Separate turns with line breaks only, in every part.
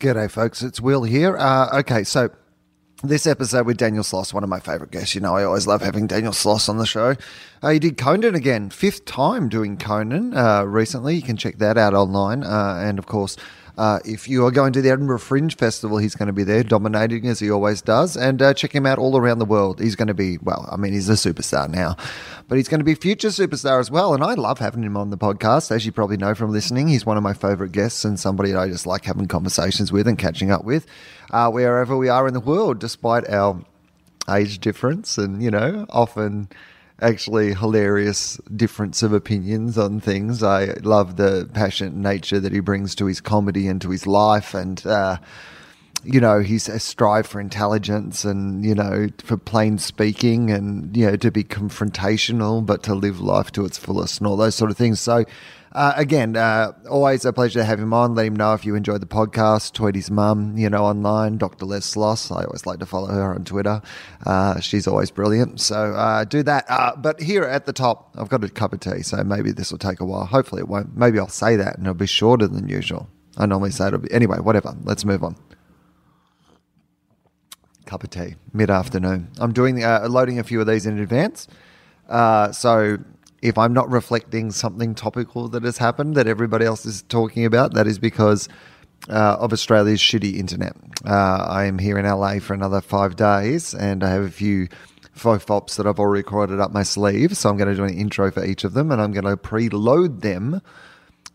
G'day, folks. It's Will here. Uh, okay, so this episode with Daniel Sloss, one of my favorite guests. You know, I always love having Daniel Sloss on the show. Uh, he did Conan again, fifth time doing Conan uh, recently. You can check that out online. Uh, and of course, uh, if you are going to the Edinburgh Fringe Festival, he's going to be there dominating as he always does. And uh, check him out all around the world. He's going to be, well, I mean, he's a superstar now, but he's going to be future superstar as well. And I love having him on the podcast. As you probably know from listening, he's one of my favorite guests and somebody that I just like having conversations with and catching up with uh, wherever we are in the world, despite our age difference and you know often actually hilarious difference of opinions on things i love the passionate nature that he brings to his comedy and to his life and uh, you know he's a strive for intelligence and you know for plain speaking and you know to be confrontational but to live life to its fullest and all those sort of things so uh, again, uh, always a pleasure to have him on. Let him know if you enjoyed the podcast. Tweet his mum, you know, online, Dr. Les Sloss. I always like to follow her on Twitter. Uh, she's always brilliant. So uh, do that. Uh, but here at the top, I've got a cup of tea, so maybe this will take a while. Hopefully it won't. Maybe I'll say that and it'll be shorter than usual. I normally say it'll be. Anyway, whatever. Let's move on. Cup of tea, mid afternoon. I'm doing uh, loading a few of these in advance. Uh, so if I'm not reflecting something topical that has happened that everybody else is talking about, that is because uh, of Australia's shitty internet. Uh, I am here in LA for another five days, and I have a few faux fops that I've already recorded up my sleeve. So I'm going to do an intro for each of them, and I'm going to preload them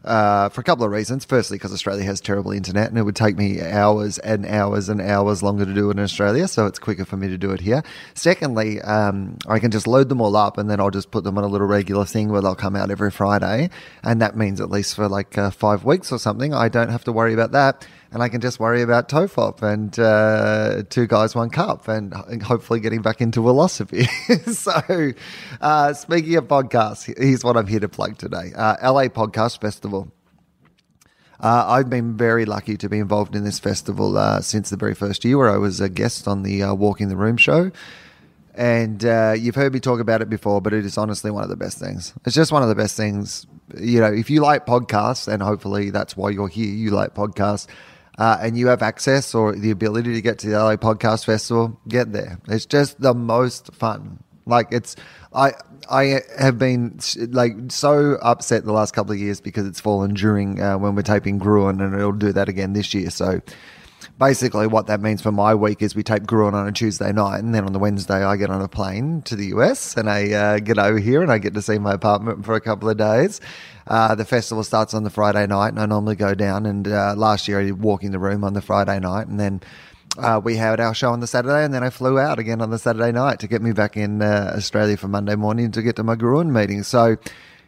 uh, for a couple of reasons. Firstly, because Australia has terrible internet, and it would take me hours and hours and hours longer to do it in Australia, so it's quicker for me to do it here. Secondly, um, I can just load them all up, and then I'll just put them on a little regular thing where they'll come out every Friday, and that means at least for like uh, five weeks or something, I don't have to worry about that. And I can just worry about TOEFOP and uh, Two Guys, One Cup, and ho- hopefully getting back into philosophy. so, uh, speaking of podcasts, here's what I'm here to plug today uh, LA Podcast Festival. Uh, I've been very lucky to be involved in this festival uh, since the very first year, where I was a guest on the uh, Walk in the Room show. And uh, you've heard me talk about it before, but it is honestly one of the best things. It's just one of the best things. You know, if you like podcasts, and hopefully that's why you're here, you like podcasts, uh, and you have access or the ability to get to the LA Podcast Festival, get there. It's just the most fun. Like it's, I I have been like so upset the last couple of years because it's fallen during uh, when we're taping Gruen, and it'll do that again this year. So basically, what that means for my week is we tape Gruen on a Tuesday night, and then on the Wednesday I get on a plane to the US and I uh, get over here and I get to see my apartment for a couple of days. Uh, the festival starts on the Friday night, and I normally go down. And uh, last year I did walking the room on the Friday night, and then uh, we had our show on the Saturday, and then I flew out again on the Saturday night to get me back in uh, Australia for Monday morning to get to my Gruen meeting. So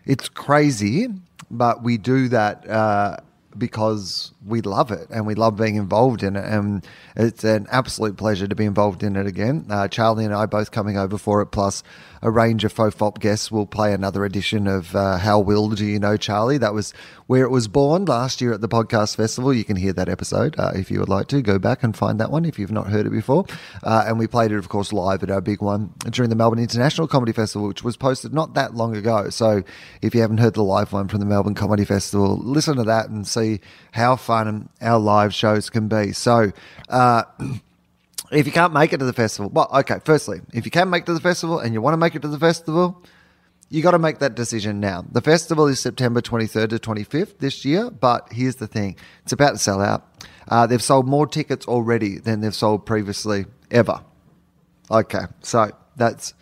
it's crazy, but we do that uh, because we love it and we love being involved in it. And it's an absolute pleasure to be involved in it again. Uh, Charlie and I both coming over for it, plus a range of faux fop guests will play another edition of uh, How Will Do You Know Charlie? That was where it was born last year at the podcast festival. You can hear that episode uh, if you would like to. Go back and find that one if you've not heard it before. Uh, and we played it, of course, live at our big one during the Melbourne International Comedy Festival, which was posted not that long ago. So if you haven't heard the live one from the Melbourne Comedy Festival, listen to that and see how fun our live shows can be. So, uh, if you can't make it to the festival, well, okay, firstly, if you can make it to the festival and you want to make it to the festival, you got to make that decision now. The festival is September 23rd to 25th this year, but here's the thing it's about to sell out. Uh, they've sold more tickets already than they've sold previously ever. Okay, so that's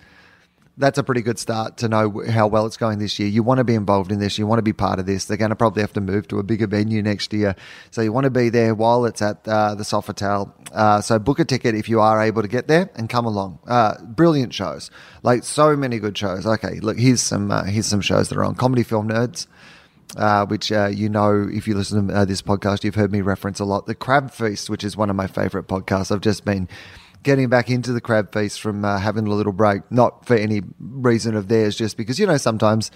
that's a pretty good start to know how well it's going this year. You want to be involved in this. You want to be part of this. They're going to probably have to move to a bigger venue next year. So you want to be there while it's at uh, the Sofitel. Uh, so book a ticket if you are able to get there and come along. Uh, brilliant shows. Like so many good shows. Okay, look, here's some, uh, here's some shows that are on Comedy Film Nerds uh, which uh, you know, if you listen to uh, this podcast, you've heard me reference a lot. The Crab Feast, which is one of my favorite podcasts. I've just been getting back into the Crab Feast from uh, having a little break, not for any reason of theirs, just because, you know, sometimes.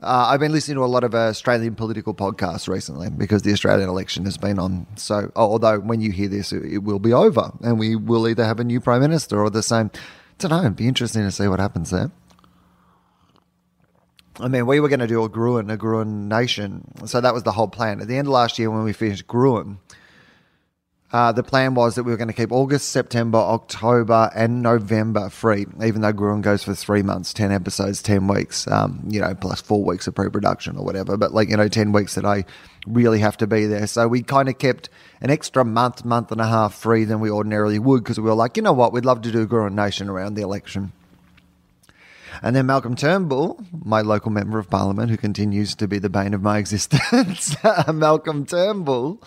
Uh, I've been listening to a lot of uh, Australian political podcasts recently because the Australian election has been on. So, although when you hear this, it, it will be over and we will either have a new prime minister or the same. I don't know. It'd be interesting to see what happens there. I mean, we were going to do a Gruen, a Gruen Nation. So that was the whole plan. At the end of last year, when we finished Gruen, Uh, the plan was that we were going to keep August, September, October, and November free, even though Gruen goes for three months, 10 episodes, 10 weeks, um, you know, plus four weeks of pre production or whatever. But like, you know, 10 weeks that I really have to be there. So we kind of kept an extra month, month and a half free than we ordinarily would because we were like, you know what, we'd love to do Gruen Nation around the election. And then Malcolm Turnbull, my local member of parliament, who continues to be the bane of my existence, Malcolm Turnbull,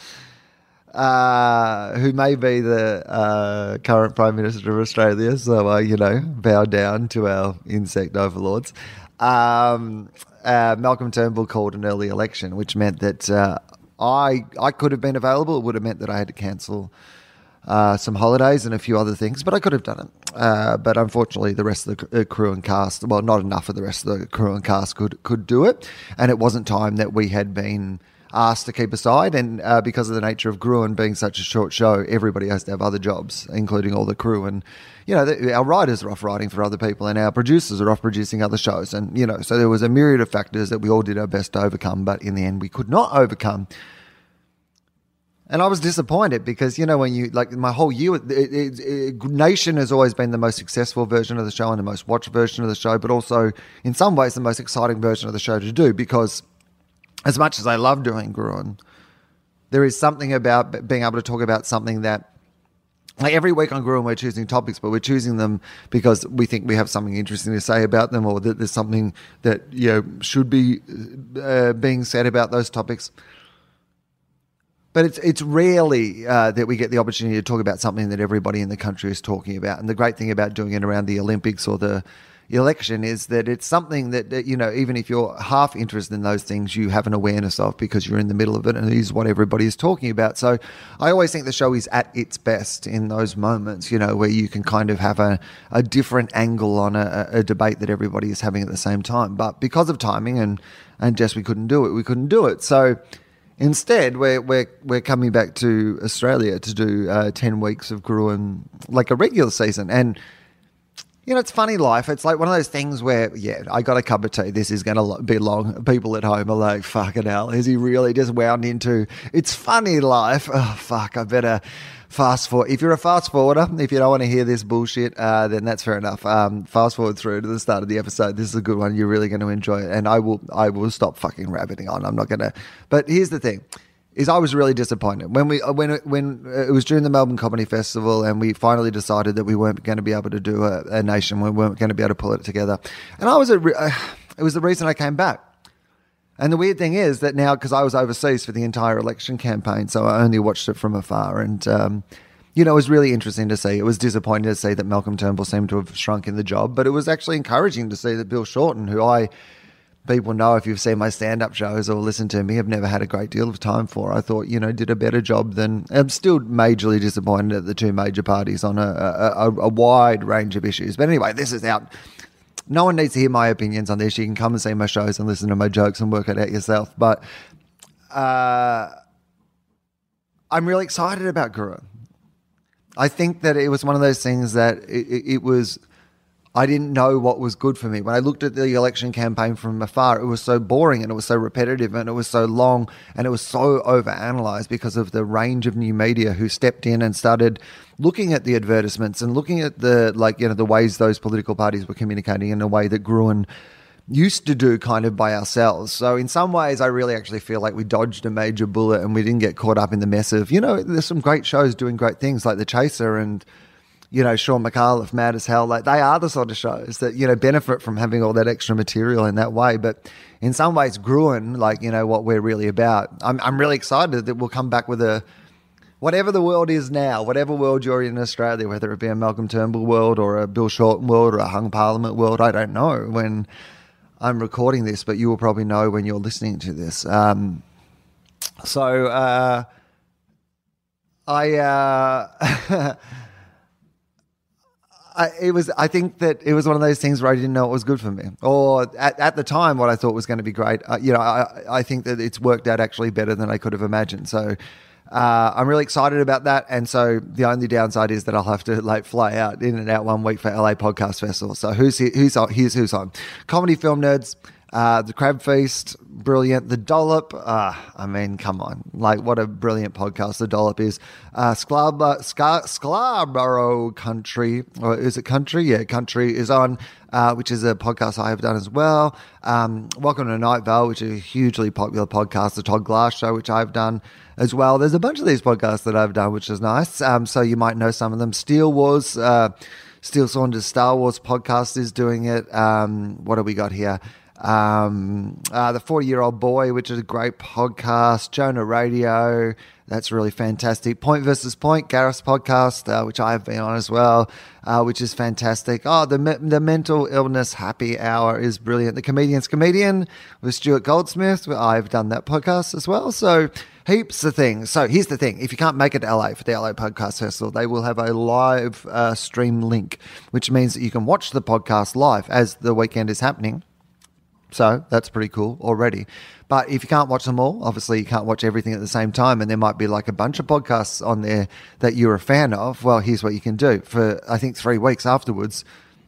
uh, who may be the uh, current Prime Minister of Australia. So, uh, you know, bow down to our insect overlords. Um, uh, Malcolm Turnbull called an early election, which meant that uh, I, I could have been available. It would have meant that I had to cancel uh, some holidays and a few other things, but I could have done it. Uh, but unfortunately, the rest of the c- uh, crew and cast, well, not enough of the rest of the crew and cast could could do it, and it wasn't time that we had been asked to keep aside. And uh, because of the nature of Gruen being such a short show, everybody has to have other jobs, including all the crew. And you know, the, our writers are off writing for other people, and our producers are off producing other shows. And you know, so there was a myriad of factors that we all did our best to overcome, but in the end, we could not overcome. And I was disappointed because you know when you like my whole year, it, it, it, Nation has always been the most successful version of the show and the most watched version of the show, but also in some ways the most exciting version of the show to do because as much as I love doing Gruen, there is something about b- being able to talk about something that like every week on Gruen, we're choosing topics, but we're choosing them because we think we have something interesting to say about them, or that there's something that you know should be uh, being said about those topics. But it's it's rarely uh, that we get the opportunity to talk about something that everybody in the country is talking about. And the great thing about doing it around the Olympics or the election is that it's something that, that you know even if you're half interested in those things you have an awareness of because you're in the middle of it and it is what everybody is talking about so i always think the show is at its best in those moments you know where you can kind of have a, a different angle on a, a a debate that everybody is having at the same time but because of timing and and just we couldn't do it we couldn't do it so Instead, we're, we're, we're coming back to Australia to do uh, 10 weeks of Gruen, like a regular season. And, you know, it's funny life. It's like one of those things where, yeah, I got a cup of tea. This is going to be long. People at home are like, fucking hell, is he really just wound into it's funny life? Oh, fuck, I better fast forward. If you're a fast forwarder, if you don't want to hear this bullshit, uh, then that's fair enough. Um, fast forward through to the start of the episode. This is a good one. You're really going to enjoy it. And I will, I will stop fucking rabbiting on. I'm not going to. But here's the thing is I was really disappointed when we uh, when when it was during the Melbourne Comedy Festival and we finally decided that we weren't going to be able to do a, a nation we weren't going to be able to pull it together and I was a re- uh, it was the reason I came back and the weird thing is that now because I was overseas for the entire election campaign so I only watched it from afar and um, you know it was really interesting to see it was disappointing to see that Malcolm Turnbull seemed to have shrunk in the job but it was actually encouraging to see that Bill Shorten who I people know if you've seen my stand-up shows or listened to me have never had a great deal of time for i thought you know did a better job than i'm still majorly disappointed at the two major parties on a, a, a, a wide range of issues but anyway this is out no one needs to hear my opinions on this you can come and see my shows and listen to my jokes and work it out yourself but uh, i'm really excited about guru I think that it was one of those things that it, it, it was. I didn't know what was good for me. When I looked at the election campaign from afar, it was so boring and it was so repetitive and it was so long and it was so overanalyzed because of the range of new media who stepped in and started looking at the advertisements and looking at the like, you know, the ways those political parties were communicating in a way that Gruen used to do kind of by ourselves. So in some ways I really actually feel like we dodged a major bullet and we didn't get caught up in the mess of, you know, there's some great shows doing great things like The Chaser and you know, Sean McAuliffe, Mad as Hell, like they are the sort of shows that, you know, benefit from having all that extra material in that way. But in some ways, Gruen, like, you know, what we're really about, I'm, I'm really excited that we'll come back with a, whatever the world is now, whatever world you're in Australia, whether it be a Malcolm Turnbull world or a Bill Shorten world or a hung parliament world, I don't know when I'm recording this, but you will probably know when you're listening to this. Um, so, uh, I, uh, I, it was. I think that it was one of those things where I didn't know it was good for me, or at, at the time what I thought was going to be great. Uh, you know, I, I think that it's worked out actually better than I could have imagined. So uh, I'm really excited about that. And so the only downside is that I'll have to like fly out in and out one week for LA Podcast Festival. So who's he, who's on, here's who's on comedy film nerds. Uh, the crab feast, brilliant. The dollop, uh, I mean, come on, like what a brilliant podcast the dollop is. Uh, Scarborough, Scar- Scarborough Country, or is it Country? Yeah, Country is on, uh, which is a podcast I have done as well. Um, Welcome to Night Vale, which is a hugely popular podcast. The Todd Glass Show, which I've done as well. There's a bunch of these podcasts that I've done, which is nice. Um, so you might know some of them. Steel Wars. Uh, Steel Saunders Star Wars podcast is doing it. Um, what do we got here? Um, uh, the 40 year old boy, which is a great podcast. Jonah Radio, that's really fantastic. Point versus Point, Gareth's podcast, uh, which I have been on as well, uh, which is fantastic. Oh, the me- the mental illness happy hour is brilliant. The comedian's comedian with Stuart Goldsmith, well, I've done that podcast as well. So heaps of things. So here's the thing: if you can't make it to LA for the LA Podcast Festival, they will have a live uh, stream link, which means that you can watch the podcast live as the weekend is happening. So that's pretty cool already. But if you can't watch them all, obviously you can't watch everything at the same time, and there might be like a bunch of podcasts on there that you're a fan of. Well, here's what you can do for I think three weeks afterwards.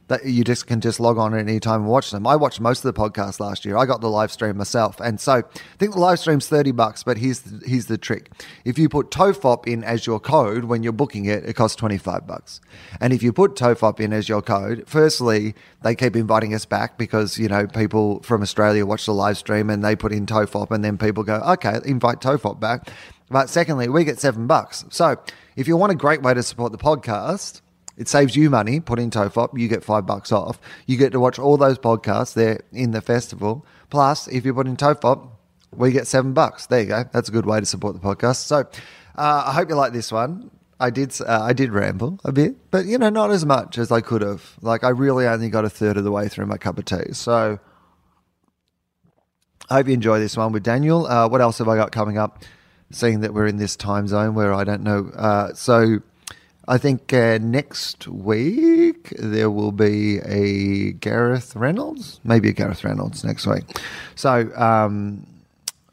That you just can just log on at any time and watch them. I watched most of the podcasts last year. I got the live stream myself, and so I think the live stream's thirty bucks. But here's the, here's the trick: if you put TOEFOP in as your code when you're booking it, it costs twenty five bucks. And if you put TOEFOP in as your code, firstly, they keep inviting us back because you know people from Australia watch the live stream and they put in TOEFOP, and then people go, okay, invite TOEFOP back. But secondly, we get seven bucks. So if you want a great way to support the podcast. It saves you money. Put in TOEFOP, you get five bucks off. You get to watch all those podcasts there in the festival. Plus, if you put in TOEFOP, we get seven bucks. There you go. That's a good way to support the podcast. So, uh, I hope you like this one. I did. Uh, I did ramble a bit, but you know, not as much as I could have. Like, I really only got a third of the way through my cup of tea. So, I hope you enjoy this one with Daniel. Uh, what else have I got coming up? Seeing that we're in this time zone where I don't know. Uh, so I think uh, next week there will be a Gareth Reynolds, maybe a Gareth Reynolds next week. So, um,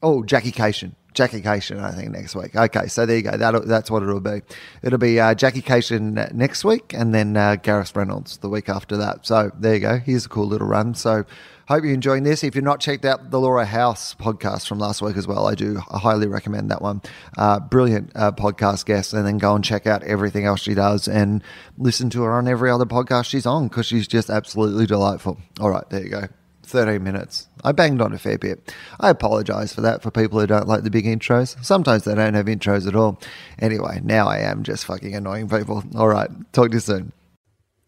oh, Jackie Cation. Jackie Cation, I think, next week. Okay, so there you go. That'll, that's what it'll be. It'll be uh, Jackie Cation next week and then uh, Gareth Reynolds the week after that. So there you go. Here's a cool little run. So hope you're enjoying this. If you've not checked out the Laura House podcast from last week as well, I do highly recommend that one. Uh, brilliant uh, podcast guest. And then go and check out everything else she does and listen to her on every other podcast she's on because she's just absolutely delightful. All right, there you go. 13 minutes. I banged on a fair bit. I apologize for that for people who don't like the big intros. Sometimes they don't have intros at all. Anyway, now I am just fucking annoying people. All right, talk to you soon.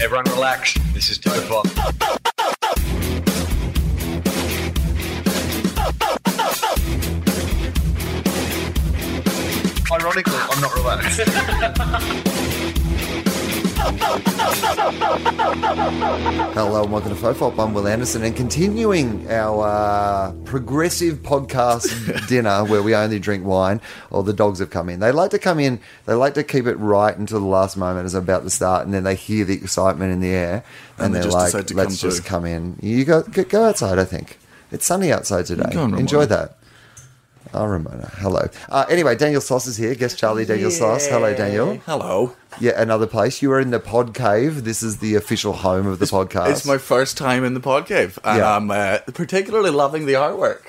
Everyone relax. This is Topop. Ironically, I'm not relaxed.
Hello and welcome to Fofop. I'm Will Anderson, and continuing our uh, progressive podcast dinner where we only drink wine. All the dogs have come in. They like to come in. They like to keep it right until the last moment as I'm about to start, and then they hear the excitement in the air, and,
And they
they're
just
like,
decide to
"Let's
come
just
through."
come in." You go go- go outside. I think it's sunny outside today.
Go on, Ramona.
Enjoy that. Oh, Ramona. Hello. Uh, anyway, Daniel Sauce is here. Guest Charlie Daniel Sauce. Hello, Daniel.
Hello.
Yeah, another place. You were in the pod cave. This is the official home of the podcast.
It's my first time in the pod cave, and
Yeah.
I'm uh, particularly loving the artwork.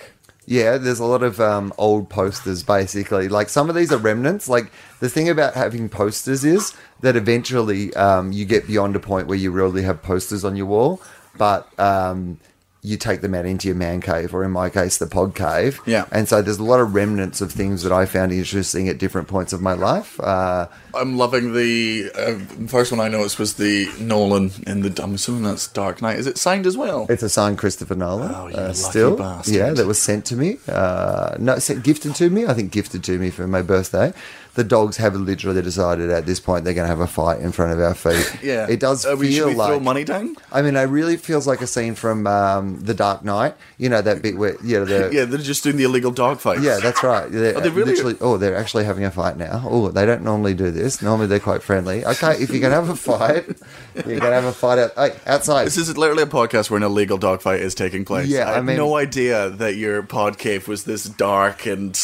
yeah, there's a lot of um, old posters, basically. Like some of these are remnants. Like the thing about having posters is that eventually um, you get beyond a point where you really have posters on your wall, but um, you take them out into your man cave, or in my case, the pod cave.
Yeah.
And so there's a lot of remnants of things that I found interesting at different points of my life. Uh,
I'm loving the uh, first one I noticed was the Nolan in the. I'm assuming that's Dark Knight. Is it signed as well?
It's a signed Christopher Nolan.
Oh, you
uh,
lucky
still,
bastard.
yeah, that was sent to me. Uh, no, sent, gifted to me. I think gifted to me for my birthday. the dogs have literally decided at this point they're going to have a fight in front of our feet.
Yeah,
it does
Uh,
feel
we, should we
like
throw money down.
I mean, it really feels like a scene from um, The Dark Knight. You know that bit where you know the
Yeah, they're just doing the illegal dog fights.
Uh, yeah, that's right. They're
Are they really-
literally, oh, they're actually having a fight now. Oh, they don't normally do this. Normally they're quite friendly. Okay, if you're going to have a fight, you're going to have a fight out, hey, outside.
This is literally a podcast where an illegal dogfight is taking place.
Yeah,
I,
I
had
mean-
no idea that your pod cave was this dark and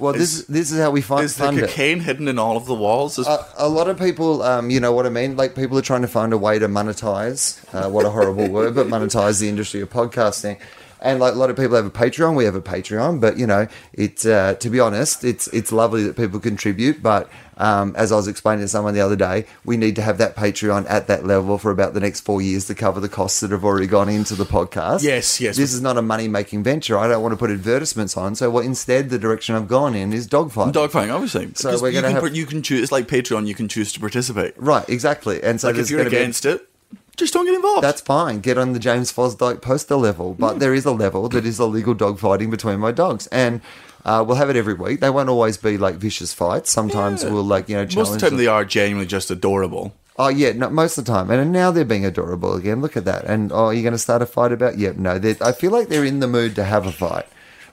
well, this, this is how we find
is the
fund it.
cocaine hidden in all of the walls. Is-
A- a lot of people, um, you know what I mean? Like, people are trying to find a way to monetize, uh, what a horrible word, but monetize the industry of podcasting. And like a lot of people have a Patreon, we have a Patreon, but you know, it's uh, to be honest, it's it's lovely that people contribute. But um, as I was explaining to someone the other day, we need to have that Patreon at that level for about the next four years to cover the costs that have already gone into the podcast.
Yes, yes.
This is not a money making venture. I don't want to put advertisements on. So, what instead the direction I've gone in is dogfight.
Dogfighting, obviously.
So
Because
we're
you
gonna
can,
have-
par- you can choose. It's like Patreon. You can choose to participate.
right, exactly. And so
Like if
there's
you're
gonna be-
against it, just don't get involved.
That's fine. Get on the James Fosdyke poster level. But there is a level that is illegal dog fighting between my dogs. And uh, we'll have it every week. They won't always be like vicious fights. Sometimes
Yeah.
we'll like, you know, challenge.
most of the time
them.
they are genuinely just adorable.
oh, yeah, no, most of the time. And now they're being adorable again. Look at that. And oh, you're going to start a fight about? Yep, no. They're- I feel like they're in the mood to have a fight.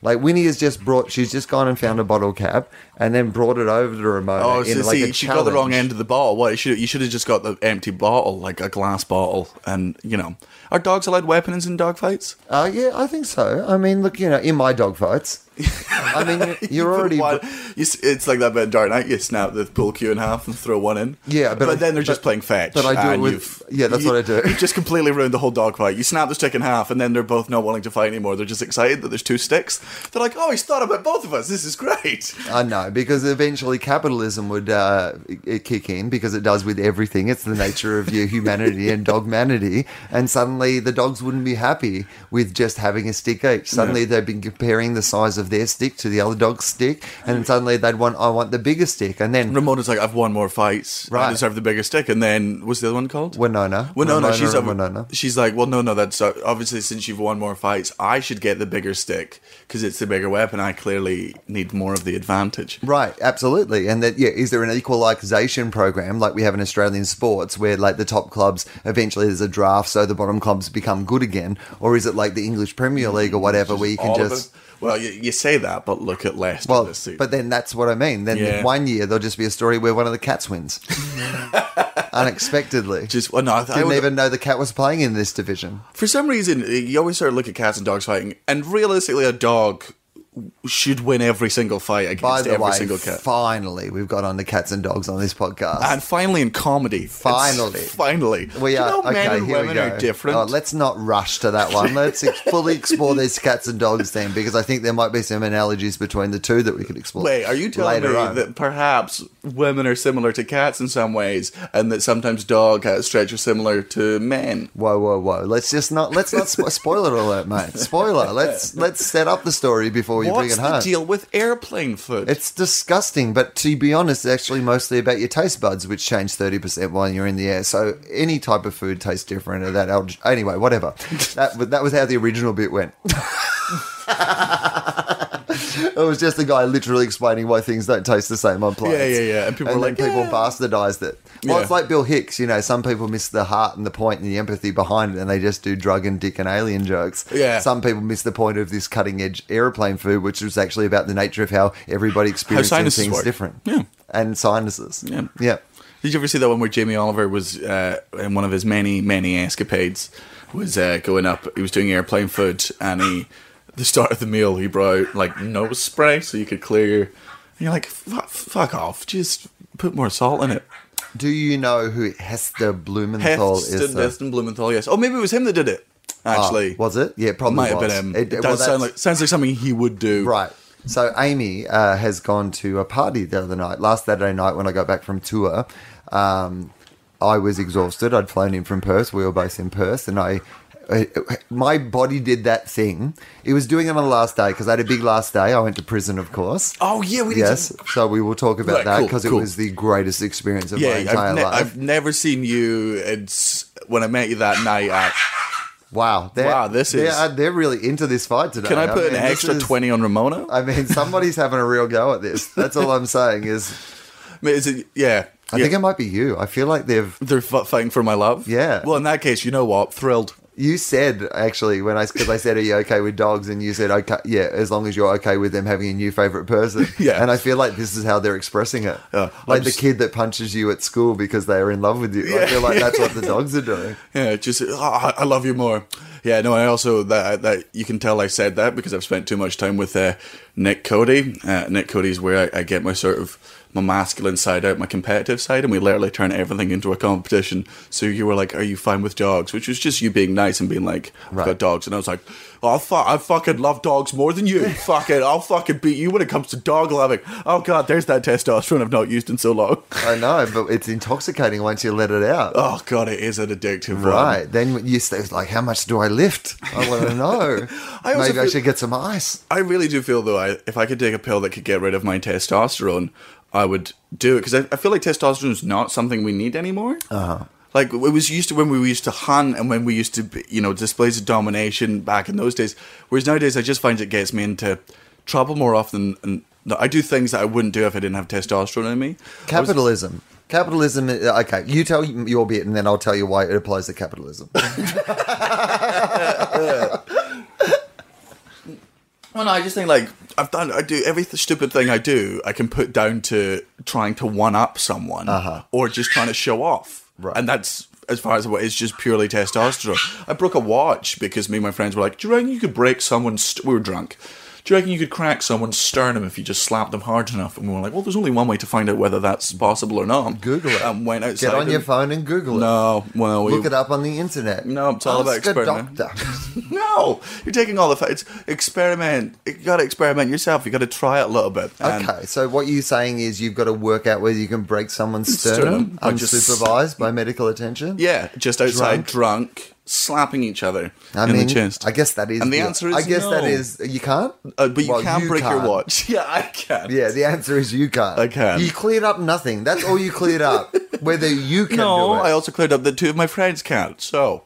Like Winnie has just brought, she's just gone and found a bottle cap and then brought it over to Ramona.
Oh,
in
so
like
see,
a
she got the wrong
challenge.
end of the bottle. What you should you should have just got the empty bottle, like a glass bottle, and you know, are dogs allowed weapons in dogfights?
Uh, yeah, I think so. I mean, look, you know, in my dog fights, I mean, you're already.
Why- you s- it's like that bit of Dark Knight. You snap the pool cue in half and throw one in.
Yeah, but I-
then they're
but-
just playing fetch.
but I do it
and
with-
you've-
yeah, that's
you-
what I do.
You've just completely ruined the whole dogfight. You snap the stick in half, and then they're both not wanting to fight anymore. They're just excited that there's two sticks. They're like, "Oh, he's thought about both of us. This is great."
I know because eventually capitalism would uh, it- it kick in because it does with everything. It's the nature of your humanity and dogmanity, and suddenly the dogs wouldn't be happy with just having a stick each. Suddenly they've been comparing the size of their stick to the other dog's stick, and suddenly they'd want I want the bigger stick, and then
Ramona's like, I've won more fights.
Right.
I deserve the bigger stick. And then, what's the other one called?
Winona.
Winona.
Ramona
she's
and
over,
Winona.
She's like, well, no, no, that's uh, obviously since you've won more fights, I should get the bigger stick because it's the bigger weapon. I clearly need more of the advantage.
Right, absolutely. And that, yeah, is there an equalization program like we have in Australian sports where, like, the top clubs eventually there's a draft so the bottom clubs become good again? Or is it like the English Premier League
Mm,
or whatever where you can
All of
just.
it- Well, you, you say that, but look at Leicester
Well,
this season.
but then that's what I mean. Then
Yeah.
one year there'll just be a story where one of the cats wins unexpectedly.
just well, no, I, th- I
Didn't
would-
even know the cat was playing in this division.
for some reason you always sort of look at cats and dogs fighting, and realistically, a dog should win every single fight against
By the
every
way,
single cat.
finally, we've got on the cats and dogs on this podcast.
And finally, in comedy, It's-
Finally.
finally,
We
Do you
are
know
okay.
men and
here
women
we go.
are different.
Oh, let's not rush to that one. Let's ex- fully explore these cats and dogs thing because I think there might be some analogies between the two that we could explore.
Wait, are you telling
later
me
on.
that perhaps women are similar to cats in some ways, and that sometimes dog stretch are similar to men?
Whoa, whoa, whoa! Let's just not let's not spo- spoiler alert, mate. Spoiler. Let's let's set up the story before you bring
What's
it
the
home.
deal with airplane food?
It's disgusting, but to be honest, it's actually mostly about your taste buds, which change thirty percent while you're in the air. So any type of food tastes different. Or that alg- anyway, whatever. That that was how the original bit went. it was just the guy literally explaining why things don't taste the same on planes.
Yeah, yeah, yeah. And people were
then
like,
people
"Yeah."
bastardized it. Well,
Yeah.
it's like Bill Hicks. You know, some people miss the heart and the point and the empathy behind it, and they just do drug and dick and alien jokes.
Yeah.
Some people miss the point of this cutting edge airplane food, which was actually about the nature of how everybody experiencing
sinuses
things
work.
different.
Yeah.
And sinuses.
Yeah.
Yeah.
Did you ever see that one where Jamie Oliver was uh, in one of his many, many escapades? Was uh, going up. He was doing airplane food, and he, at the start of the meal, he brought out, like nose spray so you could clear. your... And you're like, fuck, fuck off! Just put more salt in it.
Do you know who Hester Blumenthal is?
Heston,
though?
Heston Blumenthal. Yes. Oh, maybe it was him that did it.
Ah,
Actually,
was it? Yeah, probably
Might have
was.
been him.
It-
It,
well,
does sound
that's-
like sounds like something he would do.
Right. So Amy uh, has gone to a party the other night. Last Saturday night, when I got back from tour, um, I was exhausted. I'd flown in from Perth. We were both in Perth, and I, I my body did that thing. It was doing it on the last day because I had a big last day. I went to prison, of course.
Oh yeah, we need
yes.
To,
So we will talk about
Right,
that
cool,
because
cool.
it was the greatest experience of
yeah,
my entire
I've, ne-
life.
I've never seen you. It's when I met you that night. At,
wow. They're,
Wow, this
they're,
is-
uh, they're really into this fight today.
can I put
mean,
an
this
extra
is-
twenty on Ramona?
I mean, somebody's having a real go at this. That's all I'm saying is
mean, is it? Yeah,
I think it might be you. I feel like they've.
they're f- fighting for my love.
Yeah.
Well, in that case, you know what? Thrilled.
You said actually when I because I said are you okay with dogs and you said okay yeah as long as you're okay with them having a new favorite person
Yeah.
and I feel like this is how they're expressing it
Yeah,
like
I'm
the
s-
kid that punches you at school because they are in love with you I
Yeah.
feel like that's what the dogs are doing
Yeah, just "Oh, I I love you more. Yeah, no, I also that that you can tell I said that because I've spent too much time with uh, Nick Cody. Uh, Nick Cody's where I, I get my sort of my masculine side out, my competitive side, and we literally turn everything into a competition. So you were like, "Are you fine with dogs?" Which was just you being nice and being like, "I've
Right.
got dogs," and I was like, "Oh fuck, I fucking love dogs more than you. fuck it, I'll fucking beat you when it comes to dog loving." Oh god, there's that testosterone I've not used in so long.
I know but it's intoxicating once you let it out
Oh god, it is an addictive one.
Right. Then you say, it's like, how much do I lift? I want to know.
I also
Maybe I
feel-
should get some ice.
I really do feel though, I, if I could take a pill that could get rid of my testosterone, I would do it because I, I feel like testosterone is not something we need anymore. Uh-huh. Like it was used to when we used to hunt and when we used to, be- you know, displays of domination back in those days. Whereas nowadays, I just find it gets me into trouble more often. And I do things that I wouldn't do if I didn't have testosterone in me. I was-
Capitalism. Capitalism. uh, Okay. You tell your bit and then I'll tell you why it applies to capitalism.
Well, no, I just think like I've done. I do every th- stupid thing I do. I can put down to trying to one up someone, or just trying to show off.
Uh-huh. Right.
And that's as far as what it's just purely testosterone. I broke a watch because me and my friends were like, "Do you reckon you could break someone's?" St-? We were drunk. Do you reckon you could crack someone's sternum if you just slapped them hard enough? And we were like, "Well, there's only one way to find out whether that's possible or not."
Google it.
And went outside.
Get on your
and-
phone and Google it.
No, well, we,
Look it up on the internet.
No, it's all about
Ask a
experiment.
doctor.
No, you're taking all the facts. Experiment. You got to experiment yourself. You got to try it a little bit. And-
Okay, so what you're saying is you've got to work out whether you can break someone's sternum
Sternum by just-
unsupervised by medical attention.
Yeah, just outside, drunk, slapping each other
I
in
mean,
the chest.
I guess that is.
And the answer is
I guess that
no.
is you can't.
Uh, but you
Well,
can break your
can't.
watch. Yeah, I can.
Yeah, the answer is you can't.
I can.
You cleared up nothing. That's all you cleared up. Whether you can
No,
do it.
I also cleared up that two of my friends can't. So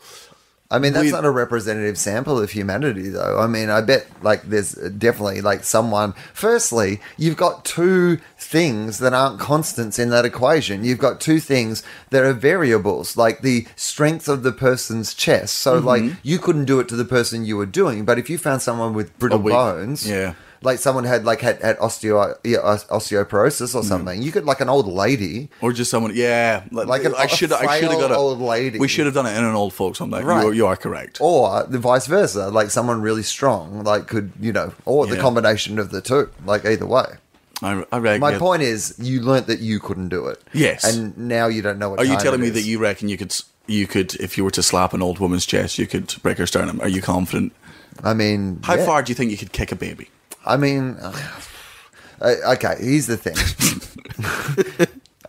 I mean, that's
we-
not a representative sample of humanity, though. I mean, I bet like there's definitely like someone. Firstly, you've got two things that aren't constants in that equation. You've got two things that are variables, like the strength of the person's chest. So,
Mm-hmm.
like, you couldn't do it to the person you were doing, but if you found someone with brittle
weak-
bones,
yeah.
Like someone had like had, had osteo- yeah, os- osteoporosis
Mm-hmm.
or something. You could like an old lady.
or just someone. Yeah,
Like an-
I should. I should have got
frail
a
old lady.
We should have done it in an old folks home. Like
Right. Oh,
you, you are correct.
or the vice versa, like someone really strong, like could you know, or the
Yeah.
combination of the two, like either way.
I, I reckon.
My point is, you learnt that you couldn't do it.
Yes.
and now you don't know what.
Are you
time
telling
it
me
is.
that you reckon you could? s- You could, if you were to slap an old woman's chest, you could break her sternum. Are you confident?
I mean,
How
yeah.
far do you think you could kick a baby?
I mean, uh, okay. Here's the thing.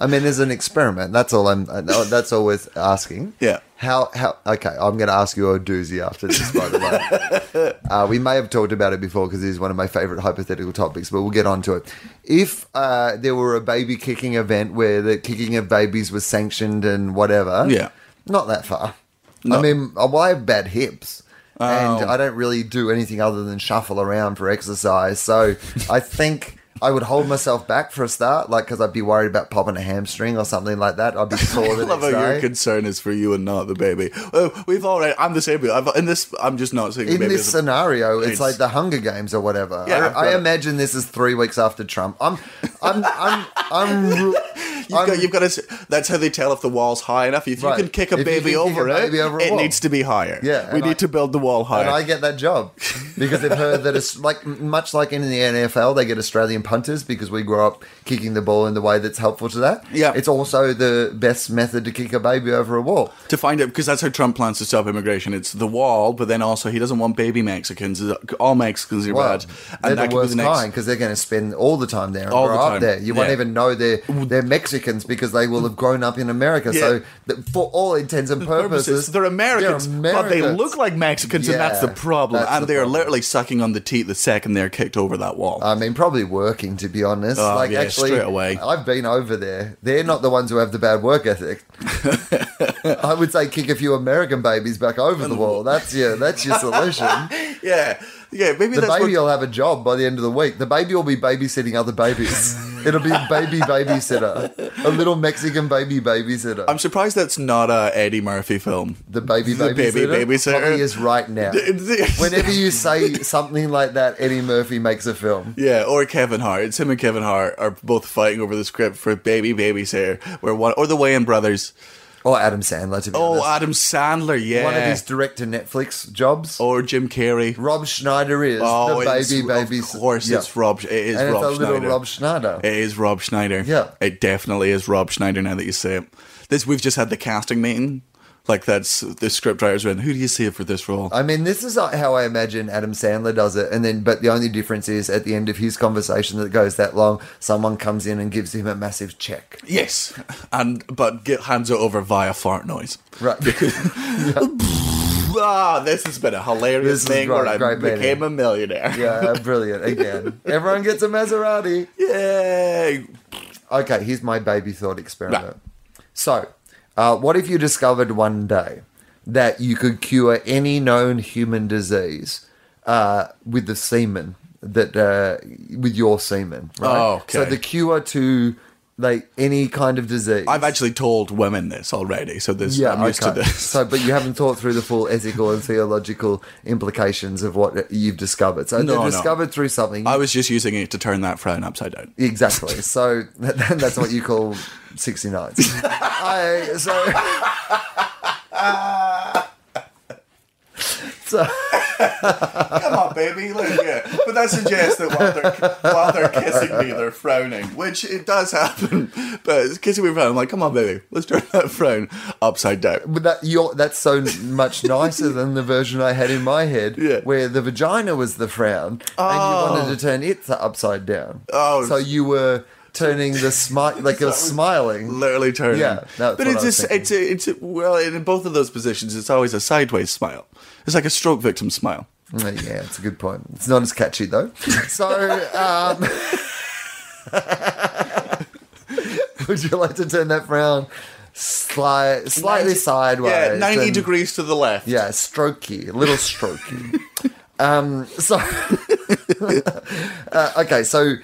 I mean, as an experiment, that's all I'm. uh, That's all worth asking.
Yeah.
How? How? Okay, I'm going to ask you a doozy after this. By the way, uh, we may have talked about it before because it is one of my favorite hypothetical topics, but we'll get on to it. If uh, there were a baby kicking event where the kicking of babies was sanctioned and whatever,
Yeah.
not that far. I
No.
mean, uh, well, I have bad hips. And
Oh.
I don't really do anything other than shuffle around for exercise. So I think I would hold myself back for a start, like because I'd be worried about popping a hamstring or something like that. I'd be sore the
I love
next
how your
day.
concern is for you and not the baby. Oh, we've already. I'm the same. but I've, in this, I'm just not seeing the
in
baby.
this
as a-
scenario, it's,
It's-
like the Hunger Games or whatever.
Yeah, I've
I,
got
I
it.
imagine this is three weeks after Trump. I'm, I'm, I'm, I'm. ru-
you've,
I'm-
got, you've got to. That's how they tell if the wall's high enough. If
Right.
you can kick a
If you
baby,
can kick a
over,
baby
it,
over a
it
wall.
needs to be higher.
Yeah,
we
and
need
I-
to build the wall higher.
and I get that job because they've heard that it's like much like in the NFL, they get Australian punters because we grew up kicking the ball in the way that's helpful to that.
Yeah.
it's also the best method to kick a baby over a wall.
to find out because that's how Trump plans to stop immigration. It's the wall, but then also he doesn't want baby Mexicans. All Mexicans are
Well,
bad,
they're the
could be
worst kind because they're going to spend all the time there and
All
grow
the
up
time,
there. You won't
yeah.
even know they're they're Mexicans because they will have grown up in America. So th- for all intents and purposes,
purposes. They're Americans, but they
Americans.
look like Mexicans, and that's the
Yeah,
problem.
that's
and
the
they are
problem. Uh,
literally sucking on the teeth the second they're kicked over that wall.
I mean, probably working to be honest.
Oh,
like
yeah,
actually,
straight away.
I've been over there. They're not the ones who have the bad work ethic. I would say kick a few American babies back over the wall. That's your that's your solution.
yeah, yeah. Maybe
the
that's
baby
what,
will have a job by the end of the week. The baby will be babysitting other babies. It'll be a baby babysitter, a little Mexican baby babysitter.
I'm surprised that's not a Eddie Murphy film.
the baby
The
babysitter,
baby babysitter.
probably is right now. Whenever you say something like that, Eddie Murphy makes a film.
Yeah, or Kevin Hart. It's him and Kevin Hart are both fighting over the script for Baby Babysitter, where one or the Wayans brothers.
Or Adam Sandler, to be
Oh,
honest.
Adam Sandler, yeah,
One of his direct to Netflix jobs.
or Jim Carrey.
Rob Schneider is
Oh,
the
it's-
baby baby.
Of course,
Yeah.
it's Rob. It is
and
Rob
it's a
Schneider.
little Rob Schneider.
It is Rob Schneider.
Yeah.
It definitely is Rob Schneider now that you say it. This we've just had the casting meeting. Like that's the scriptwriters went, Who do you see for this role?
I mean, this is how I imagine Adam Sandler does it. And then, but the only difference is at the end of his conversation that goes that long, someone comes in and gives him a massive check.
yes. And but get hands it over via fart noise.
Right.
Ah, this has been a
This
hilarious
is
thing where
great-
I
great meeting.
became a millionaire.
yeah, brilliant. Again, everyone gets a Maserati.
Yay.
Okay, here's my baby thought experiment. So, uh, what if you discovered one day that you could cure any known human disease uh, with the semen that uh, with your semen? Right.
Oh, okay.
So the cure to like any kind of disease.
I've actually told women this already, so this
yeah,
I'm used
okay.
to this.
So, but you haven't thought through the full ethical and theological implications of what you've discovered. So,
No,
they're
no.
discovered through something.
I was just using it to turn that frown upside down.
Exactly. So that, that- that's what you call 69s. I, so. so
Come on, Oh, baby, look at it. But that suggests that while they're, while they're kissing me, they're frowning, which it does happen. But kissing me frown, I'm like, come on, baby, let's turn that frown upside down.
but that you're, that's so much nicer than the version I had in my head,
Yeah.
where the vagina was the frown, and you wanted to turn it to upside down.
Oh.
so you were turning the smile like you're smiling.
Literally turning.
Yeah, that's
but
what
it's
I was
just, it's a, it's a, well in both of those positions, it's always a sideways smile. It's like a stroke victim smile.
Mm, Yeah, it's a good point. It's not as catchy though. So, um, would you like to turn that frown slight, slightly sideways?
Yeah, ninety
and-
degrees to the left.
Yeah, strokey, a little strokey. um, so, uh, okay, so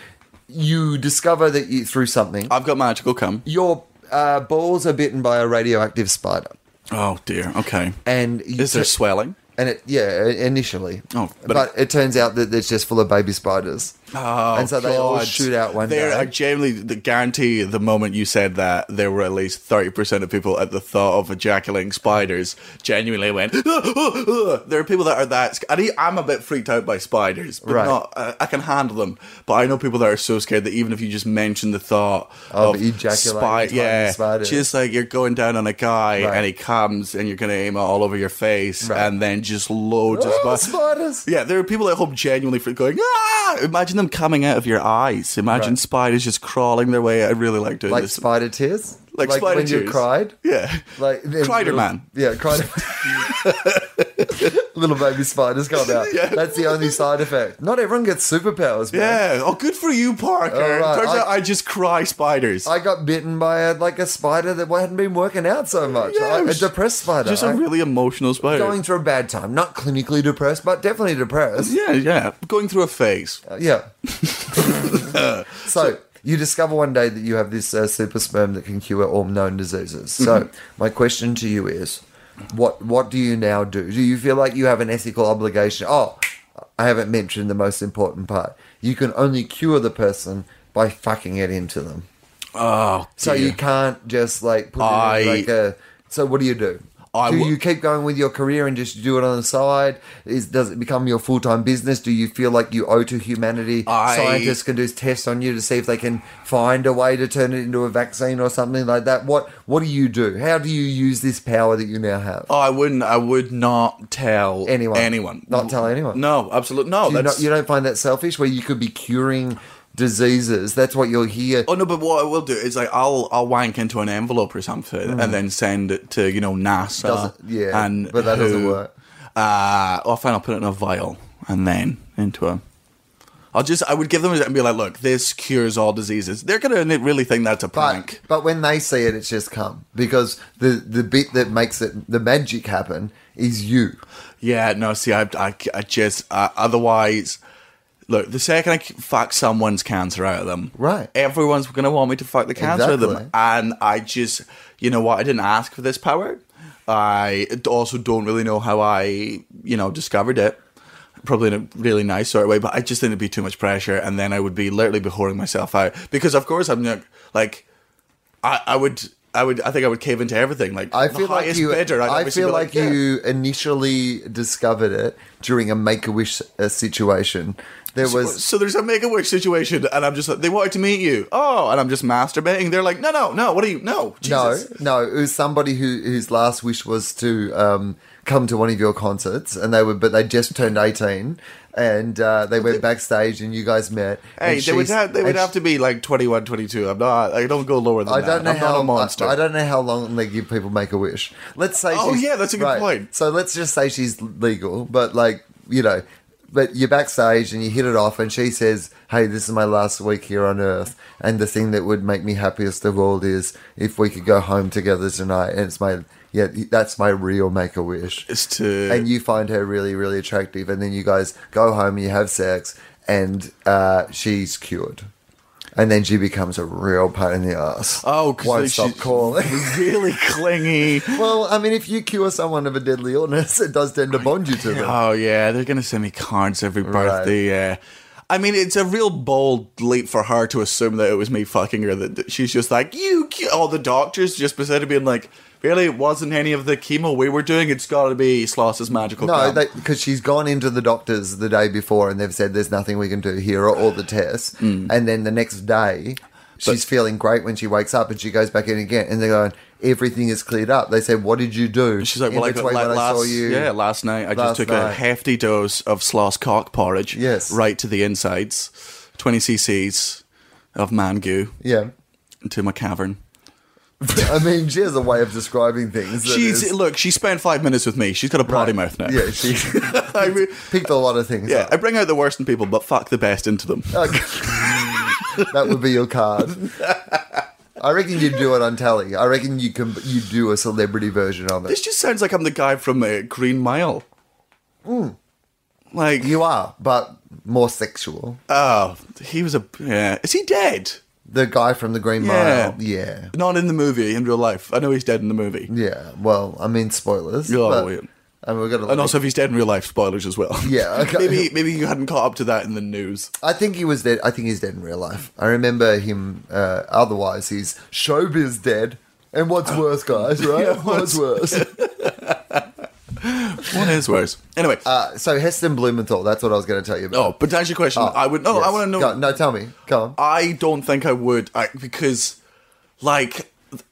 you discover that you through something
I've got magical cum.
your uh, balls are bitten by a radioactive spider,
Oh dear. Okay.
and you
Is there
ta-
swelling?
and it yeah i- initially.
Oh,
but,
but-
it, turns out that it's just full of baby spiders.
Oh,
and so they all
God.
shoot out one
There, I
day.
genuinely the guarantee the moment you said that, there were at least thirty percent of people at the thought of ejaculating spiders genuinely went. "Ah, ah, ah." There are people that are that. sc- And I- I'm a bit freaked out by spiders, but
Right.
not. Uh, I can handle them, but I know people that are so scared that even if you just mention the thought
Of
of,
ejaculating tiny
yeah,
spiders.
just like you're going down on a guy
Right.
and he comes and you're gonna aim it all over your face,
Right.
and then just loads of
Oh,
spiders.
spiders.
Yeah, there are people at home genuinely freak- going, ah! Imagine them coming out of your eyes. Imagine
Right.
spiders just crawling their way. I really like doing
Like
this.
spider tears.
like, spider
when you
tears.
cried.
Yeah.
Like then
Crider
little-
Man.
Yeah, Crider Little baby spiders come out.
Yeah.
That's the only side effect. Not everyone gets superpowers, man.
Yeah. Oh, good for you, Parker.
All right,
Turns
I-
out I just cry spiders.
I got bitten by a, like a spider that hadn't been working out so much.
Yeah,
I-
it
a
was
depressed spider.
just a
I-
really emotional spider.
going through a bad time. Not clinically depressed, but definitely depressed.
yeah, yeah. Going through a phase.
Yeah. so you discover one day that you have this uh, super sperm that can cure all known diseases. So my question to you is, what what do you now do? Do you feel like you have an ethical obligation? Oh, I haven't mentioned the most important part. You can only cure the person by fucking it into them.
Oh,
So you
dear.
can't just like put it
I-
in like a. So what do you do?
I
do
w-
you keep going with your career and just do it on the side? Is does it become your full time business? Do you feel like you owe to humanity?
I-
Scientists can do tests on you to see if they can find a way to turn it into a vaccine or something like that. What What do you do? How do you use this power that you now have?
Oh, I wouldn't. I would not tell
Anyone.
Anyone.
Not tell anyone.
No, absolutely. No,
do you,
Oh, that's.
not, you don't find that selfish, where you could be curing diseases. That's what you're here.
Oh no, but what I will do is like I'll I'll wank into an envelope or something and then send it to you know NASA.
Hmm. Doesn't- yeah,
and
but that doesn't
who-
work.
Uh, oh, fine. I'll put it in a vial and then into a. I'll just I would give them and be like, look, this cures all diseases. They're gonna n- really think that's a
But
prank.
but when they see it, it's just come because the the bit that makes it the magic happen is you.
yeah, no. See, I I, I just uh, otherwise. look, the second I c- fuck someone's cancer out of them,
Right.
Everyone's gonna want me to fuck the cancer out of them,
Exactly.
and I just, you know what? I didn't ask for this power. I d- also don't really know how I, you know, discovered it. Probably in a really nice sort of way, but I just think it'd be too much pressure, and then I would be literally be whoring myself out because, of course, I'm not like, I, I would. I would. I think I would cave into everything. Like
I
the
feel like
highest
you.
bidder, I'd
I
obviously
feel
be
like,
"Yeah."
you initially discovered it during a Make a Wish uh, situation. There was
So there's a make a wish situation, and I'm just like, they wanted to meet you. Oh, and I'm just masturbating. They're like, no, no, no. What are you? No, Jesus.
no, no. It was somebody who whose last wish was to um, come to one of your concerts, and they were, but they just turned eighteen, and uh, they went backstage, and you guys met.
Hey,
and
they would
she's-
have they would
and
have to be like 21, 22. I'm not. I don't go lower than
I
that.
don't know
I'm
how
not a monster.
I, I don't know how long they give people make a wish. Let's say.
Oh,
she's-
yeah, that's a good point.
So let's just say she's legal, but like you know, but you're backstage and you hit it off, and she says, "Hey, this is my last week here on Earth, and the thing that would make me happiest of all is if we could go home together tonight." And it's my yeah, that's my real make a wish.
It's to
And you find her really, really attractive, and then you guys go home and you have sex, and uh, she's cured. And then she becomes a real pain in the ass.
oh, because
won't stop calling.
really clingy.
well, I mean, if you cure someone of a deadly illness, it does tend to bond you to them.
Oh yeah, they're gonna send me cards every birthday. Yeah. I mean, it's a real bold leap for her to assume that it was me fucking her. That that she's just like you. ki-" All the doctors just beside her being like, "Really, it wasn't any of the chemo we were doing. It's got to be Sloss's magical."
No,
gum."
because she's gone into the doctors the day before and they've said there's nothing we can do here or all the tests.
Mm.
And then the next day, she's feeling great when she wakes up and she goes back in again. And they're going, everything is cleared up. They say, what did you do?
She's like,
in
well, I got
between
like
when
last,
I saw you?
yeah, last night I
last
just took a
night."
hefty dose of Sloss cock porridge,
Yes.
right to the insides, twenty cc's of man goo
Yeah.
into my cavern.
I mean, she has a way of describing things. that
She's
is-
look. She spent five minutes with me. She's got a potty mouth now.
Yeah, she
I re-
picked a lot of things
yeah.
up.
I bring out the worst in people, but fuck the best into them.
that would be your card. I reckon you'd do it on telly. I reckon you can you do a celebrity version of
this
it.
just sounds like I'm the guy from uh, Green Mile. Like
Hmm. You are, but more sexual.
oh, he was a yeah. Is he dead?
The guy from the Green
Yeah.
Mile. Yeah.
Not in the movie, in real life. I know he's dead in the movie,
Yeah. Well, I mean spoilers.
Oh,
but-
yeah.
And we've got to
and also if he's Oh, dead in real life, spoilers as well.
Yeah, okay.
maybe maybe you hadn't caught up to that in the news.
I think he was dead. I think he's dead in real life. I remember him. Uh, otherwise, he's showbiz dead. And what's worse, guys? Right? what's worse?
What is worse? Anyway,
Uh, so Heston Blumenthal. That's what I was going to tell you about. Ah,
oh, but to answer your question, I would no. I
yes.
want to know. Ah.
Go- no, tell me. Come on.
I don't think I would I, because, like, th-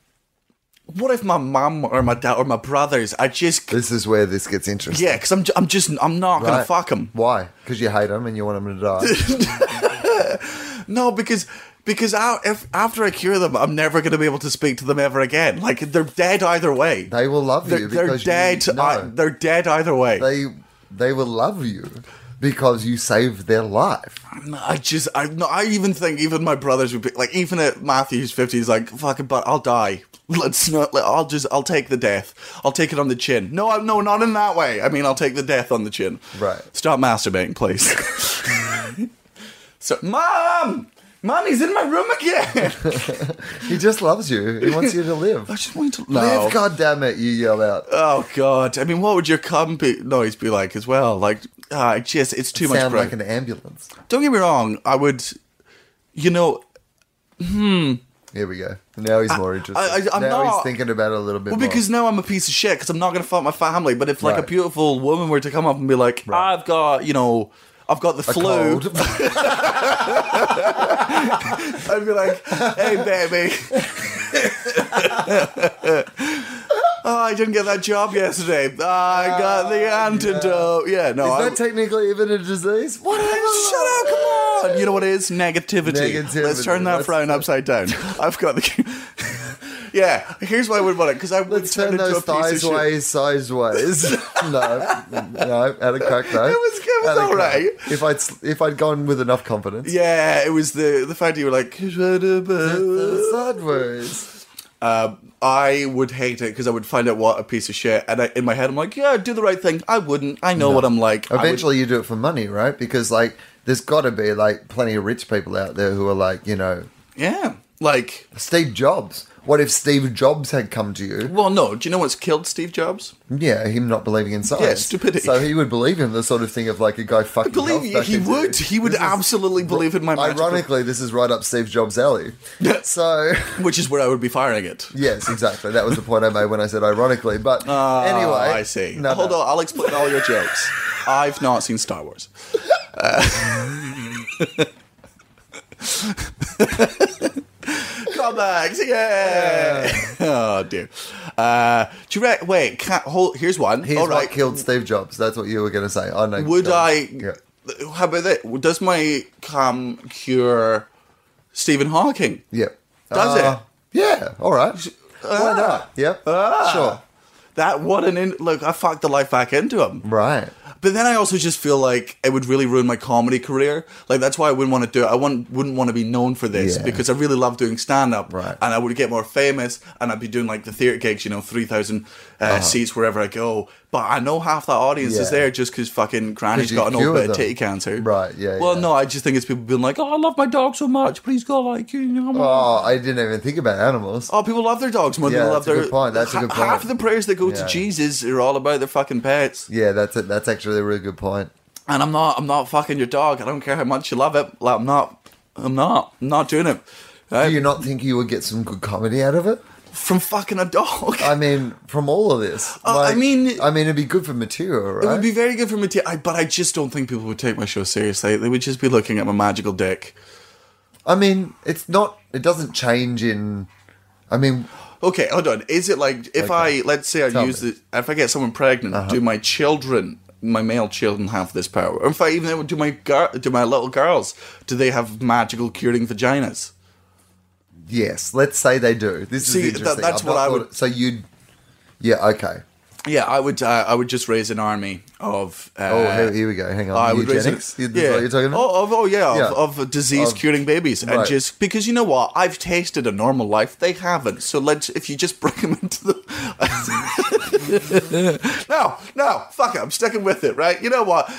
what if my mum or my dad or my brothers? I just
This is where this gets interesting.
yeah, because I'm ju- I'm just I'm not gonna
Right.
fuck them.
Why? Because you hate them and you want them to die.
No, because because I, if, after I cure them, I'm never gonna be able to speak to them ever again. Like they're dead either way.
they will love
They're,
you
they're
because
dead.
You, no,
I, they're dead either way.
they they will love you because you saved their life.
No, I just, I, no, I even think even my brothers would be like, even at Matthew's fifty, he's like, fucking, but I'll die. Let's not. Let, I'll just, I'll take the death. I'll take it on the chin. No, I, no, not in that way. I mean, I'll take the death on the chin.
Right.
Stop masturbating, please. so, mom, mom, he's in my room again.
He just loves you. He wants you to live.
I just want to
Live, God damn it! You yell out.
Oh God! I mean, what would your cum be, noise be like as well? Like, ah, it's just, it's too much.
Sound
pressure.
like an ambulance.
Don't get me wrong. I would, you know,
Here we go. Now he's more interested.
I- I'm
now
not-
he's thinking about it a little bit
Well,
more.
because now I'm a piece of shit because I'm not going to fuck my family. But if like a
Right.
beautiful woman were to come up and be like, I've got, you know, I've got the flu,
Cold.
I'd be like, hey, baby. oh, I didn't get that job yesterday. I got the antidote. Yeah, no. I,
Ah, is that technically even a disease? What?
Shut up, come on. You know what it is? Negativity.
Negativity,
Let's turn that
that's-
frown upside down. I've got the. yeah, here's why I would want it because I would
Let's
turn,
turn
into
those
a
thighs
piece of shit.
ways, size ways. no, no, had a crack though. It
was- it was alright.
If I'd s- if I'd gone with enough confidence.
Yeah, it was the the fact you were like,
Sideways.
Um, I would hate it because I would find out what a piece of shit. And I, in my head, I'm like, yeah, do the right thing. I wouldn't. I know what I'm like. I would-
Eventually, you do it for money, right? Because like, there's got to be like plenty of rich people out there who are like, you know,
yeah. Like,
Steve Jobs. What if Steve Jobs had come to you?
well, no. Do you know what's killed Steve Jobs?
Yeah, him not believing in science.
stupidity.
So he would believe in the sort of thing of like a guy fucking.
believe
health
you,
back
he
into
would.
you.
He would
This is-
absolutely believe in my magical-
Ironically, this is right up Steve Jobs' alley. so
Which is where I would be firing it.
yes, exactly. That was the point I made when I said ironically. But
Ah,
anyway,
I see.
No,
Hold
no.
on, I'll explain all your jokes. I've not seen Star Wars. Uh, Comebacks, yeah. oh dear. Uh, do you re- wait? Can't, hold, here's one.
Here's
all right.
what killed Steve Jobs. That's what you were going to say. I know.
Would
Go on.
I?
Yeah.
How about that? Does my cum cure Stephen Hawking?
Yeah.
Does ah.
Uh, Yeah. All right. Why not? Yep. Sure.
it? That what an in- look! I fucked the life back into him.
Right.
But then I also just feel like it would really ruin my comedy career. Like that's why I wouldn't want to do it. I want, wouldn't want to be known for this
Yeah.
because I really love doing stand up,
Right.
and I would get more famous, and I'd be doing like the theater gigs, you know, three thousand uh, seats wherever I go. But I know half that audience is
Uh-huh. Yeah.
there just because fucking Granny's
'Cause you
got an old
cure
bit
them.
of titty cancer,
Right, yeah,
Well,
yeah.
no, I just think it's people being like, "Oh, I love my dog so much. Please go like you." know, I'm-
Oh, I didn't even think about animals.
Oh, people love their dogs more
Yeah,
than they love
that's a
their.
good point, that's a good
Ha- Half
point.
the prayers that go to
Yeah.
Jesus are all about their fucking pets.
Yeah, that's it. That's actually a really good point.
and I'm not I'm not fucking your dog. I don't care how much you love it. Like I'm not I'm not I'm not doing it.
Do
Right?
you not think you would get some good comedy out of it?
From fucking a dog.
I mean, from all of this.
Uh, I mean-
I mean, it'd be good for material, right?
it would be very good for material, I, but I just don't think people would take my show seriously. They would just be looking at my magical dick.
I mean, it's not. It doesn't change in. I mean,
Okay, hold on. Is it like if
Okay.
I let's say I
Tell
use
me. Uh-huh.
the if I get someone pregnant, do my children, my male children, have this power? Or if I even do my gar- do my little girls, do they have magical curing vaginas?
yes. Let's say they do. This
See,
is
that-
interesting.
that's
I've not
what I
thought-
would-
So you'd. Yeah. Okay.
Yeah, I would. Uh, I would just raise an army of. Uh,
Oh, here, here we go. Hang on.
I would raise
Eugenics.
it.
This is what you're talking about.
Oh, of, oh yeah,
Yeah.
Of, of disease
Of-
curing babies, and
right.
just because you know what, I've tasted a normal life. They haven't. So let's if you just bring them into the. no, no, fuck it. I'm sticking with it. Right? You know what?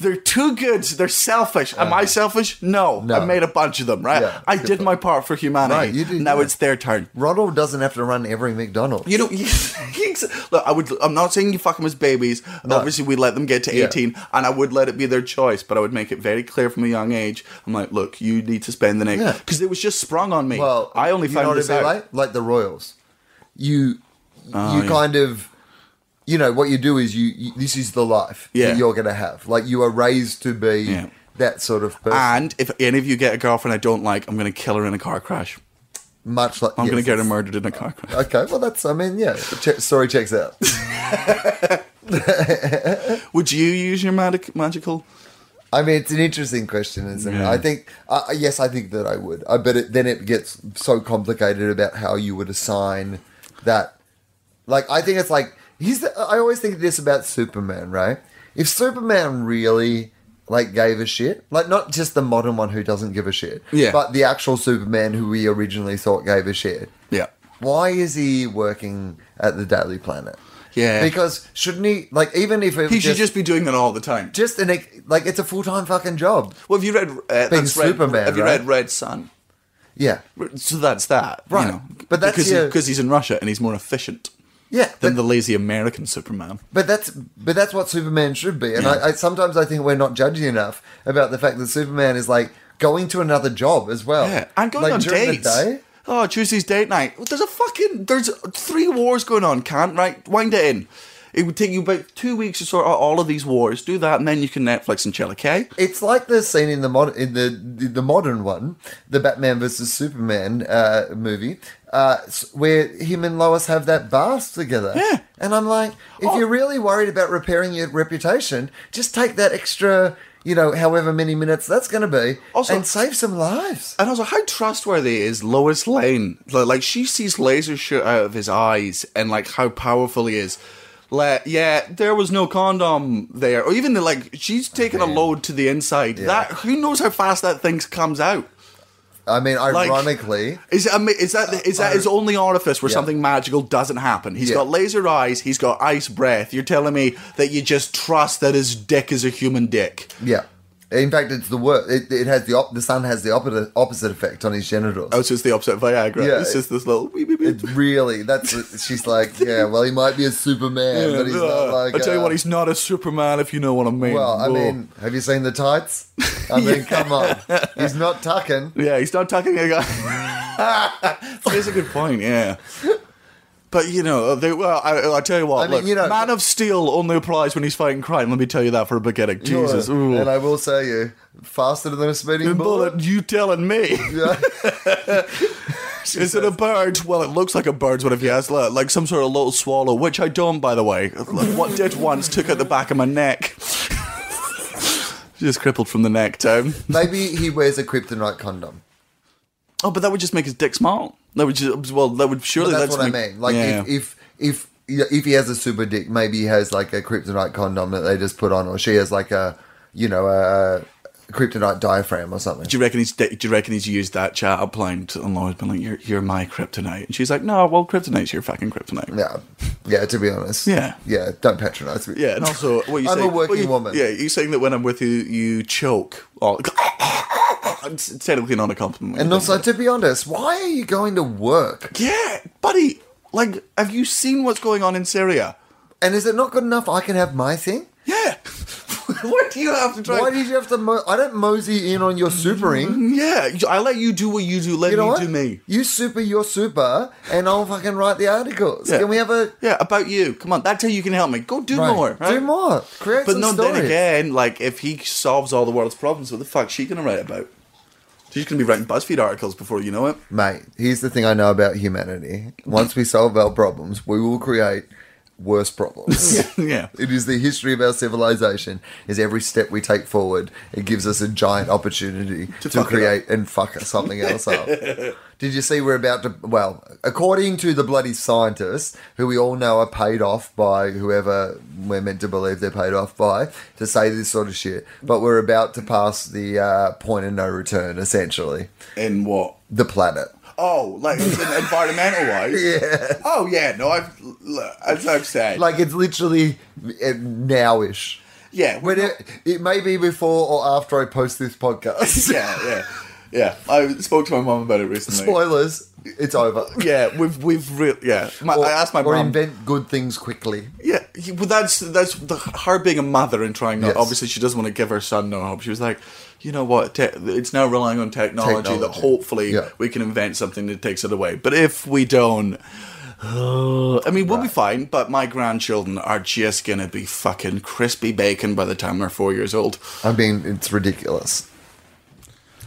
They're too good. They're selfish. Am I selfish? No.
No.
I made a bunch of them. Right?
Yeah,
I
good
did
point.
my part for humanity.
Right, you did,
now
yeah.
it's their turn.
Ronald doesn't have to run every McDonald's.
You know, look, I would. I'm not saying you fuck them as babies. Obviously, we let them get to
Yeah.
18, and I would let it be their choice. But I would make it very clear from a young age. I'm like, look, you need to spend the
Yeah.
next because it was just sprung on me.
Well,
I only
you know
found
what
this
it'd
out. Oh,
be like? Like the Royals. You, you
yeah.
kind of, you know, what you do is you. you this is the life
Yeah.
that you're going to have. Like you are raised to be
Yeah. Ah,
that sort of person.
And if any of you get a girlfriend I don't like, I'm gonna kill her in a car crash.
much like
I'm gonna
yes,
get her murdered in a car crash.
Okay, well that's. I mean, yeah. Che- story checks out.
Would you use your magic magical?
I mean, it's an interesting question, isn't it?
Yeah.
I think, uh, yes, I think that I would. I but it, then it gets so complicated about how you would assign that. Like, I think it's like he's. The, I always think this about Superman, right? If Superman really like gave a shit, like not just the modern one who doesn't give a shit,
Yeah.
but the actual Superman who we originally thought gave a shit.
Yeah.
Why is he working at the Daily Planet?
Yeah.
Because shouldn't he like even if it
He
was
should just be doing that all the time.
just an like it's a full time fucking job.
Well, have you read? Uh, that's Red-
Superman,
have you
right?
read Red Sun?
Yeah,
So that's that,
Right.
You know,
But that's
because
your-
because he's in Russia and he's more efficient.
yeah.
than
But,
the lazy American Superman.
but that's but that's what Superman should be. And
Yeah.
I, I sometimes I think we're not judging enough about the fact that Superman is like going to another job as well.
Yeah, and going
Oh. Like,
on
during the
dates.
day-
Oh, Tuesday's date night. There's a fucking there's three wars going on. Can't right wind it in. It would take you about two weeks to sort out all of these wars. Do that, and then you can Netflix and chill. Okay.
It's like the scene in the mod- in the, the the modern one, the Batman versus Superman uh, movie, uh, s- where him and Lois have that bath together.
Yeah.
and I'm like, if
Oh.
you're really worried about repairing your reputation, just take that extra, you know, however many minutes that's going to be,
Also-
and save some lives.
And also, how trustworthy is Lois Lane? Like, like, she sees laser shoot out of his eyes, and like how powerful he is. Like, yeah, there was no condom there, or even like she's taking a load to the inside. That who knows how fast that thing comes out.
I mean,
Like-
ironically,
Is, that- I mean, is that is that his only orifice where
Uh, Yeah.
something magical doesn't happen? He's
Yeah.
got laser eyes. He's got ice breath. You're telling me that you just trust that his dick is a human dick?
yeah. In fact, it's the worst. It, it has the op- the sun has the opposite opposite effect on his genitals.
Oh, so it's the opposite of Viagra.
Yeah,
it's
it-
just this little. Beep, beep, beep.
It's really that's she's like, yeah. Well, he might be a Superman, but he's not
Uh,
like.
I tell you
uh,
what, he's not a Superman if you know what I mean.
Well, I
Whoa.
mean, have you seen the tights? I mean, come on, he's not tucking.
Yeah, he's not talking. a guy. That's a good point. Yeah. But you know, uh, they, well, I, I tell you
I
what.
mean,
look,
you know-
Man of Steel only applies when he's fighting crime. Let me tell you that for a beginning. Jesus,
Sure.
ooh.
And I will say you, faster than a speeding
And
bullet.
bullet, you telling me?
Yeah.
Is it a bird? Well, it looks like a bird's one if you ask. Look, like some sort of little swallow, which I don't, by the way. Like, what did once took out the back of my neck. Just crippled from the neck down.
Maybe he wears a kryptonite condom.
Oh, but that would just make his dick small. That would just well, that would surely.
But that's
just
what I
make-
mean. Like
yeah.
if if if if he has a super dick, maybe he has like a kryptonite condom that they just put on, or she has like a you know a kryptonite diaphragm or something.
do you reckon he's do you reckon he's used that chat up line to, and Laura's been like, "You're you're my kryptonite," and she's like, "No, well, kryptonite's your fucking kryptonite."
Yeah, yeah. To be honest,
Yeah.
yeah. Don't patronize me.
Yeah, and also, what you
I'm
saying,
a working
what you-
woman.
Yeah, you saying that when I'm with you, you choke. Oh, it's technically not a compliment.
And also, to be honest, why are you going to work?
yeah, buddy, like, have you seen what's going on in Syria?
And is it not good enough? I can have my thing.
Yeah. what do you have to try? Mm,
Why did you have to? Mo- I don't mosey in on your supering.
yeah, I let you do what Mm-hmm. you do. Let
You know
me
what?
do me.
You super your super, and I'll fucking write the articles.
Yeah.
Can we have a
Yeah, about you. Come on, that's how you can help me. Go do
Right.
more. right?
Do more. Create
But
some
no,
stories.
then again, like if he solves all the world's problems, what the fuck's she gonna write about? She's gonna be writing BuzzFeed articles before you know it.
Mate, here's the thing I know about humanity. Once we solve our problems, we will create worse problems.
yeah.
It is the history of our civilization. Is every step we take forward, it gives us a giant opportunity to,
fuck it
create and fuck something else up. Did you see we're about to? Well, according to the bloody scientists, who we all know are paid off by whoever we're meant to believe they're paid off by to say this sort of shit, but we're about to pass the uh, point of no return, essentially.
In what?
The planet.
Oh, like environmental wise. Yeah. Oh yeah, no, I've look, as I've said.
Like it's literally uh, nowish.
yeah,
When
not-
it, it may be before or after I post this podcast.
yeah, yeah, yeah. I spoke to my mum about it recently.
Spoilers, it's over.
Yeah, we've we've real yeah. My,
Or,
I asked my
or
mum.
invent good things quickly.
Yeah, he- well, that's that's the, her being a mother and trying. Not,
Yes.
Obviously, she doesn't want to give her son no hope. She was like, you know what? Te- it's now relying on technology, that
Technology.
hopefully
Yeah.
we can invent something that takes it away. But if we don't, uh, I mean, we'll be fine. But my grandchildren are just gonna be fucking crispy bacon by the time they're four years old.
I mean, it's ridiculous.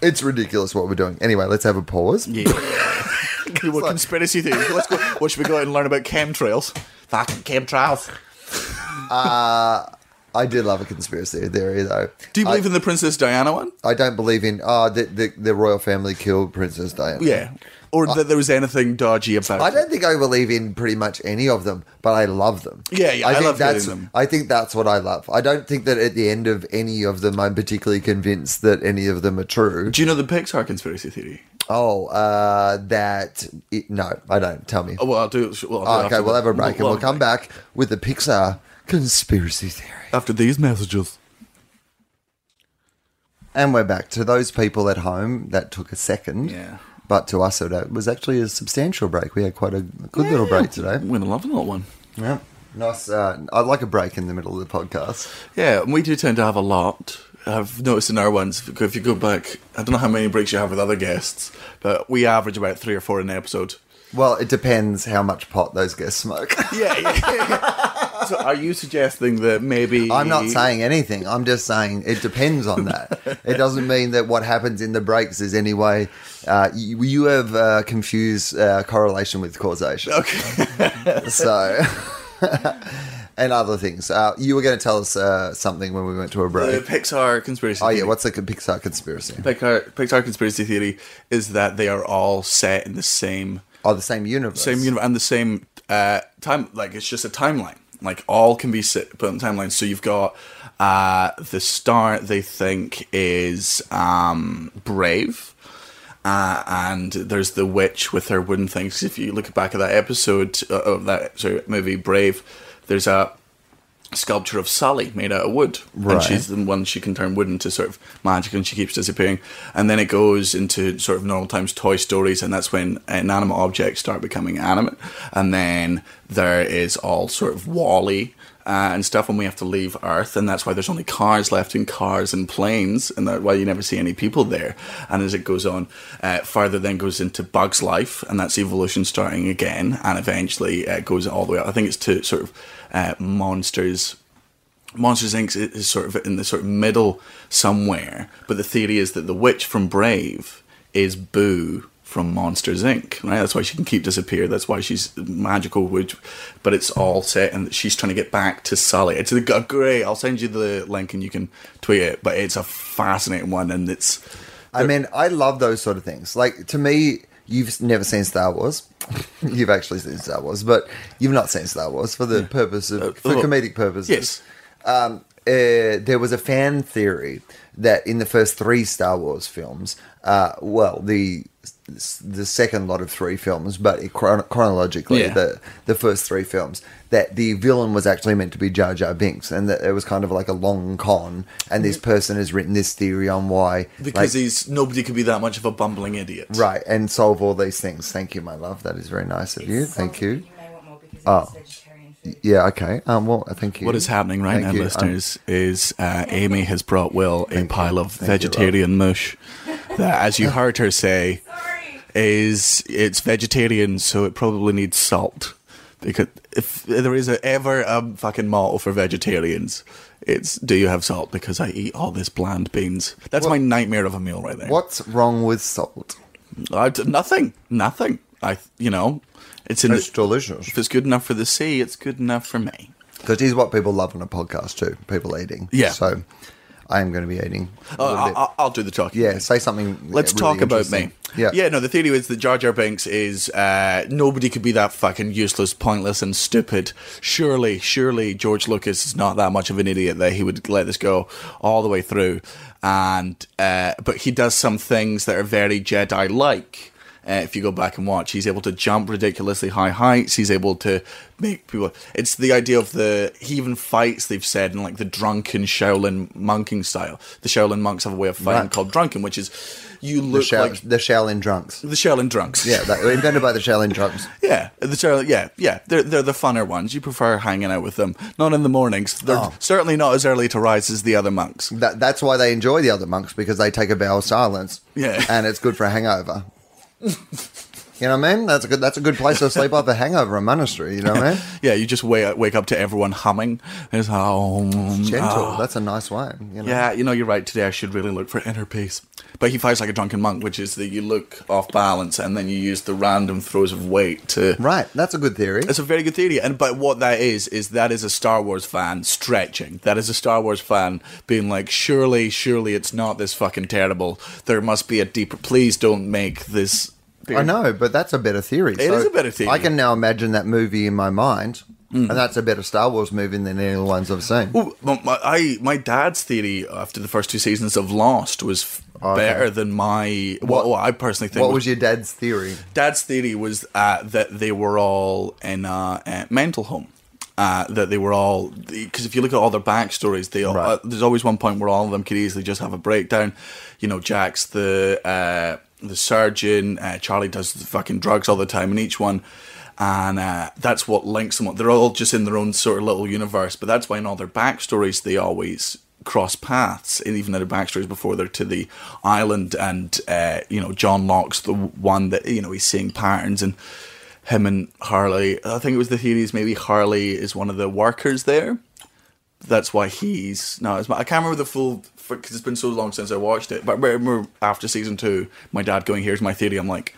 It's ridiculous what we're doing. Anyway, let's have a pause.
Yeah. what conspiracy theory? Let's go. What should we go out and learn about chemtrails? Fucking chemtrails.
I did love a conspiracy theory, though.
Do you believe
I,
in the Princess Diana one?
I don't believe in, oh, the, the, the royal family killed Princess Diana.
Yeah. Or that there was anything dodgy about
I
it?
don't think I believe in pretty much any of them, but I love them.
Yeah, yeah, I
think
love
that's,
getting them.
I think that's what I love. I don't think that at the end of any of them, I'm particularly convinced that any of them are true.
Do you know the Pixar conspiracy theory?
Oh, uh, that it, no, I don't. Tell me.
Oh, well, I'll do it. Well, I'll do it
Oh, okay,
after
we'll
the-
have a break and
well,
we'll come back with the Pixar conspiracy theory.
after these messages.
And we're back to those people at home. That took a second.
Yeah.
But to us, it was actually a substantial break. We had quite a good little break today.
We're gonna love that one.
Yeah. Nice. Uh, I like a break in the middle of the podcast.
Yeah, and we do tend to have a lot. I've noticed in our ones, if you go back, I don't know how many breaks you have with other guests, but we average about three or four an episode.
Well, it depends how much pot those guests smoke.
Yeah, yeah. yeah. so are you suggesting that maybe.
I'm not saying anything. I'm just saying it depends on that. it doesn't mean that what happens in the breaks is anyway. Uh, you, you have uh, confused uh, correlation with causation.
Okay.
So, and other things. Uh, you were going to tell us uh, something when we went to a
The
break.
Pixar conspiracy
oh
theory.
yeah, what's the Pixar conspiracy?
Pixar, Pixar conspiracy theory is that they are all set in the same
Oh, the same universe.
same universe and the same uh, time. Like it's just a timeline. Like all can be sit- put in timelines. So you've got uh, the star they think is um, brave, Uh, and there's the witch with her wooden things. If you look back at that episode uh, of that sorry, movie Brave, there's a sculpture of Sally made out of wood,
Right.
and she's the one she can turn wood into sort of magic, and she keeps disappearing. And then it goes into sort of normal times Toy Stories, and that's when inanimate objects start becoming animate. And then there is all sort of Wally. Uh, and stuff, and we have to leave Earth, and that's why there's only cars left, and cars and planes, and that why you never see any people there. And as it goes on, uh, further then goes into Bug's life, and that's evolution starting again, and eventually uh, goes all the way up. I think it's to sort of uh, monsters Monsters Inc. is- is sort of in the sort of middle somewhere, but the theory is that the witch from Brave is Boo from Monsters Inc. Right? That's why she can keep disappear. That's why she's magical witch, but it's all set and she's trying to get back to Sally. It's a g- great. I'll send you the link and you can tweet it. But it's a fascinating one and it's
I mean, I love those sort of things. Like to me, you've never seen Star Wars. you've actually seen Star Wars, but you've not seen Star Wars for the purpose of for
Uh, look.
comedic purposes.
yes,
um, uh, there was a fan theory that in the first three Star Wars films, uh, well, the the second lot of three films, but it chron- chronologically,
Yeah.
the the first three films, that the villain was actually meant to be Jar Jar Binks, and that it was kind of like a long con, and this person has written this theory on why
Mm-hmm. because
like,
he's nobody could be that much of a bumbling idiot.
right and solve all these things. Thank you, my love. That is very nice of you.
It's
Thank
salty,
you.
but You may want more because
Oh.
it's vegetarian food.
Yeah. Okay. Um. Well. Thank you.
What is happening right
Thank
now,
you. Um,
listeners, is uh, Amy has brought Will a pile of vegetarian mush that, as you heard her say,
Sorry.
is it's vegetarian, so it probably needs salt. Because if there is a, ever a fucking motto for vegetarians, it's "Do you have salt?" Because I eat all this bland beans. That's my nightmare of a meal right there.
what's wrong with salt?
I d nothing, nothing. I, you know, it's in.
It's
The,
delicious.
if it's good enough for the sea, it's good enough for me.
Because he's what people love on a podcast too. People eating.
Yeah.
So I am going to be eating. a
Oh,
little
I,
bit.
I, I'll do the talking.
yeah. Say something.
Let's
really
talk about me.
interesting. Yeah.
Yeah, no, the theory is that Jar Jar Binks is uh, nobody could be that fucking useless, pointless, and stupid. Surely, surely George Lucas is not that much of an idiot that he would let this go all the way through. And uh, but he does some things that are very Jedi like. Uh, if you go back and watch, he's able to jump ridiculously high heights. He's able to make people. It's the idea of the. He even fights. They've said in like the drunken Shaolin monking style. The Shaolin monks have a way of fighting
Right.
called drunken, which is you
The,
look
shell,
like
the Shaolin drunks.
the Shaolin drunks.
Yeah. That, invented by the Shaolin drunks.
Yeah, the Shaolin, yeah, yeah. They're they're the funner ones. You prefer hanging out with them. Not in the mornings. They're
Oh.
certainly not as early to rise as the other monks.
That, that's why they enjoy the other monks because they take a vow of silence.
Yeah.
And it's good for a hangover. you know what I mean? That's a good. That's a good place to sleep off a hangover. A monastery. You know what I mean?
Yeah, you just wake wake up to everyone humming. It's oh,
Gentle.
oh.
That's a nice way. You know?
Yeah, you know, you're right. Today I should really look for inner peace. But he fights like a drunken monk, which is that you look off balance and then you use the random throws of weight to.
Right. That's a good theory.
It's a very good theory, and but what that is is that is a Star Wars fan stretching. That is a Star Wars fan being like, surely, surely it's not this fucking terrible. There must be a deeper. Please don't make this.
I know, but that's a better theory. It is
is a better theory. Hmm.
I can now imagine that movie in my mind, and that's a better Star Wars movie than any of the ones I've seen.
Ooh, my, my, I, my dad's theory after the first two seasons of Lost was f-
Oh, Okay.
better than my. What, what I personally think.
what was your dad's theory?
dad's theory was uh, that they were all in a, uh mental home. Uh, that they were all because if you look at all their backstories, they all,
Right.
uh, there's always one point where all of them could easily just have a breakdown. You know, Jack's the uh, the surgeon. Uh, Charlie does the fucking drugs all the time, and each one. And uh, that's what links them. up. They're all just in their own sort of little universe, but that's why in all their backstories they always cross paths and even in their backstories before they're to the island and uh, you know john locke's the one that you know he's seeing patterns and him and harley i think it was the theories maybe harley is one of the workers there that's why he's no it's, i can't remember the full because it's been so long since i watched it but I remember after season two my dad going here's my theory i'm like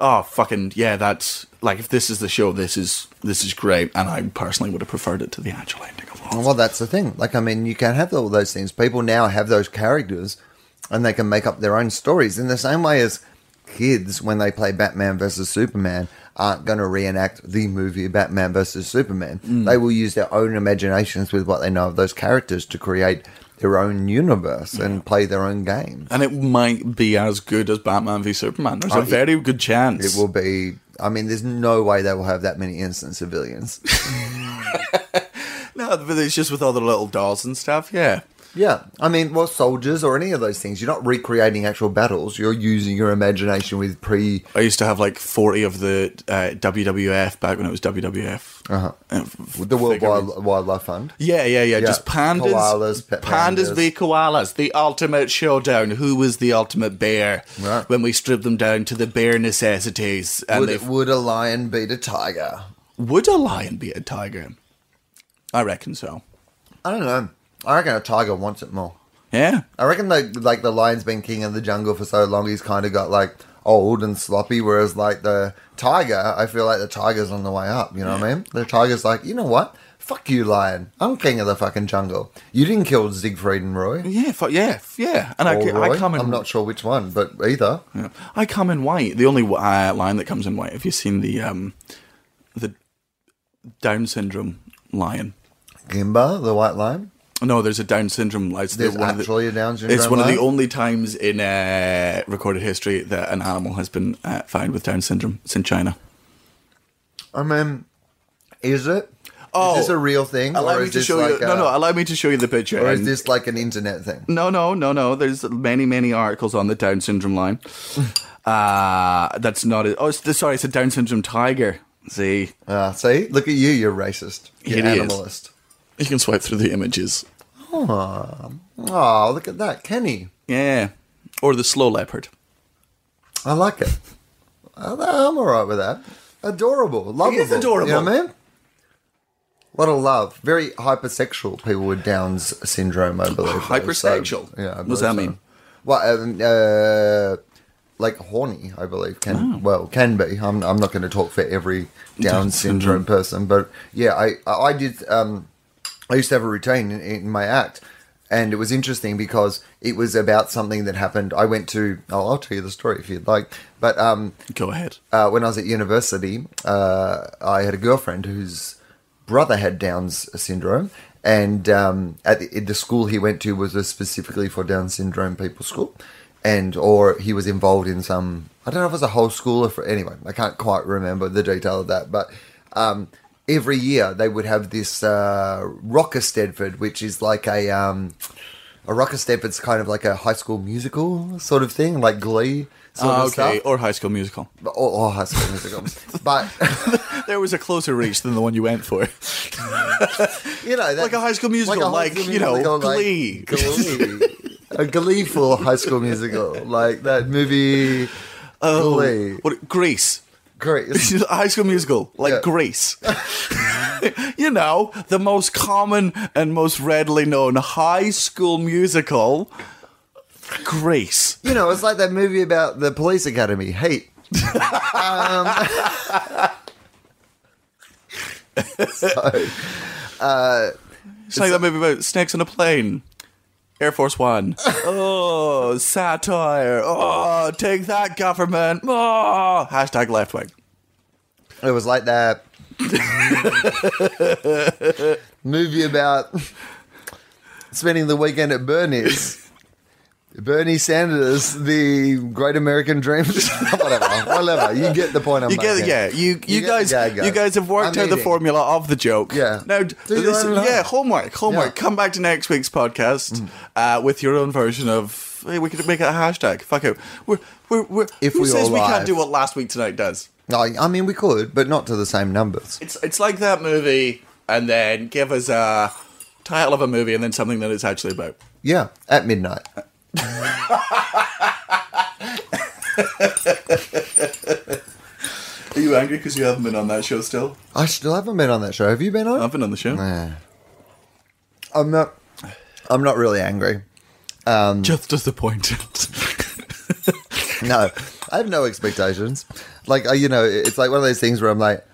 oh fucking yeah that's like if this is the show this is this is great and i personally would have preferred it to the actual ending of Lost.
Well, that's the thing. Like, I mean, you can have all those things. People now have those characters, and they can make up their own stories in the same way as kids when they play Batman versus Superman aren't going to reenact the movie Batman versus Superman. They will use their own imaginations with what they know of those characters to create their own universe and play their own game.
and it might be as good as Batman v Superman. There's a very good chance.
Oh, It will be. I mean, there's no way they will have that many innocent civilians.
No, but it's just with all the little dolls and stuff. Yeah,
yeah, I mean, well, soldiers or any of those things. You're not recreating actual battles. You're using your imagination with pre.
I used to have like 40 of the uh, WWF back when it was WWF.
Uh-huh.
Uh,
The World
figurines.
Wild, Wildlife Fund.
Yeah, yeah, yeah,
Yeah.
Just pandas.
Koalas, pet
pandas,
pandas.
v koalas. The ultimate showdown. Who was the ultimate bear?
Right.
When we stripped them down to the bare necessities. And
Would,
they
would a lion beat a tiger?
would a lion be a tiger? I reckon so.
I don't know. I reckon a tiger wants it more.
Yeah.
I reckon like like the lion's been king of the jungle for so long, he's kind of got like old and sloppy. Whereas like the tiger, I feel like the tiger's on the way up. You know what I mean? The tiger's like, you know what? Fuck you, lion. I'm king of the fucking jungle. You didn't kill Siegfried and Roy.
Yeah, fu- yeah, f- yeah. And I,
Or
ca-
Roy.
I come in.
I'm not sure which one, but either.
Yeah. I come in white. The only uh, lion that comes in white. Have you seen the um, the Down syndrome lion?
Gimba, the white lion.
No, there's a Down syndrome. lion. It's the-
There's
one of the-
actually a Down syndrome.
It's one of the
lion?
only times in uh, recorded history that an animal has been uh, found with Down syndrome. It's in China.
I mean, is it?
Oh.
is this a real thing?
Allow me
is
to
this
show you.
like
no,
a-
no. Allow me to show you the picture.
or is
and-
this like an internet thing?
No, no, no, no. There's many, many articles on the Down syndrome line. uh, that's not it. Oh, it's, sorry. It's a Down syndrome tiger. See,
Uh, see, look at you. You're racist. You're
It is.
animalist.
you can swipe through the images.
Oh, look at that, Kenny.
Yeah, or the slow leopard.
I like it. I- I'm all right with that. Adorable, lovable.
is adorable.
You know what I mean? A lot of love. Very hypersexual people with Down's syndrome, I believe. though, so-
Hypersexual?
yeah. I believe
What's
so.
that mean?
Well, um, uh, like horny, I believe can well can be. I'm I'm not going to talk for every Down syndrome person, but yeah, I I I did. Um, I used to have a routine in, in my act, and it was interesting because it was about something that happened. I went to. Oh, I'll tell you the story if you'd like. But um,
Go ahead.
uh, when I was at university, uh, I had a girlfriend whose brother had Down's syndrome, and um, at the, the school he went to was a specifically for Down syndrome people school, and or he was involved in some I don't know if it was a whole school or for anyway I can't quite remember the detail of that, but um, every year they would have this uh, Rocker Stedford, which is like a um, a Rocker Stedford's kind of like a high school musical sort of thing, like Glee. Sort
Ah,
of stuff
okay, or High School Musical.
or, or High School Musical. but
There was a closer reach than the one you went for.
you know, that,
Like a High School Musical, like, you know, Glee.
Glee, a gleeful High School Musical, like that movie.
Oh,
Glee.
what Greece?
Great.
High School Musical, like
Yeah.
Greece. you know, the most common and most readily known High School Musical, Greece.
You know, it's like that movie about the police academy. Hate.
It's like that movie about snakes on a plane. Air Force One. oh, satire. Oh, take that, government. Oh, hashtag left wing.
It was like that movie about spending the weekend at Bernie's. Bernie Sanders, the great American dream. whatever, whatever. You get the point I'm
You get
making.
yeah. You
You
you,
get
guys
the gag, guys.
you guys have worked
I'm
out the
eating.
formula of the joke.
Yeah.
Now
Do your
this-
own
yeah
laugh.
homework homework.
Yeah. Mm.
Come back to next week's podcast uh, with your own version of. Hey, we could make it a hashtag. Fuck it. We're we're, we're
If
who
we
says
all
we
live.
can't do what last week tonight does?
I, I mean, we could, but not to the same numbers.
It's it's like that movie, and then give us a title of a movie, and then something that it's actually about.
Yeah, at midnight.
Are you angry because you haven't been on that show still?
I still haven't been on that show. Have you been on?
I've been on the show.
Yeah. I'm not. I'm not really angry.
Just disappointed.
No, I have no expectations. Like I, you know, it's like one of those things where I'm like,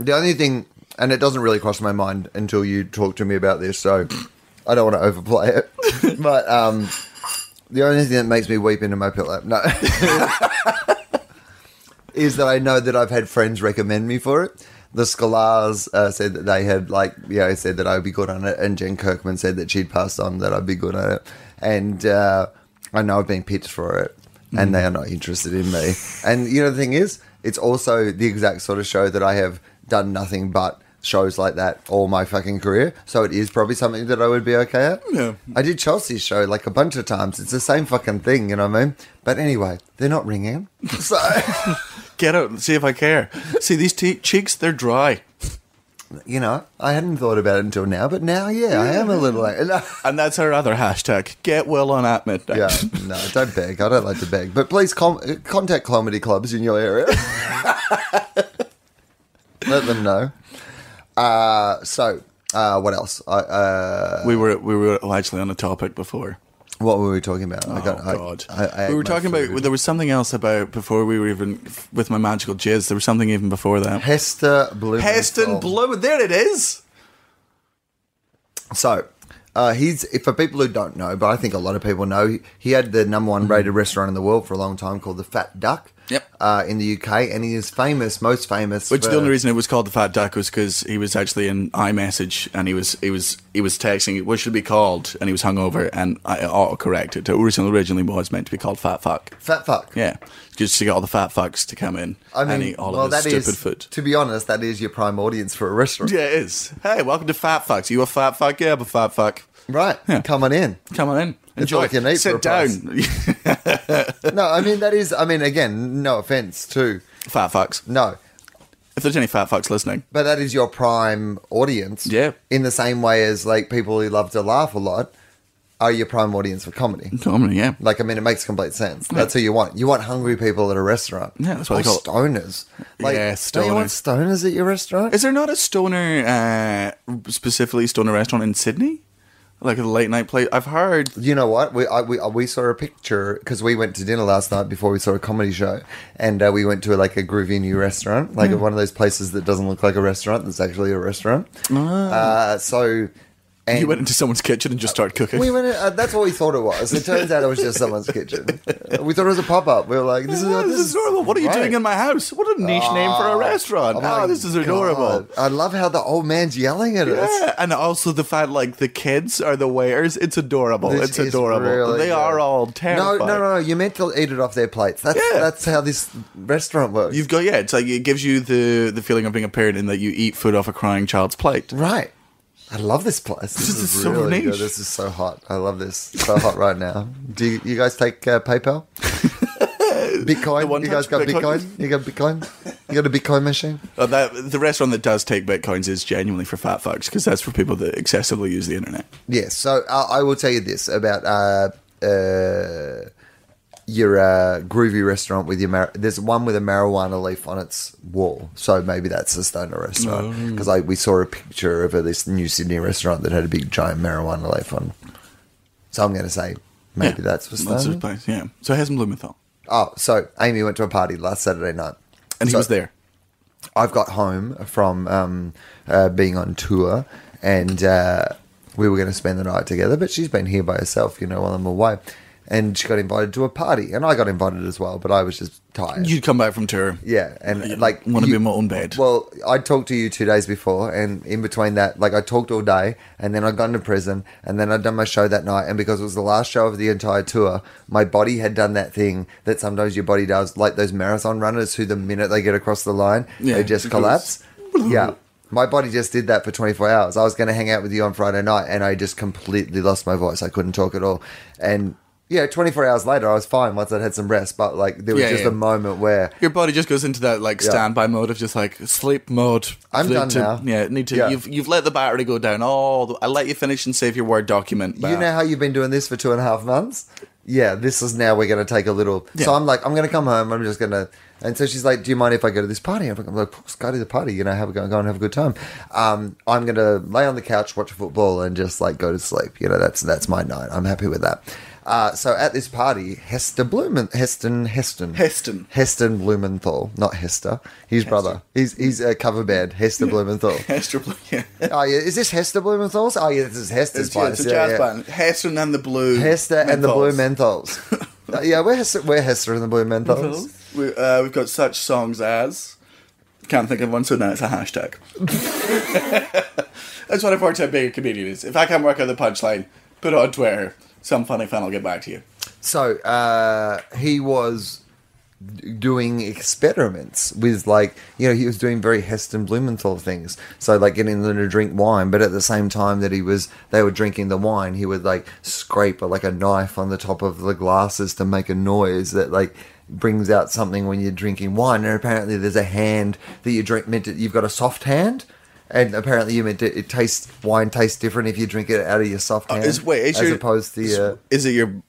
the only thing, and it doesn't really cross my mind until you talk to me about this. So I don't want to overplay it, but um, the only thing that makes me weep into my pillow, no, is that I know that I've had friends recommend me for it. the Scholars uh, said that they had like you know said that I'd be good on it, and Jen Kirkman said that she'd passed on that I'd be good at it, and uh, I know I've been picked for it, and they are not interested in me. And you know the thing is, it's also the exact sort of show that I have done nothing but shows like that all my fucking career. So it is probably something that I would be okay at.
Yeah.
I did Chelsea's show like a bunch of times. It's the same fucking thing, you know what I mean? But anyway, they're not ringing. So
Get out and see if I care. See these te- cheeks, they're dry.
you know, I hadn't thought about it until now, but now, yeah, I am a little like, no.
And that's our other hashtag. Get well on at midnight.
yeah, no, don't beg. I don't like to beg, but please com- contact comedy clubs in your area. Let them know. Uh, so, uh, what else? I, uh,
We were we were actually on a topic before.
what were we talking about? I
Oh
got- I-
God!
I- I
we
ate
were
my
talking
food.
about there was something else about before we were even with my magical jizz. There was something even before that.
Hester Blue.
Heston Blue, there it is.
So, uh, he's for people who don't know, but I think a lot of people know. He, he had the number one rated restaurant in the world for a long time called the Fat Duck.
Mm-hmm. Yep.
Uh, in the UK, and he is famous, most famous.
Which
for,
the only reason it was called the Fat Duck was because he was actually in iMessage and he was he was he was texting what should it be called and he was hungover and I auto corrected. It originally originally was meant to be called Fat Fuck.
Fat fuck.
Yeah, just to get all the fat fucks to come in
I mean,
and eat all
well,
of his
that is
stupid food.
To be honest, that is your prime audience for a restaurant,
Yeah, it is. Hey, welcome to Fat Fucks. You a fat fuck? Yeah, I'm a fat fuck.
right?
Yeah.
Come on in.
Come on in. Enjoy.
all you need for a
Sit
price.
down.
No, I mean that is. I mean, again, no offense to
fat fucks.
no,
If there's any fat fucks listening,
but that is your prime audience.
Yeah.
In the same way as like people who love to laugh a lot are your prime audience for comedy.
Dominic, yeah.
Like, I mean, it makes complete sense. That's who you want. You want hungry people at a restaurant.
Yeah, that's why
Or
they call it-
stoners. Like,
Yeah,
Don't you want stoners at your restaurant?
Is there not a stoner, uh, specifically stoner restaurant in Sydney? Like a late night place? I've heard.
you know what? We I, we I- we saw a picture because we went to dinner last night before we saw a comedy show, and uh, we went to like a groovy new restaurant, like one of those places that doesn't look like a restaurant that's actually a restaurant. Uh, so, and
Ah. You went into someone's kitchen and just started cooking.
we went. in- uh, that's what we thought it was. It turns out it was just someone's kitchen. We thought it was a pop up. We were like, "This is
Oh, this is adorable. What are you
right.
doing in my house? What a niche name for a restaurant. Oh,
my
this is adorable.
God. I love how the old man's yelling at us.
Yeah, and also the fact like the kids are the waiters. It's adorable.
This
it's
is
adorable.
really
they
good.
are all terrified.
No, no, no, no. You're meant to eat it off their plates. That's
Yeah.
that's how this restaurant works.
You've got yeah. It's like it gives you the the feeling of being a parent in that you eat food off a crying child's plate.
right. I love this place. This,
is
is,
so
really
niche.
good. This is so hot. I love this. It's so hot right now. Do you, you guys take uh, PayPal?
The
Bitcoin.
one
You guys got
touch Bitcoin?
Bitcoin? You got Bitcoin? You got a Bitcoin machine?
Uh, that, the restaurant that does take bitcoins is genuinely for fat fucks because that's for people that excessively use the internet.
Yes. So uh, I will tell you this about uh, uh, your uh, groovy restaurant with your mar- there's one with a marijuana leaf on its wall. So maybe that's a stoner restaurant
Mm.
because like we saw a picture of a, this new Sydney restaurant that had a big giant marijuana leaf on. So I'm going to say maybe
Yeah.
that's for
That's his
stoner.
place. Yeah. So Hesam Blumenthal,
Oh, so Amy went to a party last Saturday night.
and he
So-
was there.
I've got home from um, uh, being on tour, and uh, we were going to spend the night together. But she's been here by herself, you know, while I'm away. And she got invited to a party, and I got invited as well. But I was just tired.
You'd come back from tour.
yeah, and like
want to
you-
be in my own bed.
Well, I talked to you two days before, and in between that, like I talked all day, and then I got into prison, and then I'd done my show that night. And because it was the last show of the entire tour, my body had done that thing that sometimes your body does, like those marathon runners who, the minute they get across the line,
Yeah,
they just
it
collapse. yeah. My body just did that for 24 hours. I was going to hang out with you on Friday night, and I just completely lost my voice. I couldn't talk at all. And yeah, 24 hours later, I was fine once I'd had some rest, but like there was
Yeah,
just
yeah.
a moment where
Your body just goes into that like
Yeah.
standby mode of just like sleep mode.
I'm
Need
done
to-
now.
Yeah, need to.
Yeah.
You've you've let the battery go down. Oh, the- I let you finish and save your word document.
You know how you've been doing this for two and a half months? Yeah, this is now we're going to take a little.
Yeah.
So I'm like, I'm going to come home. I'm just going to. And so she's like, Do you mind if I go to this party? I'm like, I'm like, "Of course, go to the party. You know, have a go, go and have a good time. Um, I'm going to lay on the couch, watch football, and just like go to sleep. You know, that's that's my night. I'm happy with that. Uh, so at this party, Hester Blumen, Heston, Heston,
Heston.
Heston Blumenthal, not Hester, his brother. He's he's a cover band, Hester Blumenthal.
Hester, Blue- yeah.
Oh yeah, is this Hester Blumenthal's? Oh yeah, this is Hester's
It's, yeah,
place.
it's a
Yeah,
jazz
yeah.
band. Hester and the Blue.
Hester and the Blue
Menthols.
Menthols. Uh, yeah, we're Hester, we're Hester and the Blue Menthols.
We, uh, we've got such songs as Can't think of one, so now it's a hashtag. That's what I've worked out being a comedian is. If I can't work out the punchline, put it on Twitter. Some funny fan will get back to you.
So uh, he was d- doing experiments with like you know he was doing very Heston Blumenthal things. So like getting them to drink wine, but at the same time that he was they were drinking the wine, he would like scrape uh, like a knife on the top of the glasses to make a noise that like brings out something when you're drinking wine. And apparently there's a hand that you drink meant to, you've got a soft hand. And apparently, you meant it, it tastes wine tastes different if you drink it out of your soft hand,
Uh, Is, wait, is
as
your-
opposed to
is,
your,
is it your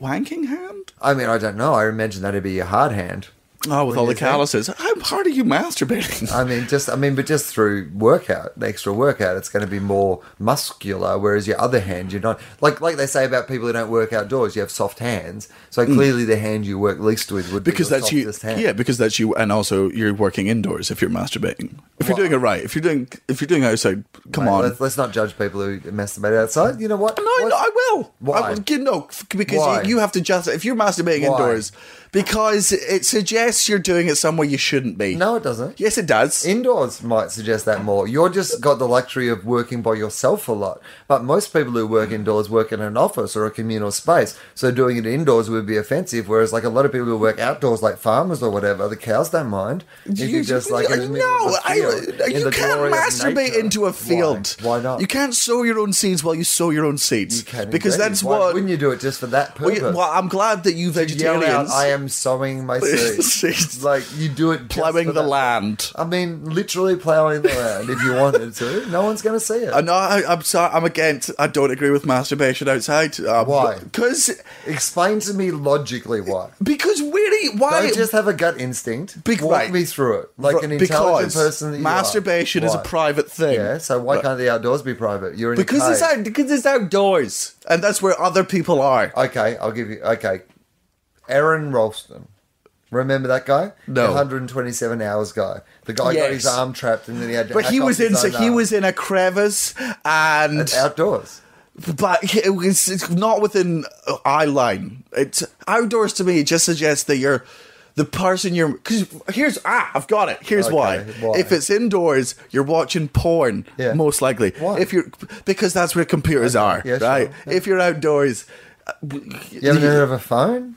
wanking hand?
I mean, I don't know. I imagine that'd be a hard hand.
Oh, with all the
you think?
calluses. How hard are you masturbating?
I mean, just I mean, but just through workout, the extra workout, it's going to be more muscular. Whereas your other hand, you're not like like they say about people who don't work outdoors. You have soft hands, so clearly the hand you work least with would
Mm. because
be your
that's you.
softest hand.
Yeah, because that's you, and also you're working indoors if you're masturbating. If
Well-
you're doing it right, if you're doing if you're doing outside, come
Mate,
on.
Let's, let's not judge people who masturbate outside. You know what?
No, no, I will.
Why?
I will. You know, f- because
Why?
You, you have to just if you're masturbating
Why?
indoors, because it suggests you're doing it somewhere you shouldn't be.
No, it doesn't.
Yes, it does.
Indoors might suggest that more. You're just got the luxury of working by yourself a lot. But most people who work indoors work in an office or a communal space. So doing it indoors would be offensive. Whereas, like, a lot of people who work outdoors, like farmers or whatever, the cows don't mind. If you, just, like, in the middle
no,
of a field,
I,
in
you
the
can't
glory of
masturbate
nature.
into a field.
Why, Why not?
You can't sow your own seeds while you sow your own seeds.
You can
because
indeed.
that's
Why
what.
Wouldn't you do it just for that
well,
purpose?
you- well, I'm glad that
Yell
you
out,
vegetarians
I am sowing my
Seeds.
seeds. like, you do it just
plowing
for
the
that-
land.
I mean, literally plowing the land if you wanted to. No one's going to see it.
Uh, no, I, I'm sorry. I'm against. I don't agree with masturbation outside. Um,
Why?
Because
Explain to me logically why.
because really, why?
Don't just have a gut instinct.
Big-
Walk
right.
me through it, like an intelligent
because
person. That you are.
masturbation is a
Why?
private thing.
Yeah, so why
Right.
can't the outdoors be private? You're in a
Because it's
cave.
out, because it's outdoors, and that's where other people are.
okay. I'll give you okay. Aaron Ralston, remember that guy?
No.
The 127 hours guy. The guy got his
Yes.
arm trapped and then he had to.
But
hack
he
off
was
his
in. So
own
he
arm.
was in a crevice, and
outdoors.
but it was it's not within eye line. It's outdoors to me. It just suggests that you're the person you're. Because here's ah, I've got it. Here's
Okay,
why.
why?
If it's indoors, you're watching porn
Yeah.
most likely.
Why?
If you're because that's where computers are,
Yeah, sure.
right? If you're outdoors. uh,
You haven't heard of a phone?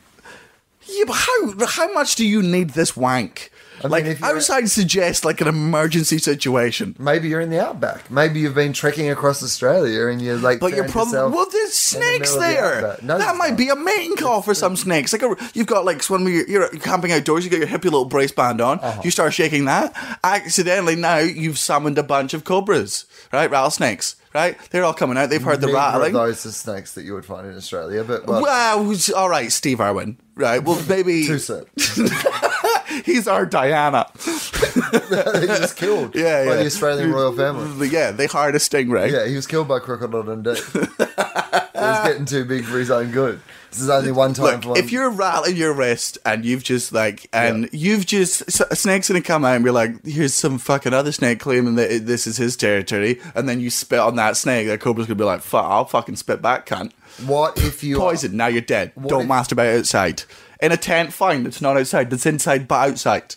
yeah, but how how much do you need this wank?
mean,
like
if you're-
outside suggests like an emergency situation.
Maybe you're in the outback. Maybe you've been trekking across Australia and you're like.
But you're
found
probably
yourself-
well. There's
in the middle of
snakes
the
there.
outback. No,
that
there's
might
not.
be a mating call for some snakes. Like a, you've got like so when you're, you're camping outdoors, you got your hippie little brace band on.
Uh-huh.
You start shaking that. Accidentally, now you've summoned a bunch of cobras, right? Rattlesnakes, right? They're all coming out. They've heard the
Neither of
rattling.
Those are snakes that you would find in Australia, but well,
Well, it's- all right, Steve Irwin. Right. Well, maybe
too soon.
he's our Diana.
he was killed
Yeah,
by
yeah.
the Australian royal family.
yeah, they hired a stingray.
Yeah, he was killed by Crocodile Dundee. he was getting too big for his own good. This is only one time for
Look,
one.
if you're rattling your wrist and you've just like, and you've just, s a snake's gonna come out and be like, here's some fucking other snake claiming that it, this is his territory, and then you spit on that snake, that cobra's gonna be like, fuck, I'll fucking spit back, cunt.
what if you
Poison, now you're dead. Don't
if-
masturbate outside. In a tent, fine, it's not outside, it's inside but outside.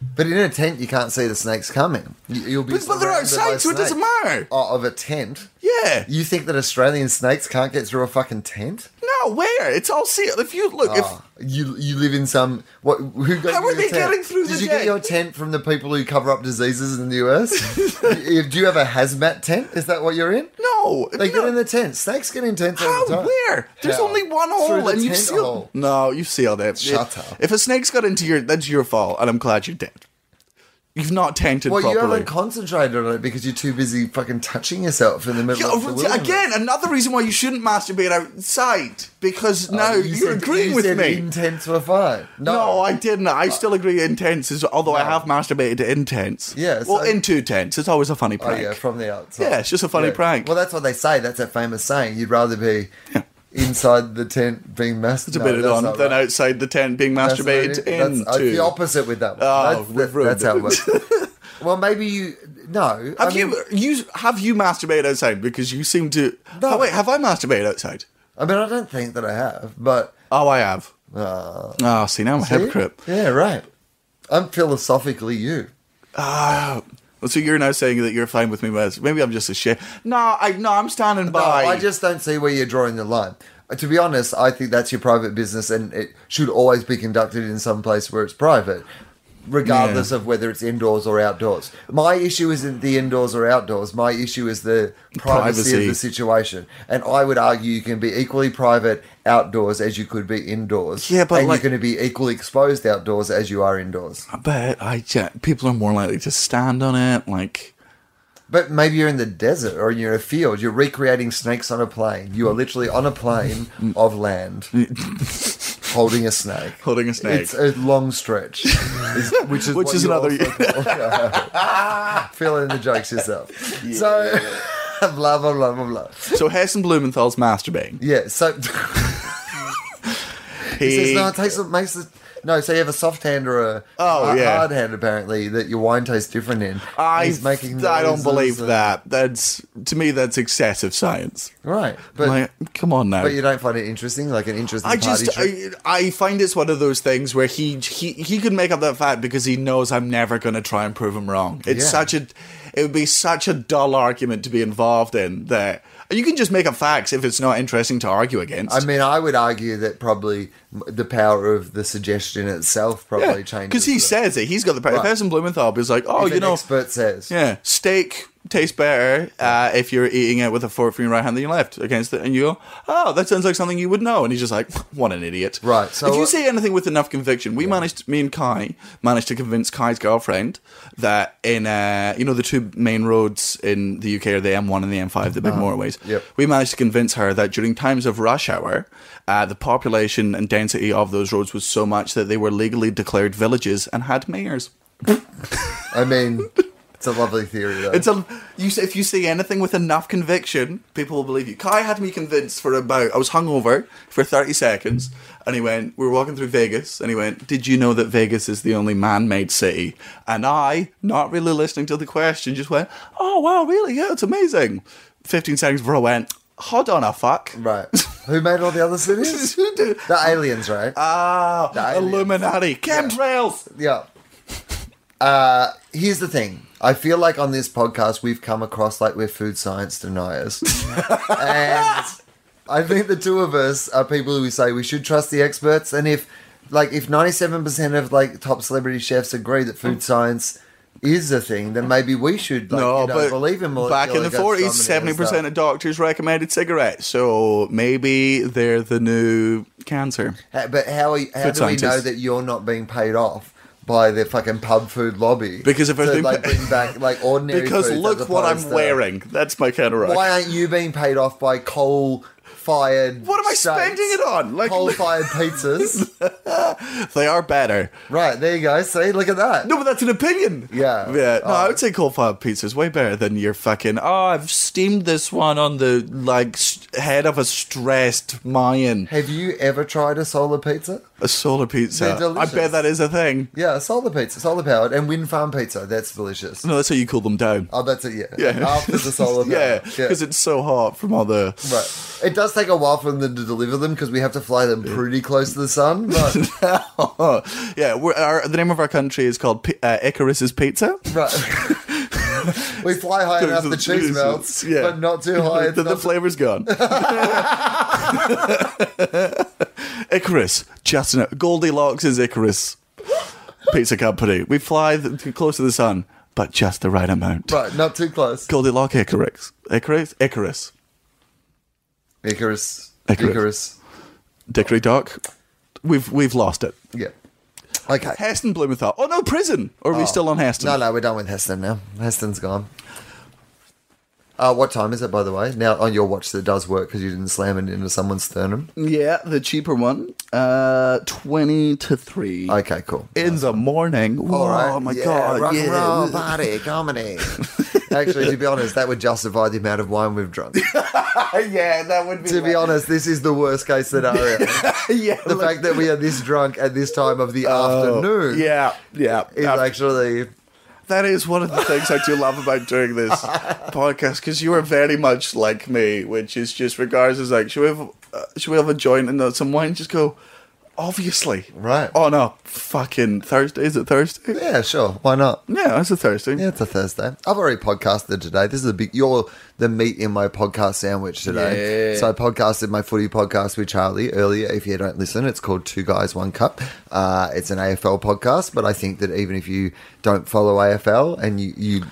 But in a tent, you can't see the snakes coming. You, you'll be
But- but
surrounded
they're outside,
by
so it doesn't
snakes.
matter.
Oh, of a tent.
Yeah.
You think that Australian snakes can't get through a fucking tent?
No, where? It's all sealed. If you look, if
Oh, you you live in some what? Who got
How
you
are
your
they
tent?
getting through
Did
the
you
day?
get your tent from the people who cover up diseases in the US? Do you have a hazmat tent? Is that what you're in?
no,
They
no.
get in the tent. Snakes get in tents all
How?
the time.
Where? There's
How?
only one
Through
hole,
the
and you've
tent
sealed.
hole.
No, you've sealed it.
Shut
It-
up.
If a snake's got into your, that's your fault, and I'm glad you're dead. You've not tented
Well, you
properly.
haven't concentrated on it because you're too busy fucking touching yourself in the middle
Yeah, oh,
of the wilderness.
again, another reason why you shouldn't masturbate outside because now
Oh,
you're
said-
agreeing
you
with
said
me.
Intents were fine. No, Uh,
no. I didn't. I still agree. Intense is, although I have masturbated in tents.
Yeah,
well,
so-
into tents. It's always a funny
Oh
prank.
yeah, from the outside.
Yeah, it's just a funny
Yeah.
prank.
Well, that's what they say. That's a famous saying. You'd rather be inside the tent being masturbated
Masturbated on, then outside the tent being masturbated
That's,
into.
uh, the opposite with that one.
Oh,
that's,
we've
that-
ruined
that's how
it.
it works. well, maybe you. No. I
Have
mean,
you you have you masturbated outside? Because you seem to.
No.
Oh, wait, have I masturbated outside?
I mean, I don't think that I have, but.
Oh, I have.
Uh,
Oh, see now I'm a
see?
hypocrite.
Yeah, right. I'm philosophically you.
Well, So you're now saying that you're fine with me, Wes. Maybe I'm just a shit. No, I no, I'm standing
No,
by.
I just don't see where you're drawing the line. Uh, To be honest, I think that's your private business and it should always be conducted in some place where it's private, regardless
Yeah.
of whether it's indoors or outdoors. My issue isn't the indoors or outdoors. My issue is the privacy,
Privacy.
of the situation. And I would argue you can be equally private outdoors as you could be indoors.
Yeah, but
and
like-
you're going to be equally exposed outdoors as you are indoors.
but I ju- people are more likely to stand on it. Like
But maybe you're in the desert or you're in a field. You're recreating snakes on a plane. You are literally on a plane of land, holding a snake.
holding a snake.
It's a long stretch, is- which is
Which
what
is
you
another-
also call- Fill in the jokes yourself. So, blah blah blah blah blah.
so Hess and Blumenthal's masturbating.
Yeah. So he says
He-
no. It takes it makes it. No, so you have a soft hand or a
Oh,
hard,
yeah.
hard hand apparently that your wine tastes different in.
I,
He's making
I don't
noises
believe
and-
that. That's to me that's excessive science.
Right, but
like, come on now.
But you don't find it interesting, like an interesting
I
party
just
trick.
I, I find it's one of those things where he he he could make up that fact because he knows I'm never going to try and prove him wrong. It's
Yeah.
such a it would be such a dull argument to be involved in that you can just make up facts if it's not interesting to argue against.
I, mean, I would argue that probably m- the power of the suggestion itself probably changes.
because he
the-
says it. He's got the right.
Right.
person Blumenthal is like, oh,
if
you
an
know,
expert says,
yeah, steak tastes better uh, if you're eating it with a fork from your right hand than your left against it, and you go, oh, that sounds like something you would know, and he's just like, what an idiot.
Right, so
if you
what-
say anything with enough conviction, we managed, me and Kai managed to convince Kai's girlfriend that in uh, you know the two main roads in the UK are the M1 and the M5, the big motorways.
Uh-huh. yep.
We managed to convince her that during times of rush hour, uh, the population and density of those roads was so much that they were legally declared villages and had mayors.
I mean, it's a lovely theory, though.
It's a you. say- If you say anything with enough conviction, people will believe you. Kai had me convinced for about. I was hungover for thirty seconds, and he went. We were walking through Vegas, and he went. Did you know that Vegas is the only man-made city? And I, not really listening to the question, just went. Oh wow, really? Yeah, it's amazing. Fifteen seconds before I went. Hold on a fuck.
right. Who made all the other cities?
Who do-
the aliens, right?
Ah,
The aliens.
Illuminati, chemtrails.
yeah. Uh, here's the thing. I feel like on this podcast we've come across like we're food science deniers, and I think the two of us are people who say we should trust the experts. And if, like, if ninety-seven percent of like top celebrity chefs agree that food science is a thing, then maybe we should like you know, believe in more.
back in the forties, seventy percent of doctors recommended cigarettes. So maybe they're the new cancer.
But how, are you- how do
Food
we know
scientists.
that you're not being paid off? By the fucking pub food lobby
Because if I
to,
think-
like bring back like ordinary
Because
foods as
look what I'm
opposed to-
wearing. That's my counter.
Why aren't you being paid off by coal fired?
What am I spending it on? Like
Coal fired pizzas.
they are better.
right, there you go. See, look at that.
No, but that's an opinion.
Yeah.
Yeah. No, I
Oh.
would say coal fired pizza is way better than your fucking. Oh, I've steamed this one on the like s head of a stressed Mayan.
Have you ever tried a solar pizza?
A solar pizza.
They're
I
delicious.
bet that is a thing.
Yeah, solar pizza, solar powered, and wind farm pizza. That's delicious.
No, that's how you cool them down.
Oh, that's it. Yeah.
Yeah.
After the solar.
yeah,
powered.
because it's so hot from all the.
Right. It does take a while for them to deliver them because we have to fly them pretty close to the sun. But
yeah, we're, our, the name of our country is called P- uh, Icarus's Pizza.
right. we fly high enough the cheese melts, but not too high. It's
Then the
not
flavor's gone. Icarus, just enough. Goldilocks is Icarus Pizza Company. We fly th- close to the sun, but just the right amount.
right, not too close.
Goldilocks, Icarus, Icarus, Icarus,
Icarus.
Icarus.
Icarus.
Dickory Dock. We've we've lost it.
Yeah. Okay.
Heston Blumenthal. Oh no, prison. Or are we still on Heston?
No, no, we're done with Heston now. Heston's gone. Uh, what time is it, by the way? Now on your watch that does work because you didn't slam it into someone's sternum.
Yeah, the cheaper one. Uh, twenty to three.
Okay, cool.
in the morning.
All
Mm. oh
right.
my
Yeah,
god!
rock
yeah.
and roll, party, comedy. Actually, to be honest, that would justify the amount of wine we've drunk.
yeah, that would be.
to be honest, this is the worst case scenario.
yeah,
the
like- Oh,
fact that we are this drunk at this time of the afternoon
Yeah, yeah.
is
Uh,
actually
that is one of the things I do love about doing this podcast because you are very much like me, which is just regards as like, should we have, uh, should we have a joint and uh, some wine? Just go. Obviously.
Right.
Oh no, fucking Thursday. Is it Thursday?
Yeah, sure. Why not?
Yeah, it's a Thursday.
Yeah, it's a Thursday. I've already podcasted today. This is a big. You're the meat in my podcast sandwich today.
Yeah.
So I podcasted my footy podcast with Charlie earlier. If you don't listen, it's called Two Guys One Cup. Uh, it's an AFL podcast, but I think that even if you don't follow AFL and you you,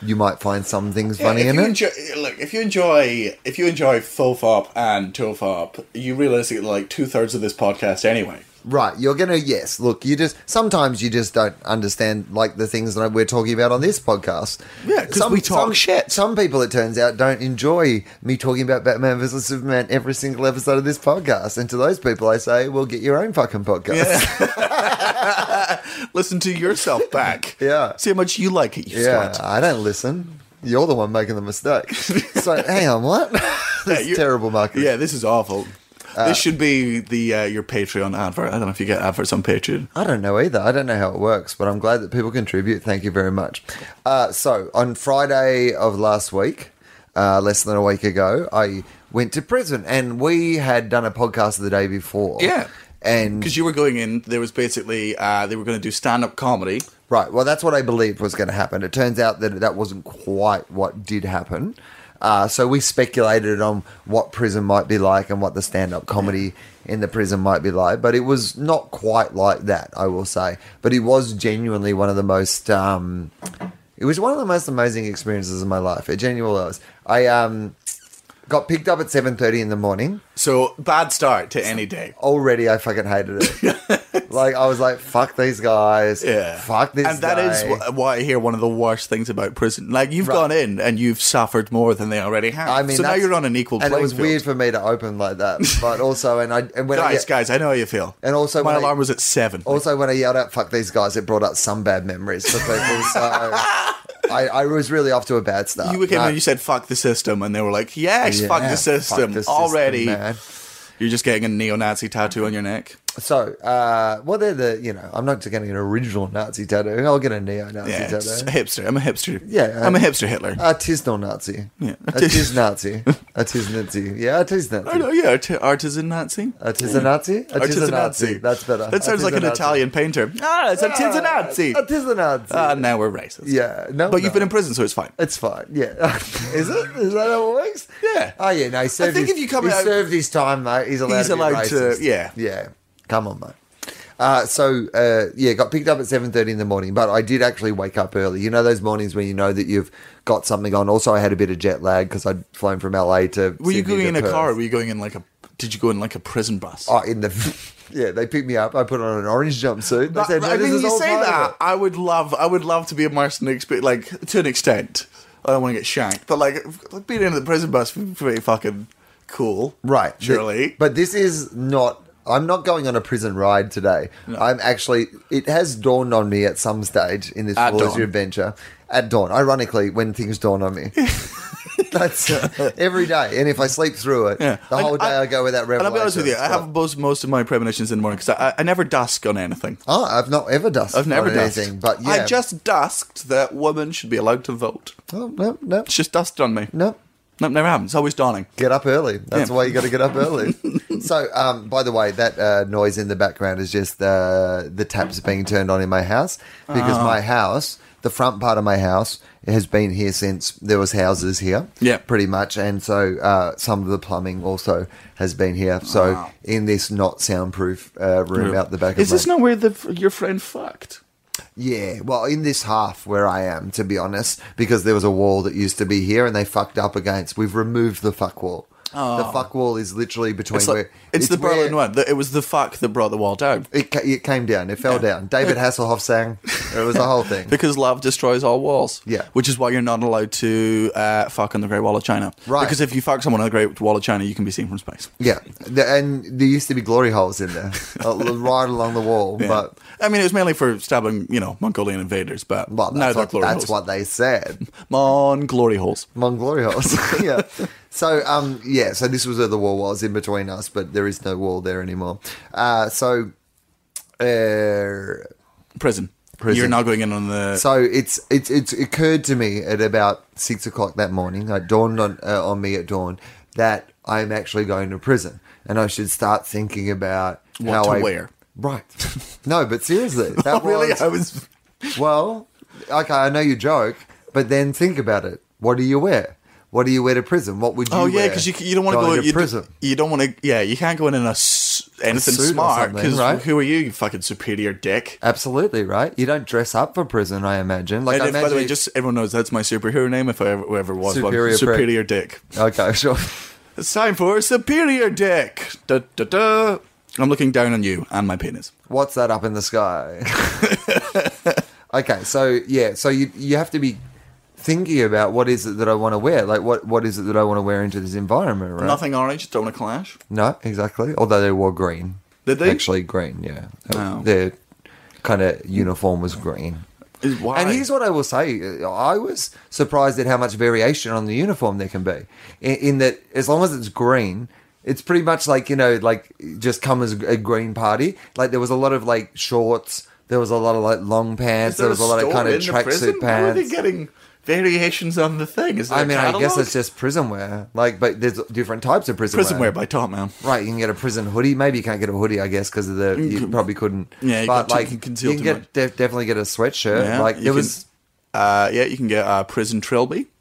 you might find some things
Yeah,
funny
if
in
you
it.
Enjoy, look, if you enjoy, if you enjoy full fop and toe fop, you realize that like two thirds of this podcast anyway.
Right, you're gonna yes. Look, you just sometimes you just don't understand like the things that we're talking about on this podcast.
Yeah, 'cause
Some-
we talk
some-
shit.
Some people, it turns out, don't enjoy me talking about Batman vs Superman every single episode of this podcast. And to those people, I say, well, get your own fucking podcast.
Listen to yourself back.
Yeah.
See how much you like it. You
Yeah,
slut.
I don't listen. You're the one making the mistake. so hang on, what? That's
you're-
terrible marketing.
Yeah, this is awful.
Uh,
this should be the uh, your Patreon advert. I don't know if you get adverts on Patreon.
I don't know either. I don't know how it works, but I'm glad that people contribute. Thank you very much. Uh, so, on Friday of last week, uh, less than a week ago, I went to prison and we had done a podcast the day before.
Yeah.
And
Because you were going in, there was basically uh, they were going to do stand up comedy.
Right. Well, that's what I believed was going to happen. It turns out that that wasn't quite what did happen. Uh, so we speculated on what prison might be like and what the stand-up comedy in the prison might be like, but it was not quite like that, I will say. But it was genuinely one of the most. Um, it was one of the most amazing experiences of my life. It genuinely was. I um, got picked up at seven thirty in the morning
So bad start to any day.
already I fucking hated it. like I was like, fuck these guys.
Yeah.
Fuck this.
And that is
guy.
wh- why I hear one of the worst things about prison. Like you've
Right.
gone in and you've suffered more than they already have.
I mean,
so now
that's-
you're on an equal
And
playing
it was
field.
weird for me to open like that, but also, and I and when I
guys,
ye-
guys, I know how you feel.
And also
my
when I-
alarm was at seven.
also when I yelled out "fuck these guys," it brought up some bad memories for people. So I, I was really off to a bad start.
you came
No.
in and you said "fuck the system," and they were like, "Yes,
Yeah,
fuck the system
the system,
already."
man.
You're just getting a neo-Nazi tattoo on your neck.
So, uh, well, they're the you know, I'm not getting an original Nazi tattoo. I'll get a neo-Nazi
Yeah,
tattoo.
it's a hipster. I'm a hipster.
eh? Yeah,
I'm a
uh,
hipster Hitler.
Artisanal Nazi.
Yeah.
Artis Nazi. Artis Nazi. Yeah, Artis Nazi.
I know, yeah, art- artisan Nazi.
Artisan Nazi?
Artisan
Artisan Nazi. That's better.
That sounds like an
Artisan Nazi.
Italian painter. Ah, it's artisan Nazi.
Artisan Nazi.
Ah, now we're racist.
yeah. No.
But you've
no.
been in prison, so it's fine.
It's fine. Yeah. Is it? Is that how it works?
Yeah.
Oh yeah. No. He served
think
his,
if you come
he
out-
served his time, mate. He's allowed.
He's
to be
allowed to-
racist.
yeah.
Yeah. Come on, mate. Uh, so uh, yeah, got picked up at seven thirty in the morning, but I did actually wake up early. You know those mornings when you know that you've got something on. Also, I had a bit of jet lag because I'd flown from LA to.
Were you
Sydney
going
to
in a
Perth.
car? Or were you going in like a? Did you go in like a prison bus?
Oh, in the yeah, they picked me up. I put on an orange jumpsuit. They
But-
said,
but
no,
I
this
mean,
is
you
all
say
private."
that. I would love, I would love to be a Marston experience, like to an extent. I don't want to get shanked, but like, like being in the prison bus would be pretty fucking cool,
Right. Th-
Surely,
but this is not. I'm not going on a prison ride today. I'm actually. It has dawned on me at some stage in this
At
Fool's
dawn.
adventure. At dawn, ironically, when things dawn on me. That's uh, every day, and if I sleep through it,
Yeah.
the
And
whole day I, go with that
And
revelation.
I'll be honest with you, I have most most of my premonitions in the morning because I, I, I never dusk on anything.
Oh, I've not ever done.
I've never dusked.
anything, but yeah,
I just dusked that women should be allowed to vote.
oh, no, no,
It's just dust on me.
no.
no, never happens. It's always dawning.
Get up early. That's
Yeah.
why you got to get up early. so, um, by the way, that uh, noise in the background is just uh, the taps being turned on in my house because
Ah.
my house, the front part of my house, has been here since there was houses here.
Yeah.
pretty much. And so, uh, some of the plumbing also has been here. So, in this not soundproof uh, room out the back
Is
of my
this not where the, your friend fucked?
yeah, well, in this half where I am, to be honest, because there was a wall that used to be here and they fucked up against. We've removed the fuck wall. The fuck wall is literally between
Oh. It's,
where
like, it's, the
where-
Berlin one. The- It was the fuck that brought the wall down.
It, ca- it came down. It fell down. David Hasselhoff sang. It was the whole thing.
Because love destroys all walls.
Yeah.
Which is why you're not allowed to uh, fuck on the Great Wall of China.
Right.
Because if you fuck someone on the Great Wall of China, you can be seen from space.
Yeah, The- and there used to be glory holes in there, uh, right along the wall.
Yeah.
But
I mean, it was mainly for stabbing, you know, Mongolian invaders, but
well,
now
that's,
they're
what,
glory
that's
holes.
what they said.
Mon glory holes.
Mon glory holes. yeah. So um yeah, so this was where the wall was in between us, but there is no wall there anymore. Uh so uh
Prison.
Prison.
You're not going in on the.
so it's it's it's occurred to me at about six o'clock that morning. It dawned on uh, on me at dawn that I'm actually going to prison, and I should start thinking about
What
how
to
I
wear.
Right. No, but seriously, that
Oh, really?
was-
I was.
Well, okay, I know you joke, but then think about it. What do you wear? What do you wear to prison? What would you?
Oh yeah,
wear
because you, you don't want to
going
go you,
to prison.
You don't want to. Yeah, you can't go in in a s- anything
suit or
smart
something,
because
right?
who are you? You fucking superior dick.
Absolutely right. You don't dress up for prison. I imagine. Like,
And
I
if-
imagine
by the way,
you-
just everyone knows that's my superhero name. If I ever, whoever was
Superior
superior,
prick.
superior dick.
okay, sure.
It's time for superior dick. Da, da, da. I'm looking down on you and my penis.
What's that up in the sky? okay, so yeah, so you you have to be thinking about what is it that I want to wear. Like, what what is it that I want to wear into this environment? Right?
Nothing orange. Don't want to clash.
No, exactly. Although they wore green.
Did they?
actually green? Yeah,
Oh.
their kind of uniform was green.
Is- Why?
And here's what I will say: Uh, I was surprised at how much variation on the uniform there can be. In, in that, as long as it's green, it's pretty much like you know, like just come as a green party. Like there was a lot of like shorts. There was a lot of like long pants. There was a lot of
store
kind of
in the prison?
tracksuit
How are they
pants.
getting variations on the thing? Is there
I mean,
a
I guess
catalog?
it's just prison wear. Like, but there's different types of prison,
prison wear by Top Man.
Right, you can get a prison hoodie. Maybe you can't get a hoodie, I guess, because of the you probably couldn't.
Yeah, you
but
got too-
like
you can conceal
you can
too
get
much.
def- definitely get a sweatshirt.
Yeah,
like
you
there
can-
was
Uh, yeah, you can get uh, prison trilby.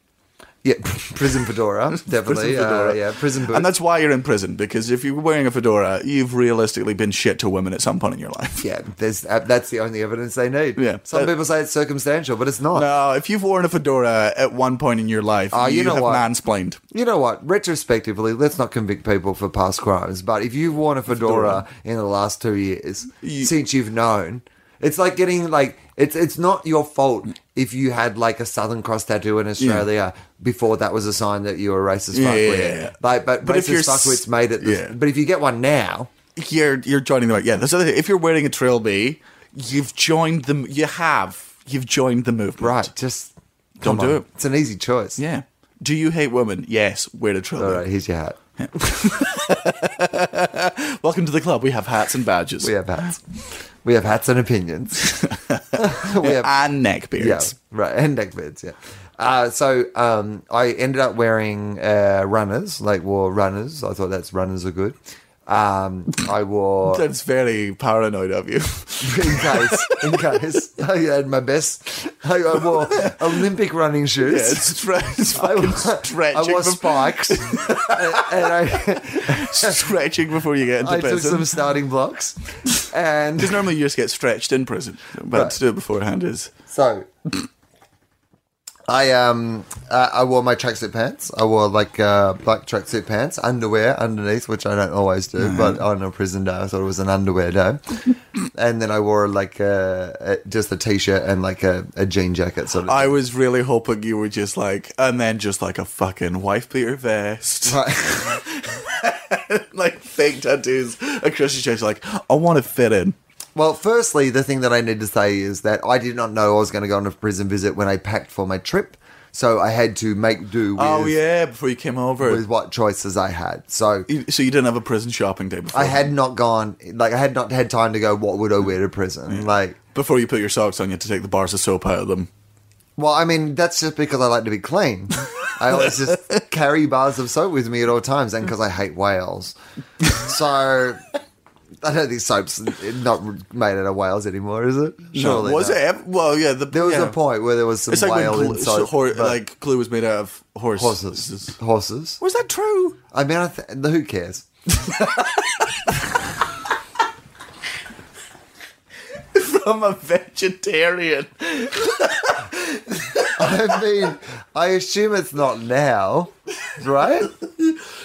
yeah prison fedora definitely
Prison fedora.
Uh, yeah prison boots.
And that's why you're in prison, because if you're wearing a fedora, you've realistically been shit to women at some point in your life.
yeah, there's uh, that's the only evidence they need.
Yeah.
some
That-
people say it's circumstantial, but it's not.
No, if you've worn a fedora at one point in your life,
Oh, you know
have
what?
mansplained.
You know what? Retrospectively, let's not convict people for past crimes. But if you've worn a fedora in the last two years
You-
since you've known, it's like getting like it's it's not your fault if you had like a Southern Cross tattoo in Australia before that was a sign that you were racist.
Yeah,
fuckwit.
yeah, yeah.
Like, but,
But
racist
if you're s-
fuckwits made it. This,
Yeah.
But if you get one now,
You're you're joining the right. Yeah, that's the other thing. If you're wearing a trilby, you've joined the You have. You've joined the movement.
right? Just
Don't
come
do
on.
it.
It's an easy choice.
Yeah. Do you hate women? Yes, wear a trilby.
All right. Here's your hat.
Welcome to the club. We have hats and badges.
We have hats. We have hats and opinions. we have
and neck
Yeah,
beards.
right. And neck beards, yeah. Uh, so um, I ended up wearing uh, runners, like wore runners. I thought that's runners are good. Um, I wore in
That's very paranoid of you.
case, in case I had my best. I, I wore Olympic running shoes.
Yeah, it's, stre- it's
I
fucking
wore,
stretching,
I wore
bef-
spikes, and, and I,
stretching before you get into
I took
prison.
some starting blocks. And
Because normally you just get stretched in prison, but
Right.
to do it beforehand is
So, I um uh, I wore my tracksuit pants. I wore like uh, black tracksuit pants, underwear underneath, which I don't always do, but on a prison day, I thought it was an underwear day. and then I wore like uh, a, just a t-shirt and like a, a jean jacket sort of.
I was really hoping you were just like, and then just like a fucking wife beater vest,
Right.
like fake tattoos, a Christian church. Like, I want to fit in.
well, firstly, the thing that I need to say is that I did not know I was going to go on a prison visit when I packed for my trip, so I had to make do with,
oh yeah, before you came over,
with what choices I had. So
You- so you didn't have a prison shopping day before.
I had not gone, like, I had not had time to go, what would I wear to prison? Like,
before you put your socks on. You had to take the bars of soap out of them.
well, I mean, that's just because I like to be clean. I always just carry bars of soap with me at all times, and because I hate whales. So, I don't think soap's not made out of whales anymore, is it? Surely.
no, was
not.
it? ev- Well, yeah. The,
There was
yeah.
a point where there was some
It's like
whale
when
in
glue, so
soap.
hor-
but
like glue was made out of horse.
horses. Horses.
Was that true?
I mean, I th- who cares?
I'm a vegetarian.
I mean, I assume it's not now, right?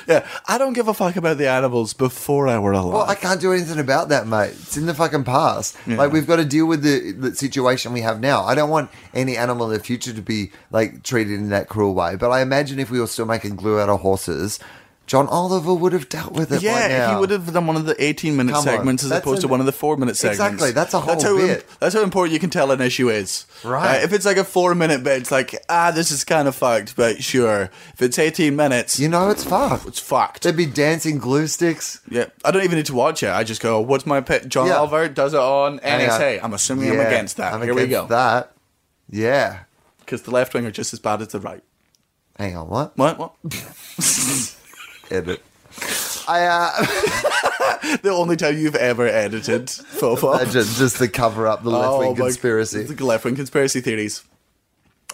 Yeah, I don't give a fuck about the animals before I were alive.
Well, I can't do anything about that, mate. It's in the fucking past. Like we've got to deal with the, the situation we have now. I don't want any animal in the future to be like treated in that cruel way. But I imagine if we were still making glue out of horses, John Oliver would have dealt with it.
yeah,
by now.
he would have done one of the 18 minute
Come on,
segments as
that's
opposed to
an-
one of the four minute segments.
Exactly, that's a
that's
whole
how, im-
bit.
that's how important you can tell an issue is.
Right.
Uh, if it's like a four minute bit, it's like, ah, this is kind of fucked, but sure. If it's 18 minutes,
You know, it's fucked.
it's fucked.
They'd be dancing glue sticks.
yeah, I don't even need to watch it. I just go, what's my pick? John
Yeah.
Oliver does it on
Hang on.
NSA. I'm assuming I'm
Yeah,
against that.
I'm
Here we
against
go.
That. Yeah.
Because the left wing are just as bad as the right.
Hang on. What?
What? What?
Edit. I uh,
the only time you've ever edited faux pas.
imagine just the cover up the left wing
Oh, my-
conspiracy.
The left wing conspiracy theories.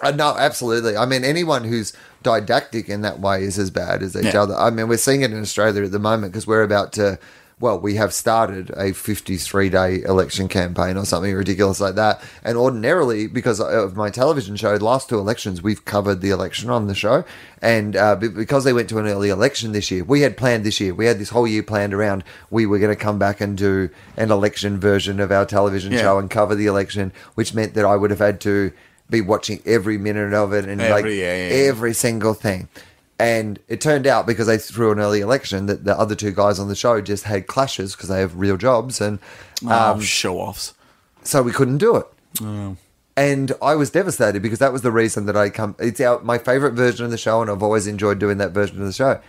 Uh, no, absolutely. I mean, anyone who's didactic in that way is as bad as each
Yeah.
other. I mean, we're seeing it in Australia at the moment because we're about to, well, we have started a 53 day election campaign or something ridiculous like that. And ordinarily, because of my television show, the last two elections, we've covered the election on the show. And uh, be- because they went to an early election this year, we had planned this year, we had this whole year planned around, we were going to come back and do an election version of our television
Yeah.
show and cover the election, which meant that I would have had to be watching every minute of it and like
Every- yeah, yeah, yeah.
every single thing. And it turned out because they threw an early election that the other two guys on the show just had clashes because they have real jobs, and
oh,
um,
show offs.
so we couldn't do it.
Oh.
And I was devastated because that was the reason that I come. It's our my favorite version of the show, and I've always enjoyed doing that version of the show.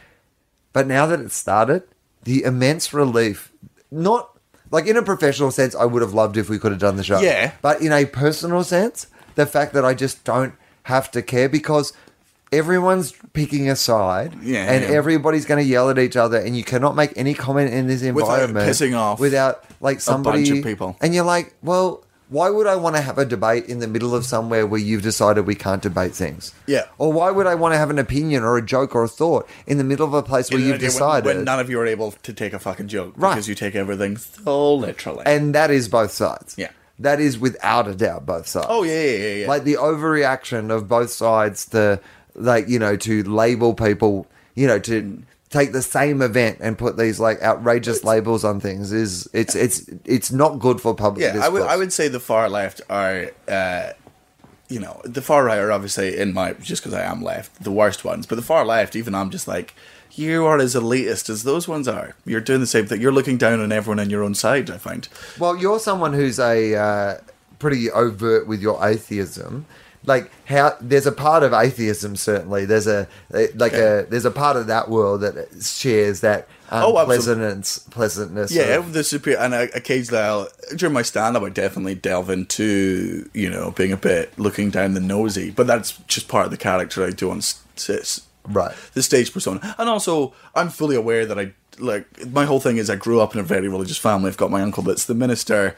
But now that it started, the immense relief, not like in a professional sense, I would have loved if we could have done the show.
Yeah.
But in a personal sense, the fact that I just don't have to care because everyone's picking a side
Yeah,
and
yeah.
everybody's going to yell at each other and you cannot make any comment in this environment
pissing off
without like somebody
bunch of people.
and you're like, well, why would I want to have a debate in the middle of somewhere where you've decided we can't debate things?
Yeah.
Or why would I want to have an opinion or a joke or a thought in the middle of a place where
When-
you've
when-
decided?
When, none of you are able to take a fucking joke
Right.
because you take everything so literally.
and that is both sides.
Yeah.
That is without a doubt both sides.
oh, yeah, yeah, yeah. yeah.
Like the overreaction of both sides to, like, you know, to label people, you know, to take the same event and put these like outrageous labels on things is it's it's it's not good for public
yeah, I would,
discourse.
I would say the far left are, uh, you know, the far right are obviously in my just because I am left the worst ones, but the far left even I'm just like you are as elitist as those ones are. You're doing the same thing. You're looking down on everyone on your own side. I find.
Well, you're someone who's a uh, pretty overt with your atheism. Like how there's a part of atheism certainly. There's a eh, like a there's a part of that world that shares that
Oh, absolutely.
unpleasantness. pleasantness.
Yeah,
of-
the superior, and I, occasionally I'll, during my stand-up, I definitely delve into you know being a bit looking down the nosy, but that's just part of the character I do on s- s-
Right.
the stage persona, and also I'm fully aware that I like my whole thing is I grew up in a very religious family. I've got my uncle that's the minister.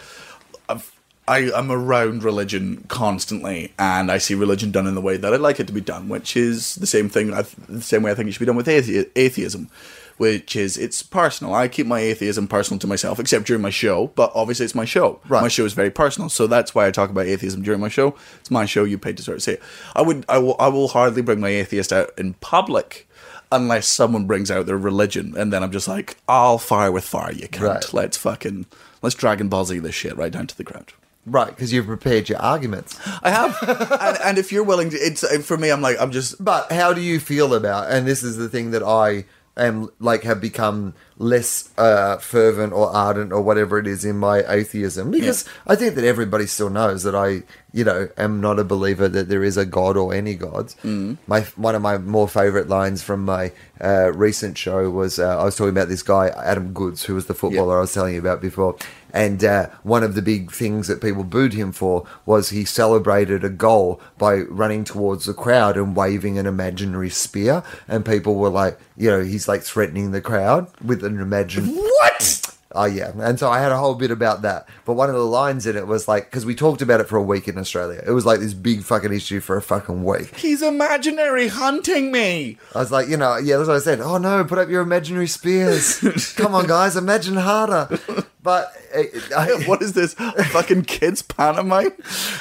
I've, I, I'm around religion constantly, and I see religion done in the way that I like it to be done, which is the same thing, I, th- the same way I think it should be done with athe- atheism, which is it's personal. I keep my atheism personal to myself, except during my show, but obviously it's my show.
Right.
My show is very personal, so that's why I talk about atheism during my show. It's my show, you paid to sort of say it. I, would, I, will, I will hardly bring my atheist out in public unless someone brings out their religion, and then I'm just like, I'll fire with fire, you can't.
Right.
Let's fucking let's Dragon Ball Z this shit right down to the ground.
right, because you've prepared your arguments.
I have, and, and if you're willing to, it's uh, for me. I'm like, I'm just
But how do you feel about? And this is the thing that I am like have become less uh, fervent or ardent or whatever it is in my atheism because I think that everybody still knows that I, you know, am not a believer that there is a god or any gods. Mm. My one of my more favorite lines from my uh, recent show was uh, I was talking about this guy Adam Goods who was the footballer I was telling you about before. And uh, one of the big things that people booed him for was he celebrated a goal by running towards the crowd and waving an imaginary spear. And people were like, you know, he's like threatening the crowd with an imaginary.
what?
Oh, yeah. And so I had a whole bit about that. But one of the lines in it was like, because we talked about it for a week in Australia. It was like this big fucking issue for a fucking week.
He's imaginary hunting me.
I was like, you know, yeah, that's what I said. Oh no, put up your imaginary spears. Come on, guys, imagine harder. But eh, I,
What is this a fucking kids pantomime?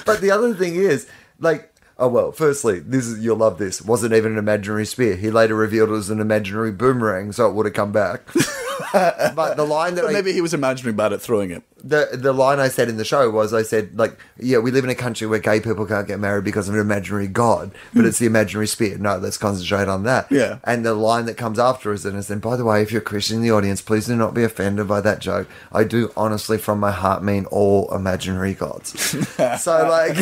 but the other thing is, like, oh well. Firstly, this is you'll love this. Wasn't even an imaginary spear. He later revealed it was an imaginary boomerang, so it would have come back. but the line that
But
I,
maybe he was imaginary bad at throwing it.
the the line I said in the show was I said like yeah we live in a country where gay people can't get married because of an imaginary god but it's the imaginary spear no let's concentrate on that
Hmm. Yeah.
and the line that comes after is and it's and by the way if you're a Christian in the audience please do not be offended by that joke I do honestly from my heart mean all imaginary gods so like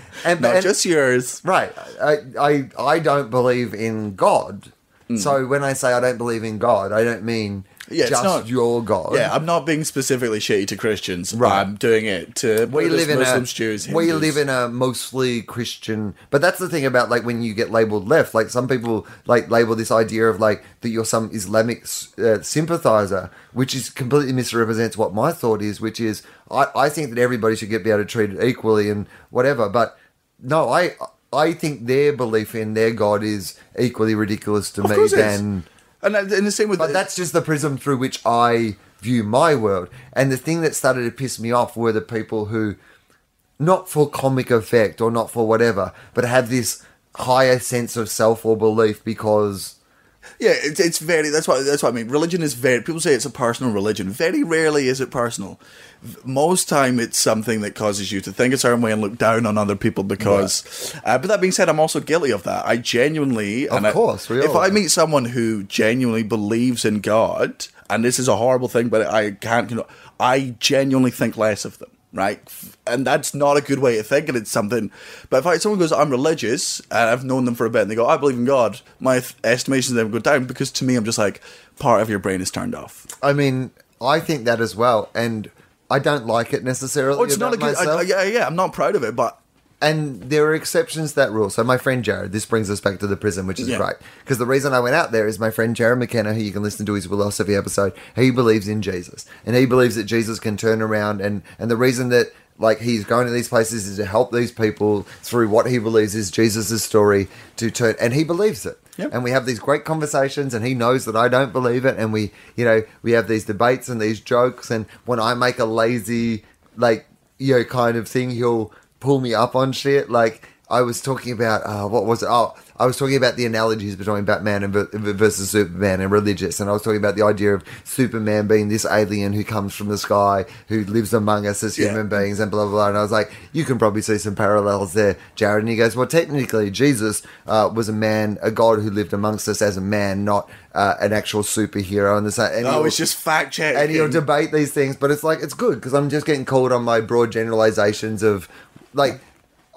and,
Not
and-
just yours.
Right. I, I I don't believe in God. So when I say I don't believe in God, I don't mean
Hmm. Yeah, it's
just
not-
your God.
Yeah, I'm not being specifically shitty to Christians.
Right.
I'm doing it to
we
Buddhists,
live in
Muslims,
a
Jews.
we
Hindus.
live in a mostly Christian, but that's the thing about like when you get labeled left. Like some people like label this idea of like that you're some Islamic uh, sympathizer, which is completely misrepresents what my thought is, which is I, I think that everybody should get be able to treat it equally and whatever. But no, I I think their belief in their God is equally ridiculous to
Of
me
course it is.
than
and, that- and the same with
but that's just the prism through which I view my world. And the thing that started to piss me off were the people who, not for comic effect or not for whatever, but have this higher sense of self or belief because
yeah. It's, it's very that's what that's what I mean. Religion is very people say it's a personal religion. Very rarely is it personal. Most time it's something that causes you to think a certain way and look down on other people because. Uh, but that being said, I'm also guilty of that. I genuinely,
Of
and I-
course, we
if
all
I
are.
meet someone who genuinely believes in God, and this is a horrible thing, but I can't. You know, I genuinely think less of them, right? F- And that's not a good way of thinking. It's something. But if I, someone goes, "I'm religious," and I've known them for a bit, and they go, "I believe in God," my th- estimations of them go down because to me, I'm just like part of your brain is turned off.
I mean, I think that as well. And I don't like it necessarily.
Oh, it's not a
about
good. I,
myself.
I- yeah, yeah, I'm not proud of it, but
and there are exceptions to that rule. So my friend Jared, this brings us back to the prison, which is
Yeah.
great. Because the reason I went out there is my friend Jared McKenna, who you can listen to his philosophy episode, he believes in Jesus. And he believes that Jesus can turn around and and the reason that like he's going to these places is to help these people through what he believes is Jesus' story to turn and he believes it.
Yep.
And we have these great conversations and he knows that I don't believe it and we you know, we have these debates and these jokes and when I make a lazy like you know kind of thing he'll pull me up on shit like i was talking about uh, what was it oh i was talking about the analogies between batman and v- versus superman and religious and i was talking about the idea of superman being this alien who comes from the sky who lives among us as
Yeah.
human beings and blah blah blah and i was like you can probably see some parallels there jared and he goes well technically jesus uh, was a man a god who lived amongst us as a man not uh, an actual superhero and the same and he
oh,
was-
it's just fact Uh, check.
and he'll debate these things, but it's like it's good because I'm just getting called on my broad generalizations of like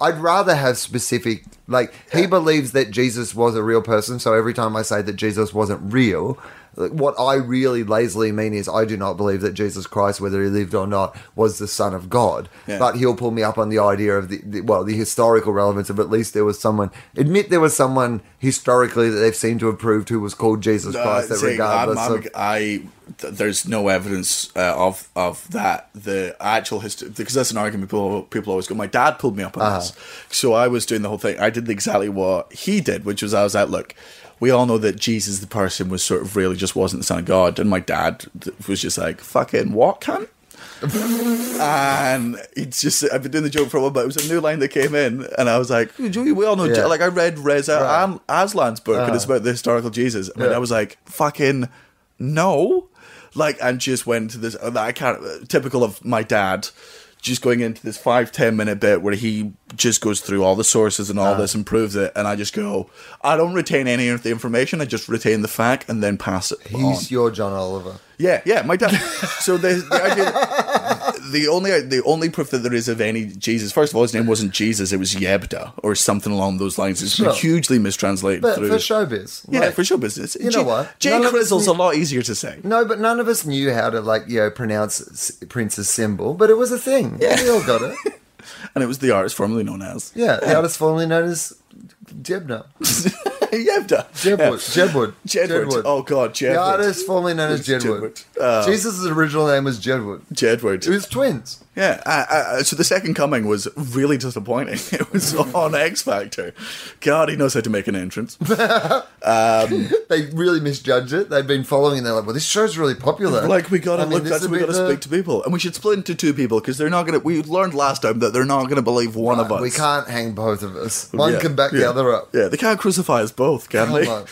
I'd rather have specific like he believes that Jesus was a real person, so every time I say that Jesus wasn't real, like, what I really lazily mean is I do not believe that Jesus Christ, whether he lived or not, was the Son of God.
Yeah.
But he'll pull me up on the idea of the, the well, the historical relevance of at least there was someone admit there was someone historically that they've seemed to have proved who was called Jesus Christ. That
see,
regardless
I'm, I'm,
of
I th- there's no evidence uh, of of that the actual history because that's an argument people people always go. My dad pulled me up on
Uh-huh.
this, so I was doing the whole thing. I did exactly what he did, which was I was like, look. We all know that Jesus, the person, was sort of really just wasn't the son of God, and my dad th- was just like, "Fucking what, cunt?" and it's just I've been doing the joke for a while, but it was a new line that came in, and I was like, "Joey, we all know." Je-"
Yeah.
Like I read Reza
Right. Uh-huh.
Am- Aslan's book, and it's about the historical Jesus, and
Yeah.
I was like, "Fucking no!" Like, and just went to this. I can't. Typical of my dad, just going into this five ten minute bit where he just goes through all the sources and all
Uh-huh.
this and proves it, and I just go, "I don't retain any of the information. I just retain the fact and then pass it." on.
he's your John Oliver.
Yeah, yeah, my dad. so the the, idea, the only the only proof that there is of any Jesus, first of all, his name wasn't Jesus; it was Yebda or something along those lines. It's
Sure.
hugely mistranslated
But
through.
for showbiz,
yeah,
like-
for sure business.
you know what?
Jay
None of us
Crizzle's
knew-
a lot easier to say.
No, but none of us knew how to like you know pronounce s- Prince's symbol, but it was a thing. Yeah, we all got it.
And it was the artist formerly known as
Yeah, the artist formerly known as Jebna,
Yebda.
Jebwood,
Yeah.
Jedwood,
Jedward. Oh God, Jedward.
The artist formerly known as
It's
Jedwood.
Jedward. Oh.
Jesus' original name was Jedwood.
Jedward.
It was twins.
Yeah, I, I, so the second coming was really disappointing. It was on X Factor. God, he knows how to make an entrance.
They really misjudged it. They'd been following. and They're like, well, this show's really popular.
Like we gotta
I mean,
look.
this
That's
would
we
be
gotta
the-
speak to people, and we should split into two people because they're not gonna. We learned last time that they're not gonna believe one of us.
We can't hang both of us. One
Yeah,
can back
yeah.
the other up.
Yeah, they can't crucify us both, can
Come
they?
on.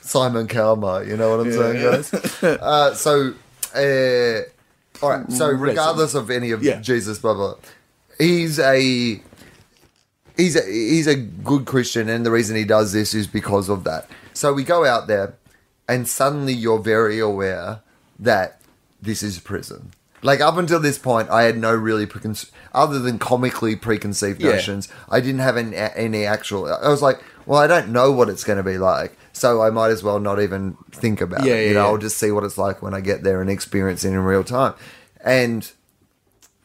Simon Cowmer, you know what I'm
Yeah.
saying, guys? Uh, so, uh, all right. So,
Risen.
regardless of any of
Yeah.
Jesus, blah blah, blah, he's a he's a he's a good Christian, and the reason he does this is because of that. So we go out there, and suddenly you're very aware that this is prison. Like up until this point, I had no really preconce- other than comically preconceived
Yeah.
notions. I didn't have any, any actual. I was like, well, I don't know what it's going to be like, So I might as well not even think about
Yeah,
it.
yeah,
you know,
yeah.
I'll just see what it's like when I get there and experience it in real time. And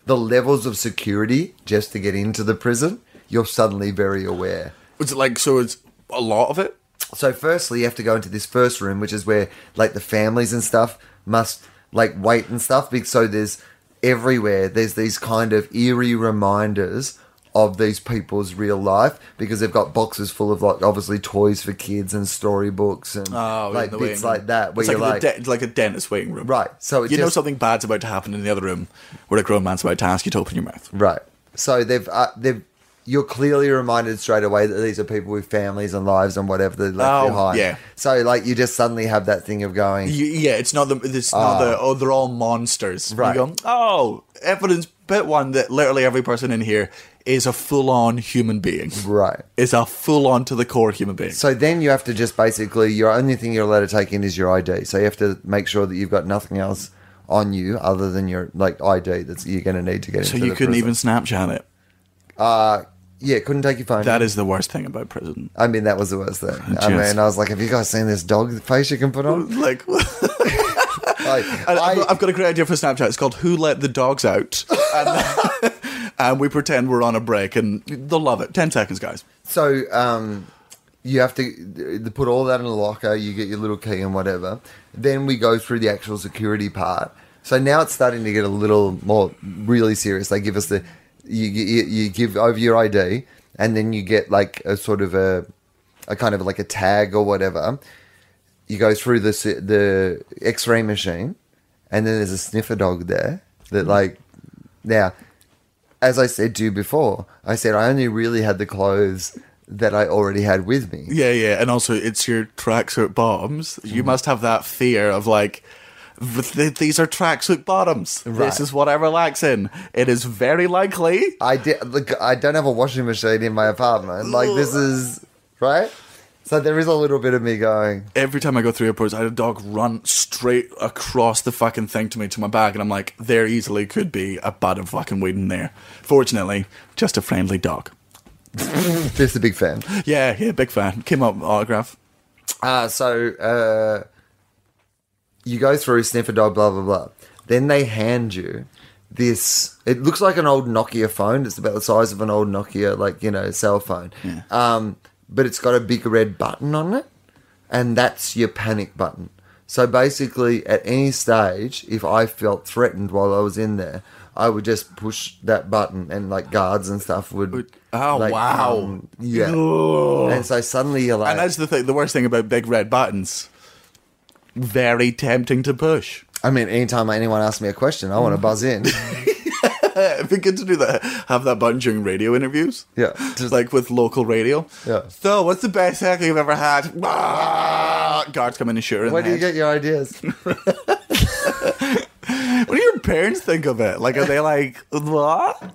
the levels of security just to get into the prison, you're suddenly very aware.
Was it like so? It's a lot of it.
So, firstly, you have to go into this first room, which is where like the families and stuff must like wait and stuff. Because so there's everywhere there's these kind of eerie reminders of these people's real life because they've got boxes full of like obviously toys for kids and storybooks and
Oh, in
like
the
bits
waiting room.
like that. Where
it's like,
you're
the
like,
de- it's like a dentist waiting room,
Right, so it
you know
just-
something bad's about to happen in the other room, where a grown man's about to ask you to open your mouth.
Right. So they've uh, they've you're clearly reminded straight away that these are people with families and lives and whatever they left
Oh,
behind.
yeah.
So like you just suddenly have that thing of going.
You, yeah, it's not the it's not the oh they're all monsters. You
Ah. Right.
go, oh, evidence bit one that literally every person in here is a full on human being.
Right.
Is a full on to the core human being.
So then you have to just basically your only thing you're allowed to take in is your ID. So you have to make sure that you've got nothing else on you other than your like ID that's you're going to need to get.
So
into
you
the
couldn't
prison.
even Snapchat it.
yeah couldn't take your phone.
That is the worst thing about prison.
I mean that was the worst thing. I mean
Just-
I was like, have you guys seen this dog face you can put on?
Like,
Like,
And I've,
I-
got- I've got a great idea for Snapchat. It's called "Who Let the Dogs Out," and, and we pretend we're on a break, and they'll love it. Ten seconds, guys.
So um, you have to uh, put all that in a locker. You get your little key and whatever. Then we go through the actual security part. So now it's starting to get a little more really serious. They give us the you you, you give over your ID, and then you get like a sort of a a kind of like a tag or whatever. You go through the s- the X ray machine, and then there's a sniffer dog there that like now as I said to you before, I said I only really had the clothes that I already had with me.
Yeah, yeah, and also it's your tracksuit bottoms. You must have that fear of like, "Th- th- these are tracksuit bottoms.
Right.
This is what I relax in. It is very likely.
I did look. I don't have a washing machine in my apartment. Like this is right. So there is a little bit of me going.
Every time I go through airports, I had a dog run straight across the fucking thing to me to my bag, and I'm like, there easily could be a bad of fucking weed in there. Fortunately, just a friendly dog.
Just a big fan.
Yeah, yeah, big fan. Came up with autograph.
Uh, so uh, you go through sniffer dog, blah blah blah. Then they hand you this. It looks like an old Nokia phone. It's about the size of an old Nokia, like you know, cell phone. Um, but it's got a big red button on it, and that's your panic button. So basically, at any stage, if I felt threatened while I was in there, I would just push that button, and like guards and stuff would.
Oh,
like,
wow.
come- yeah. And so suddenly you're like,
And that's the thing. The worst thing about big red buttons, very tempting to push.
I mean, anytime anyone asks me a question, I want to buzz in.
It'd be good to do that. Have that button during radio interviews.
Yeah.
Just like with local radio.
Yeah.
So, what's the best hack you've ever had? Ah! Guards come in and shoot her in
Where
the
do you
head.
get your ideas?
What do your parents think of it? Like, are they like, what?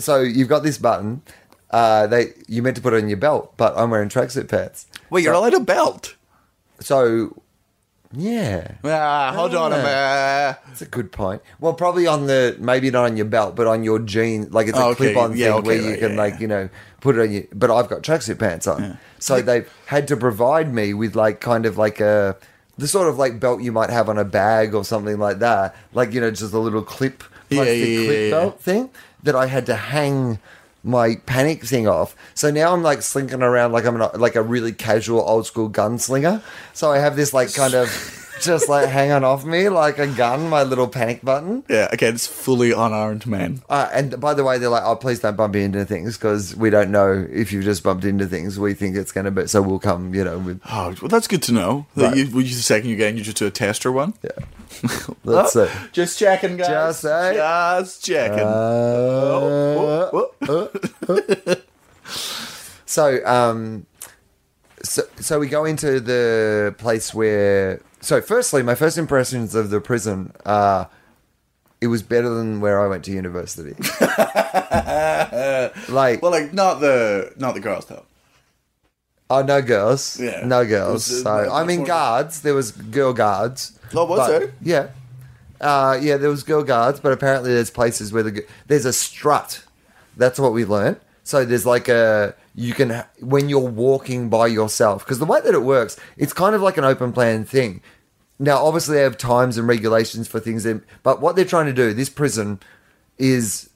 So you've got this button. Uh, they you meant to put it on your belt, but I'm wearing tracksuit pants.
Wait, you're allowed a belt.
So yeah,
Ah, hold on a minute.
that's a good point. Well, probably on the maybe not on your belt, but on your jean, like it's a
Oh, Okay,
clip-on
yeah,
thing
okay,
where you
right,
can
yeah,
like
yeah.
you know put it on you. But I've got tracksuit pants on, so they've had to provide me with like kind of like a the sort of like belt you might have on a bag or something like that, like you know just a little clip
Yeah,
plastic
yeah, yeah,
clip
yeah.
belt thing that I had to hang my panic thing off. So now I'm like slinking around like I'm not, like a really casual old school gunslinger. So I have this like kind of just like hanging off me like a gun, my little panic button.
Yeah, against fully unarmed men.
Uh, and by the way, they're like, oh, please don't bump into things because we don't know if you've just bumped into things. We think it's going to be, so we'll come, you know, with,
Oh, well, that's good to know. That
Right.
you, well, you- the second you get in, you just do a tester one. Yeah.
let's see.
Just checking, guys.
Just, eh?
Just checking.
Uh,
Whoop.
So, um, so, so we go into the place where. So, firstly, my first impressions of the prison are it was better than where I went to university. like,
Well, like not the not the girls though.
oh, no girls.
Yeah.
No girls.
It was, uh,
so, I
much
mean,
more-
guards. There was girl guards.
Oh, was
but-
there?
Yeah. Uh, yeah, there was girl guards, but apparently there's places where the, g- there's a strut. That's what we learned. So there's like a you can ha- when you're walking by yourself because the way that it works, it's kind of like an open plan thing. Now, obviously, they have times and regulations for things, that, but what they're trying to do, this prison, is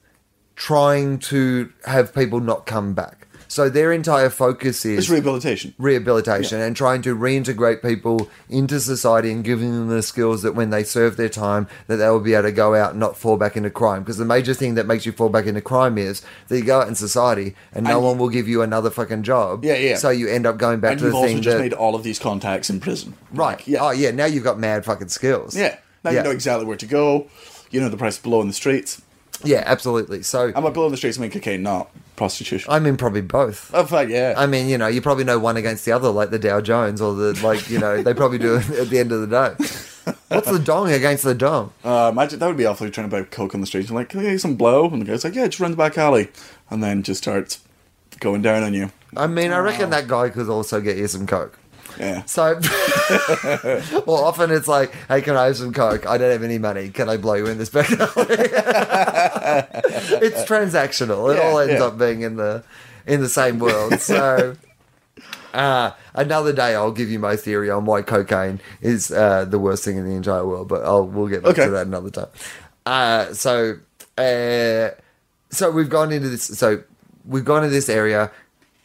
trying to have people not come back. So their entire focus is
It's rehabilitation.
rehabilitation and trying to reintegrate people into society and giving them the skills that when they serve their time that they will be able to go out and not fall back into crime because the major thing that makes you fall back into crime is that you go out in society and no
And-
one will give you another fucking job
Yeah, yeah.
so you end up going back
And
to
you've
the
also
thing
just
that,
made all of these contacts in prison.
right
Like, yeah.
oh yeah now you've got mad fucking skills
Yeah. Now
Yeah.
you know exactly where to go. You know the price below in the streets.
yeah absolutely so
And
I'm,
by below in the streets, I mean cocaine, not prostitution.
in probably both
oh, fuck yeah.
I mean, you know, you probably know one against the other, like the Dow Jones or the, like, you know, they probably do at the end of the day. What's the dong against the dong?
Uh, imagine that would be awful. You're trying to buy coke on the street. You're like, can I get you some blow? And the guy's like, yeah, just run the back alley, and then just starts going down on you.
I mean, I reckon that guy could also get you some coke.
Yeah.
So, well, often it's like, hey, can I have some coke? I don't have any money. Can I blow you in this back alley? it's transactional. It
Yeah,
all ends
yeah.
up being in the in the same world. So, uh, another day I'll give you my theory on why cocaine is uh, the worst thing in the entire world. But I'll we'll get back
Okay.
to that another time. Uh, so, uh, so we've gone into this. So we've gone into this area.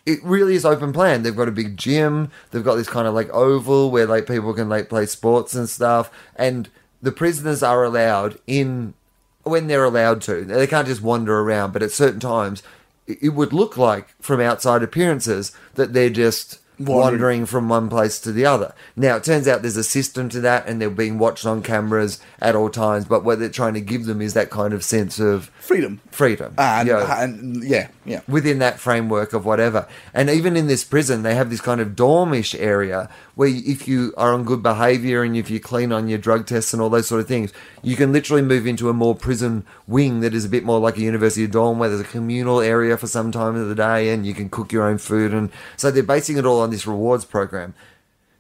It really is open plan. They've got a big gym. They've got this kind of like oval where like people can like play sports and stuff. And the prisoners are allowed in when they're allowed to. They can't just wander around. But at certain times, it it would look like from outside appearances that they're just
Wandering.
wandering from one place to the other. Now, it turns out there's a system to that and they're being watched on cameras at all times, but what they're trying to give them is that kind of sense of
Freedom.
freedom.
Ah, And
you know,
yeah. and yeah, yeah.
within that framework of whatever. And even in this prison, they have this kind of dormish area where if you are on good behavior and if you clean on your drug tests and all those sort of things, you can literally move into a more prison wing that is a bit more like a University of Dorm where there's a communal area for some time of the day and you can cook your own food. And so they're basing it all on this rewards program.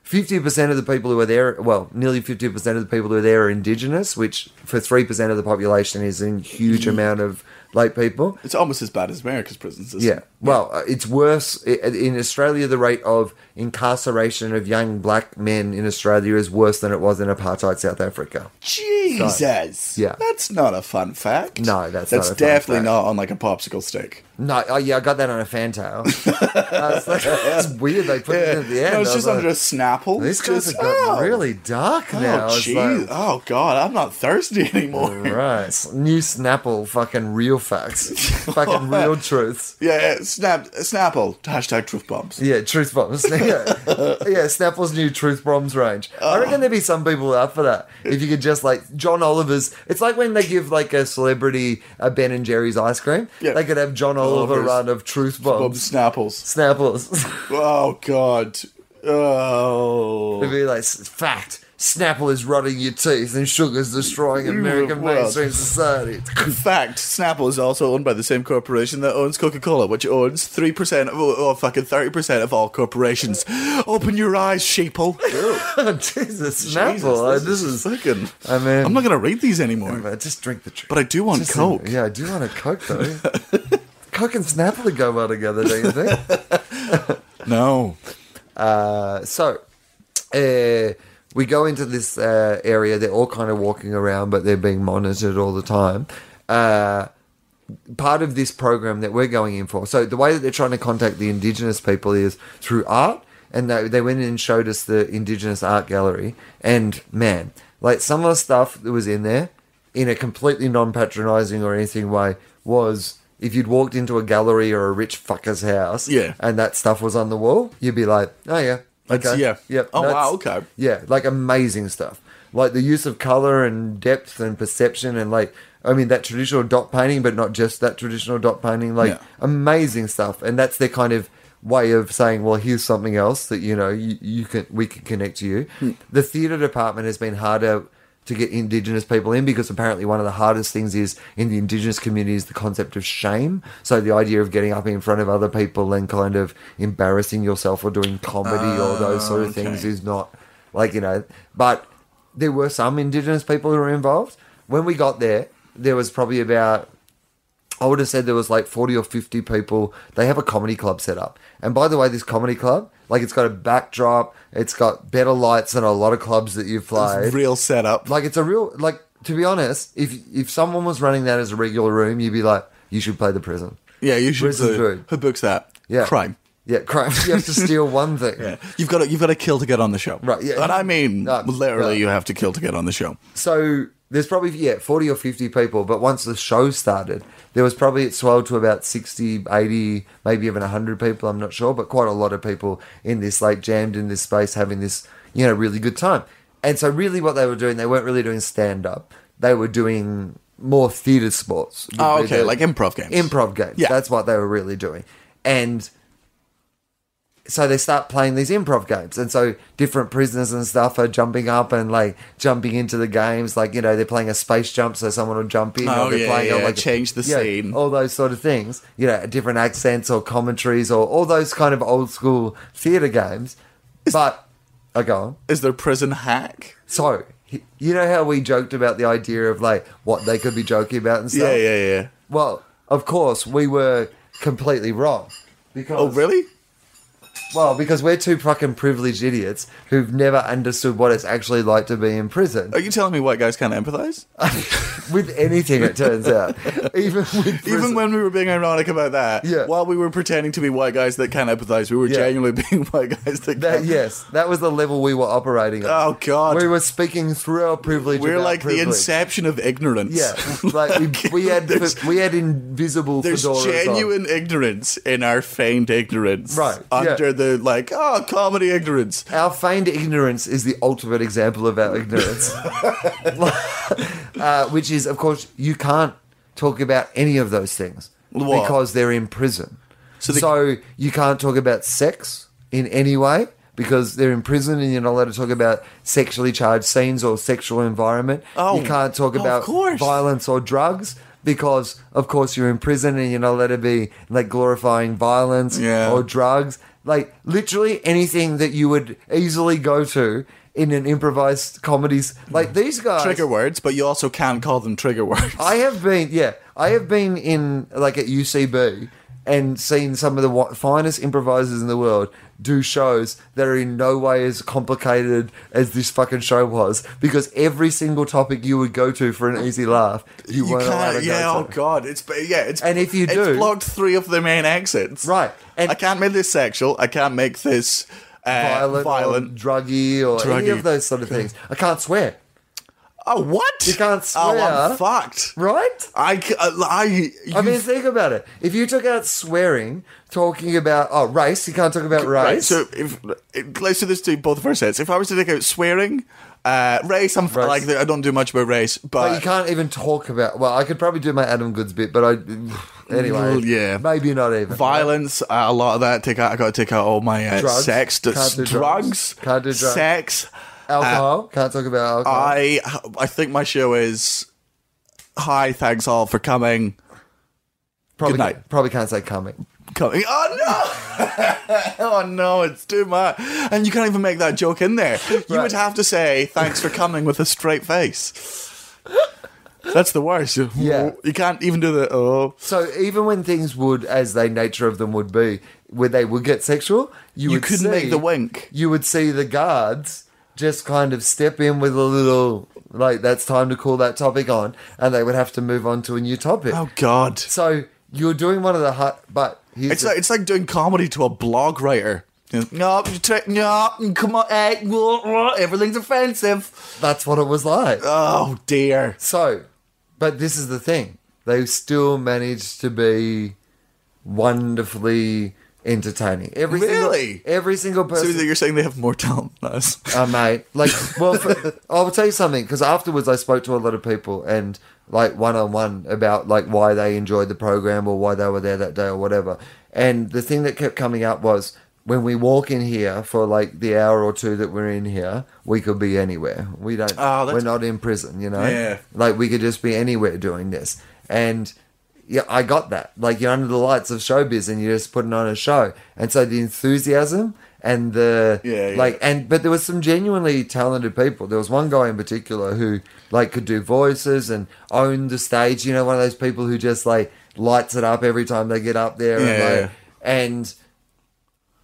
50% of the people who are there, well, nearly 50% of the people who are there are indigenous, which for 3% of the population is a huge amount of late people.
It's almost as bad as America's prison system.
Yeah. Well, uh, it's worse i- in Australia. The rate of incarceration of young black men in Australia is worse than it was in apartheid South Africa.
Jesus.
Yeah.
That's not a fun fact.
No, that's not a fun
definitely
fact.
not on like a popsicle stick.
No, oh yeah, I got that on a fantail. uh, it's, like, it's weird they put it in at the end.
no, it's
I was
just
like,
under a Snapple.
This
It's
just
just-
got
oh.
really dark
Oh,
now. It's
jeez.
like,
oh, God. I'm not thirsty anymore.
right, new Snapple, fucking real facts, fucking real truths.
Yeah, yeah, snap, Snapple. Hashtag truth bombs.
Yeah, truth bombs. yeah. yeah, Snapple's new truth bombs range. I reckon there'd be some people up for that. If you could just like John Oliver's, it's like when they give like a celebrity a Ben and Jerry's ice cream.
Yeah.
They could have John Oliver
Oliver's
run of truth
Bob
bombs,
Snapples.
Snapples.
Oh, God. Oh.
It'd be like fact. Snapple is rotting your teeth and sugar's destroying American
well.
mainstream society.
In fact, Snapple is also owned by the same corporation that owns Coca Cola, which owns 3% of, oh, oh, fucking 30% of all corporations. Open your eyes, sheeple.
Jesus, Snapple.
Jesus,
I- this is.
fucking.
I mean,
I'm not going to read these anymore.
I just drink the truth.
But I do want
Just-
Coke.
yeah, I do want a Coke though. Coke and Snapple would go well together, don't you think?
No.
Uh, so, uh, we go into this uh, area. They're all kind of walking around, but they're being monitored all the time. Uh, part of this program that we're going in for. So the way that they're trying to contact the indigenous people is through art, and they, they went in and showed us the indigenous art gallery. And man, like some of the stuff that was in there, in a completely non-patronizing or anything way, was if you'd walked into a gallery or a rich fucker's house,
Yeah.
and that stuff was on the wall, you'd be like, oh yeah,
That's- yeah.
yep,
Oh, wow,
that's-
okay.
yeah, like amazing stuff. Like the use of color and depth and perception and like I mean that traditional dot painting, but not just that traditional dot painting. Like
Yeah.
amazing stuff, and that's their kind of way of saying, well, here's something else that you know you, you can we can connect to you. The theater department has been harder to get indigenous people in because apparently one of the hardest things is in the indigenous community is the concept of shame so the idea of getting up in front of other people and kind of embarrassing yourself or doing comedy or those sort of
okay.
things is not like you know but there were some indigenous people who were involved when we got there there was probably about I would have said there was like 40 or 50 people. They have a comedy club set up. And by the way, this comedy club, like it's got a backdrop, it's got better lights than a lot of clubs that you've played.
Real setup.
Like it's a real like to be honest, if if someone was running that as a regular room, you'd be like, you should play the prison.
Yeah, you should.
Prison
Who,
food.
who books that?
Yeah.
Crime.
Yeah, crime. you have to steal one thing.
Yeah. You've got to, you've got to kill to get on the show.
Right, yeah.
And I mean,
No,
literally,
no.
you have to kill to get on the show.
So there's probably yeah 40 or 50 people but once the show started there was probably it swelled to about 60 80 maybe even 100 people i'm not sure but quite a lot of people in this like jammed in this space having this you know really good time and so really what they were doing they weren't really doing stand up they were doing more theater sports would
Oh,
be
okay,
the-
like improv games.
improv games
Yeah.
that's what they were really doing and so they start playing these improv games and so different prisoners and stuff are jumping up and like jumping into the games like you know they're playing a space jump so someone will jump in
Oh,
or they're
yeah,
playing or,
yeah,
like
change the scene.
all those sort of things you know different accents or commentaries or all those kind of old school theater games but I go on
Is there prison hack?
so he- you know how we joked about the idea of like what they could be joking about and stuff
Yeah, yeah, yeah.
well of course we were completely wrong because
Oh, really?
well, because we're two fucking privileged idiots who've never understood what it's actually like to be in prison
Are you telling me white guys can't empathize?
with anything. It turns out, even with prison.
Even when we were being ironic about that,
Yeah.
while we were pretending to be white guys that can empathize, we were
Yeah.
genuinely being white guys that,
that,
can.
yes, that was the level we were operating at.
Oh, God.
we were speaking through our privilege.
We're
about
like
privilege.
the inception of ignorance.
Yeah, like we, we had
There's-
we had invisible
There's
fedoras on.
genuine ignorance in our feigned ignorance.
Right, yeah.
Under the, like, oh, comedy ignorance.
Our feigned ignorance is the ultimate example of our ignorance, uh, which is, of course, you can't talk about any of those things
What?
because they're in prison.
So
So,
they-
you can't talk about sex in any way because they're in prison and you're not allowed to talk about sexually charged scenes or sexual environment.
Oh,
you can't talk
of
about
course.
violence or drugs. Because of course you're in prison and you're not allowed to be like glorifying violence
Yeah.
or drugs, like literally anything that you would easily go to in an improvised comedies. Like these guys,
Trigger words, but you also can't call them trigger words.
I have been, yeah, I have been in like at UCB and seen some of the wa- finest improvisers in the world do shows that are in no way as complicated as this fucking show was because every single topic you would go to for an easy laugh, you,
You
weren't allowed to
can't. Yeah.
go
Oh
to.
God. It's yeah. It's
And if you
it's
do-
blocked three of the main exits.
Right, and-
I can't make this sexual. I can't make this uh,
Violent,
violent.
violent, druggy, or any
Druggy.
of those sort of things. I can't swear,
Oh what?
You can't
Oh,
swear.
I'm fucked.
right?
I c- uh, I. You,
I mean, think about it. If you took out swearing, talking about oh race, you can't talk about race.
right. So if it- let's do this to both of our sets. If I was to take out swearing, uh, race, I'm f
Race.
like I don't do much about race,
but
but.
you can't even talk about. Well, I could probably do my Adam Goods bit, but I anyway.
Well, yeah.
maybe not even
Violence, uh, a lot of that. Take out, I got to take out all my uh,
Drugs.
sex,
Can't
drugs,
do drugs. Can't do drugs.
sex,
Alcohol can't talk about alcohol.
uh, I I think my show is. Hi, thanks all for coming.
probably
good night.
probably can't say coming.
Coming. Oh no! oh no! It's too much, and you can't even make that joke in there. You
Right.
would have to say thanks for coming with a straight face. That's the worst.
Yeah.
you can't even do the oh.
So even when things would, as they nature of them would be, where they would get sexual, you,
You
would
couldn't make
see-
the wink.
You would see the guards just kind of step in with a little like that's time to call that topic on, and they would have to move on to a new topic.
Oh god!
So you're doing one of the hot, but here's
It's
the-
like it's like doing comedy to a blog writer. No, you tra- no, come on, eh, wah, wah, everything's offensive.
that's what it was like.
Oh dear.
So, but this is the thing. They still managed to be wonderfully entertaining. Every
Really?
Single, every single
So
person.
you're saying they have more talent than us?
uh, mate. Like, well, for, I'll tell you something because afterwards I spoke to a lot of people and like one on one about like why they enjoyed the program or why they were there that day or whatever. And the thing that kept coming up was when we walk in here for like the hour or two that we're in here, we could be anywhere. We don't.
Oh, that's-
we're not in prison, you know.
Yeah.
Like we could just be anywhere doing this. And yeah, I got that. Like you're under the lights of showbiz and you're just putting on a show. And so the enthusiasm and the
Yeah, yeah.
like and but there was some genuinely talented people. There was one guy in particular who like could do voices and owned the stage, you know, one of those people who just like lights it up every time they get up there. and,
Yeah,
like,
yeah.
and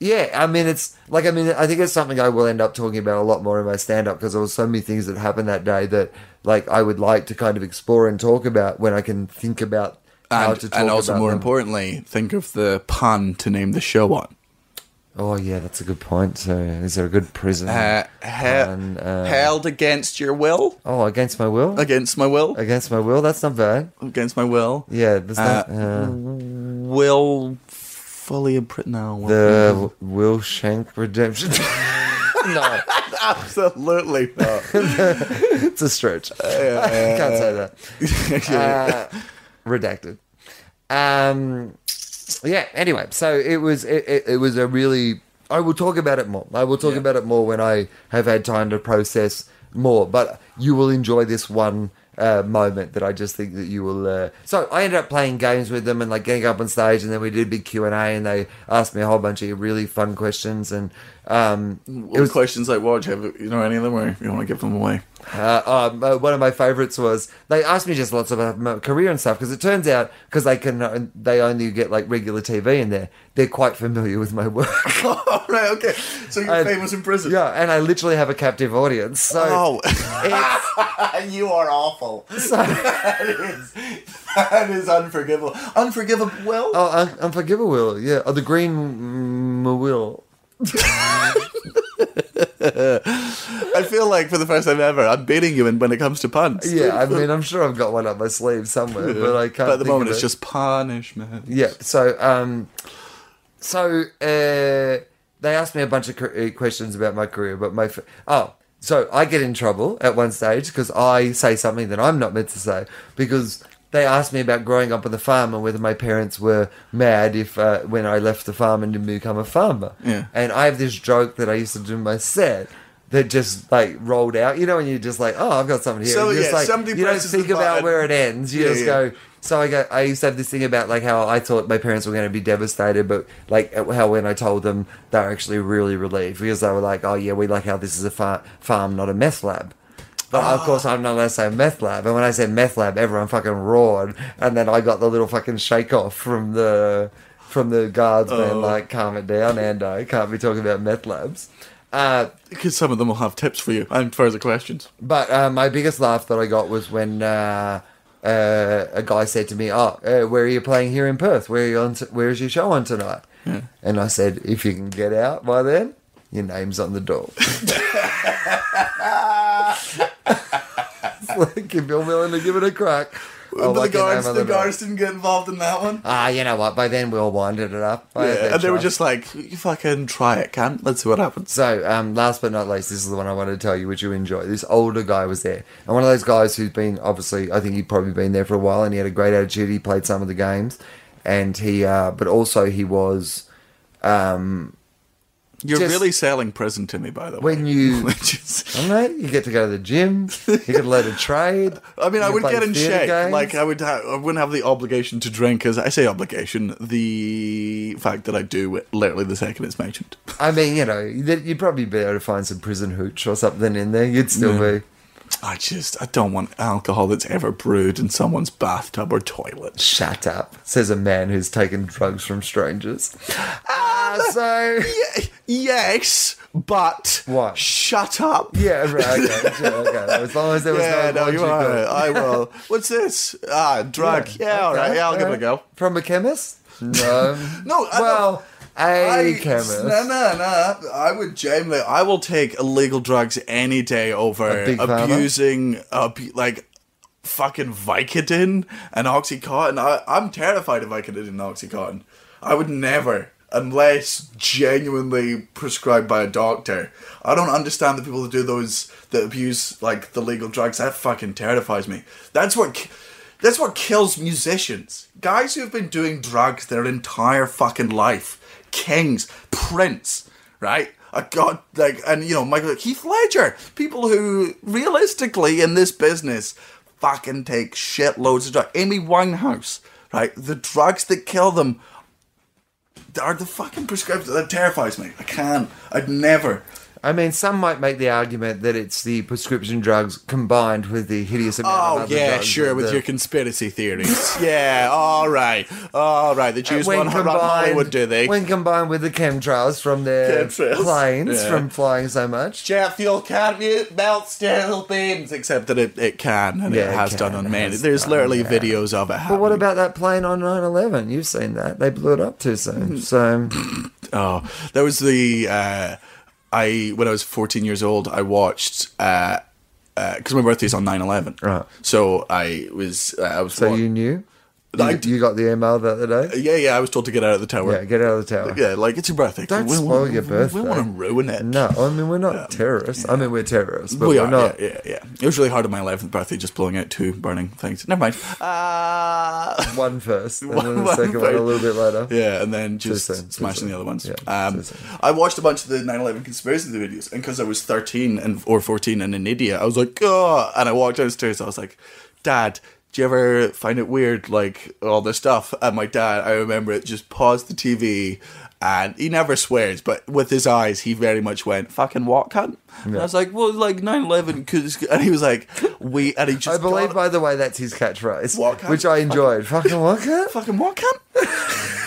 yeah, I mean, it's like, I mean, I think it's something I will end up talking about a lot more in my stand up because there was so many things that happened that day that, like, I would like to kind of explore and talk about when I can think about how to
And,
talk
and also,
about
more
them.
importantly, think of the pun to name the show on.
Oh, yeah, that's a good point. So, is there a good prison?
Uh, he-
And, uh,
held against your will?
oh, against my will?
Against my will?
Against my will? That's not bad.
Against my will?
Yeah, there's not.
Uh,
Uh,
Will fully imprisoned. No, will-
The Will Shank Redemption. no,
absolutely not.
it's a stretch. I can't say that. Uh, redacted. Um, yeah. Anyway, so it was it, it, it was a really. I will talk about it more. I will talk about it more when I have had time to process more. But you will enjoy this one uh, moment that I just think that you will. Uh... So I ended up playing games with them and like getting up on stage, and then we did a big Q and A, and they asked me a whole bunch of really fun questions, and um,
What questions like what? Do you, have, you know any of them, or you want to give them away?
Uh, um, uh, one of my favorites was they asked me just lots about my career and stuff because it turns out because they can uh, they only get like regular TV in there they're quite familiar with my work.
oh, right, okay. So you're
And-
famous in prison.
Uh, yeah, and I literally have a captive audience. So
Oh,
it's-
you are awful. that is that is unforgivable. Unforgivable. Well,
oh, Un- Unforgivable Will, yeah, oh, the Green mm, Will.
I feel like for the first time ever, I'm beating you in when it comes to puns.
Yeah, I mean I'm sure I've got one up my sleeve somewhere, but I can't.
But at the
think
moment,
of
it's
it.
just punishment.
yeah. So, um, so uh, they asked me a bunch of cur- uh, questions about my career, but my f- oh, so I get in trouble at one stage because I say something that I'm not meant to say because they asked me about growing up on the farm and whether my parents were mad if uh, when I left the farm and didn't become a farmer.
Yeah.
And I have this joke that I used to do in my set. That just like rolled out, you know, and you're just like, oh, I've got something here.
So,
And you're just
yeah,
like,
somebody
you don't
presses the
think about
button.
where it ends. You
Yeah,
just
yeah.
go, so I go. I used to have this thing about like how I thought my parents were going to be devastated, but like how when I told them, they're actually really relieved because they were like, "Oh yeah, we like how this is a far- farm, not a meth lab." But
Ah.
of course, I'm not allowed to say meth lab. And when I said meth lab, everyone fucking roared, and then I got the little fucking shake off from the from the guards,
Oh.
man. Like, calm it down, and I can't be talking about meth labs. Uh,
Because some of them will have tips for you and further questions.
but uh, my biggest laugh that I got was when uh, uh, a guy said to me, "Oh, uh, where are you playing here in Perth? Where are you on? T- where is your show on tonight?" And I said, "If you can get out by then, your name's on the door." It's like if you're willing to give it a crack, I'll
But the
whack your name
guards,
on
the
door.
guards didn't get involved in that one.
Ah, you know what? By then we all winded it up. I had
Yeah,
that
and they were
try.
just like, "You fucking try it, can't? Let's see what happens."
So, um, last but not least, this is the one I wanted to tell you, which you enjoy. This older guy was there, and one of those guys who's been obviously, I think he'd probably been there for a while, and he had a great attitude. He played some of the games, and he, uh, but also he was
You're
Just-
really selling prison to me, by the way.
when you.
Which is-
I don't know. You get to go to the gym. You get to learn to trade.
I mean, I
you
would
play
get in
theatre
shape.
games.
Like, um, I would, ha- I wouldn't have the obligation to drink. As I say, obligation, the fact that I do it literally the second it's mentioned.
I mean, you know, you'd probably be able to find some prison hooch or something in there. You'd still be.
I just, I don't want alcohol that's ever brewed in someone's bathtub or toilet.
Shut up, says a man who's taken drugs from strangers. Ah, so.
Ye- Yes, but
What?
Shut up.
Yeah, right, okay, sure, okay. As long as there was
Yeah,
no,
no, you are.
logical-
right. I will. What's this? Ah, drug. Yeah, all right.
okay,
Yeah, I'll give it a
alright.
go.
From a chemist? No.
No, I
well, a
I-
chemist.
No, no, no. I would generally. I will take illegal drugs any day over
A big pharma?
abusing, abu- like, fucking Vicodin and OxyContin. I, I'm terrified of Vicodin and OxyContin. I would never, unless genuinely prescribed by a doctor. I don't understand the people that do those that abuse like the legal drugs. That fucking terrifies me. That's what. ki- That's what kills musicians. Guys who've been doing drugs their entire fucking life. Kings, Prince, right? A god like and you know Michael Heath Ledger. People who realistically in this business fucking take shitloads of drugs. Amy Winehouse, right? The drugs that kill them are the fucking prescriptions. That terrifies me. I can't. I'd never.
I mean, some might make the argument that it's the prescription drugs combined with the hideous amount of
Oh
other
yeah,
drugs
sure.
that
With
the-
your conspiracy theories, yeah. All right, all right. The Jews want to rob Hollywood, do they?
Uh, When combined with the chemtrails from their
Chemtrails,
planes
yeah.
from flying so much.
Jet fuel can't mu- melt steel beams, except that it, it can, and
Yeah,
it
it
has
can,
done on
it
many.
has
There's
done,
literally
yeah.
videos of it.
But what about that plane on 9-11? You've seen that. They blew it up too
Hmm.
soon. So
Oh, that was the uh, I when I was 14 years old. I watched uh, uh 'cause my birthday's on 9/11.
Right.
So I was uh, I was
Uh. so
wa-
you knew?
I
You,
d-
you got the email the other day?
yeah yeah I was told to get out of the tower.
Yeah, get out of the tower.
Yeah, like it's your birthday.
Don't
We don't
spoil
wanna-
your birthday.
We want to ruin it.
No, I mean, we're not terrorists. I mean, we're terrorists, but
Um, we
we're
are,
not.
Yeah, yeah, yeah. It was really hard on my 11th birthday just blowing out two burning things. Never mind. Uh,
One first, and
One-
then the
one
second one a
first.
little bit later.
yeah, and then just
soon, too
smashing
soon.
the other ones.
Yeah,
um,
too soon.
I watched a bunch of the 9 11 conspiracy videos, and because I was 13 and or 14 and in India, I was like, oh, and I walked downstairs. I was like, Dad, do you ever find it weird, like all this stuff? And my dad, I remember it, just paused the TV. And he never swears, but with his eyes, he very much went, fucking what, cunt? And I was like, well, like 9 11, and he was like, we, and he
I
just.
believe,
got-
by the way, that's his catchphrase,
What kind-
which I enjoyed. Fucking Walker?
fucking what, cunt?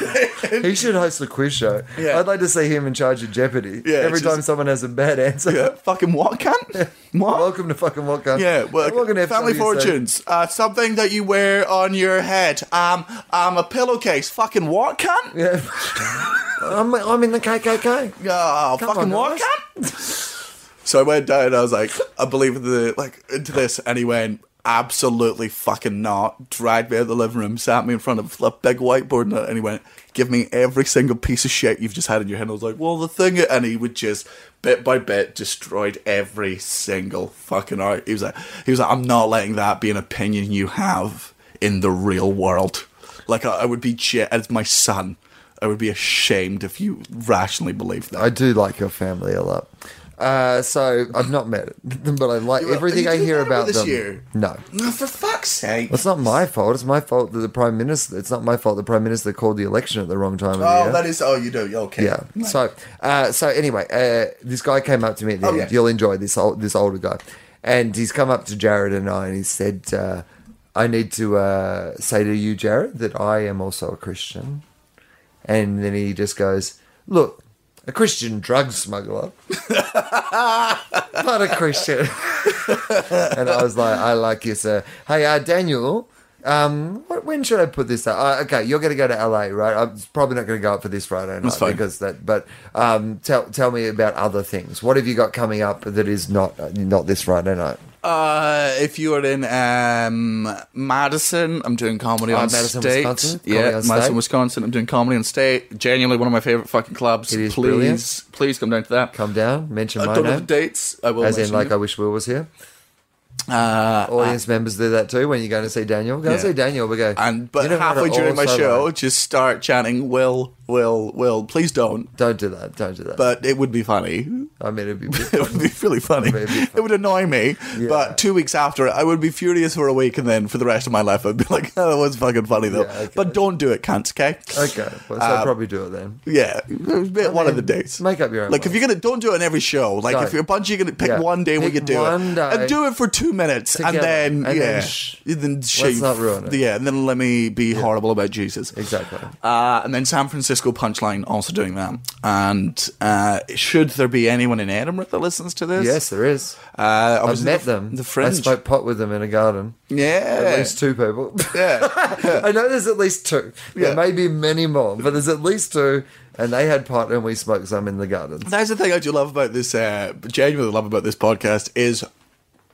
He should host a quiz show.
Yeah.
I'd like to see him in charge of Jeopardy.
Yeah,
Every
just-
time someone has a bad answer,
Yeah, fucking what, cunt? What?
welcome to fucking Walker.
Yeah, well,
welcome to
family
FWC.
fortunes. Uh, something that you wear on your head. Um, um, a pillowcase. Fucking what, cunt?
Yeah. I'm, I'm in the KKK.
Oh,
Come on,
fucking what, cunt? so I went down. and I was like, I believe in the like into this, and he went. Absolutely fucking not. Dragged me out of the living room, sat me in front of a big whiteboard, and- and he went, Give me every single piece of shit you've just had in your head. And I was like, Well, the thing, and he would just bit by bit destroyed every single fucking art. He was like, he was like, I'm not letting that be an opinion you have in the real world. Like I, I would be ge- as my son, I would be ashamed if you rationally believed that.
I do like your family a lot. Uh, so I've not met them, but I like
You- uh,
everything
you
I
didn't
hear
marry
about
this
them.
year?
No.
No, for fuck's sake.
It's not my fault. It's my fault that the prime minister. It's not my fault the prime minister called the election at the wrong time of the
Oh,
year.
that is. Oh, you do. Okay.
Yeah. So, uh, so anyway, uh, this guy came up to me. At the
Oh,
end.
yeah.
You'll enjoy this old, this older guy, and he's come up to Jared and I, and he said, uh, "I need to uh, say to you, Jared, that I am also a Christian." And then he just goes, "Look, a Christian drug smuggler, not a Christian." and I was like, "I like you, sir." Hey, uh, Daniel. Um, wh- when should I put this out? Uh, okay, you're going to go to LA, right? I'm probably not going to go up for this Friday night
fine.
because that. But um, tell tell me about other things. What have you got coming up that is not uh, not this Friday night?
Uh, if you are in um, Madison, I'm doing comedy
Oh,
on
Madison,
state.
Wisconsin? Comedy
yeah,
on
Madison,
State?
Wisconsin. I'm doing comedy on state. Genuinely, one of my favorite fucking clubs.
It is
please,
brilliant.
please come down to that.
Come down, mention
I
my
don't know the
name.
dates. I will.
As in,
mention
like,
it.
I wish Will was here.
uh,
Audience members do that too. When you go to see Daniel, go
Yeah.
see Daniel. We go.
and but
"You know what
halfway
I
during my
also
show,
like?"
just start chanting "Will, Will, Will." Please don't.
don't do that. Don't do that.
But it would be funny.
I mean, it'd be.
it would be really funny.
It'd be
It would annoy me,
Yeah.
but two weeks after, I would be furious for a week, and then for the rest of my life, I'd be like, "Oh, that was fucking funny though."
Yeah, okay.
But don't do it, cunts. Okay.
Okay, well, so
Uh,
I'll probably do it then.
Yeah, one of the days.
make up your own
Like if
mind.
you're gonna, don't do it in every show. Like
Don't.
if you're a bunch, you're gonna pick
Yeah.
one day when
Pick
you do
one
it,
day
and do it for two minutes,
together,
and then
and then
yeah,
sh-
then shit,
let's
you-
not ruin it.
Yeah, and then let me be horrible about Jesus.
Exactly.
Uh, and then San Francisco Punchline also doing that. And uh, should there be anyone in Edinburgh that listens to this?
Yes, there is.
Uh, I
I've
was
met
the,
them.
The Fringe.
I spoke pot with them in a garden.
yeah.
At least two people.
yeah.
I know there's at least two.
Yeah.
There may be many more, but there's at least two. And they had pot and we smoked some in the gardens.
That's the thing I do love about this, uh, genuinely love about this podcast is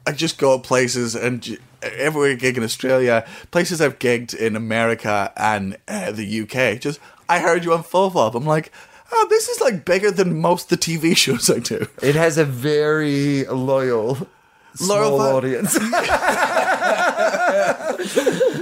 I just go places and j- everywhere I gig in Australia, places I've gigged in America and uh, the UK. Just, I heard you on Full Fob. I'm like, oh, this is like bigger than most of the TV shows I do.
It has a very loyal, small
Loyal-
audience.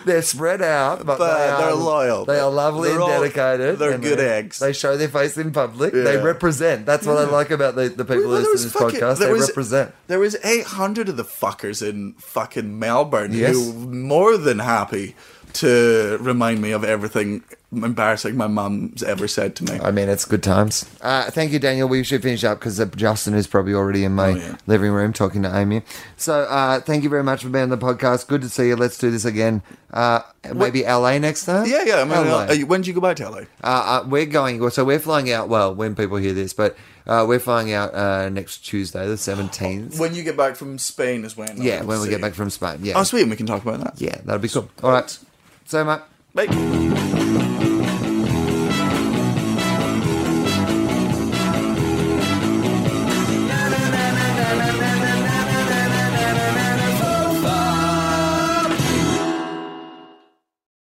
they're spread out, but,
But
they are,
they're loyal.
They are lovely
They're
and
all-
dedicated.
they're
and
good
they-
eggs.
They show their face in public. They
Yeah.
represent. That's what I like about the, the people who
Well,
listen to
there was
this
fucking-
podcast.
there
They
was-
represent.
There was 800 of the fuckers in fucking Melbourne
Yes.
who were more than happy to remind me of everything embarrassing my mum's ever said to me.
I mean, it's good times. Uh, thank you, Daniel. We should finish up because Justin is probably already in my
Oh, yeah.
living room talking to Amy. So uh, thank you very much for being on the podcast. Good to see you. Let's do this again. Uh, maybe LA next time.
Yeah, yeah. I mean,
LA.
uh, when did you go back to LA?
Uh, uh, we're going. So we're flying out. Well, when people hear this, but uh, we're flying out uh, next Tuesday, the seventeenth.
When you get back from Spain is when. I
yeah,
want
when
to
we
see Oh,
get
you.
back from Spain. Yeah,
Oh, sweet. and We can talk about that.
yeah, that'll be cool. All right. So much.
Bye.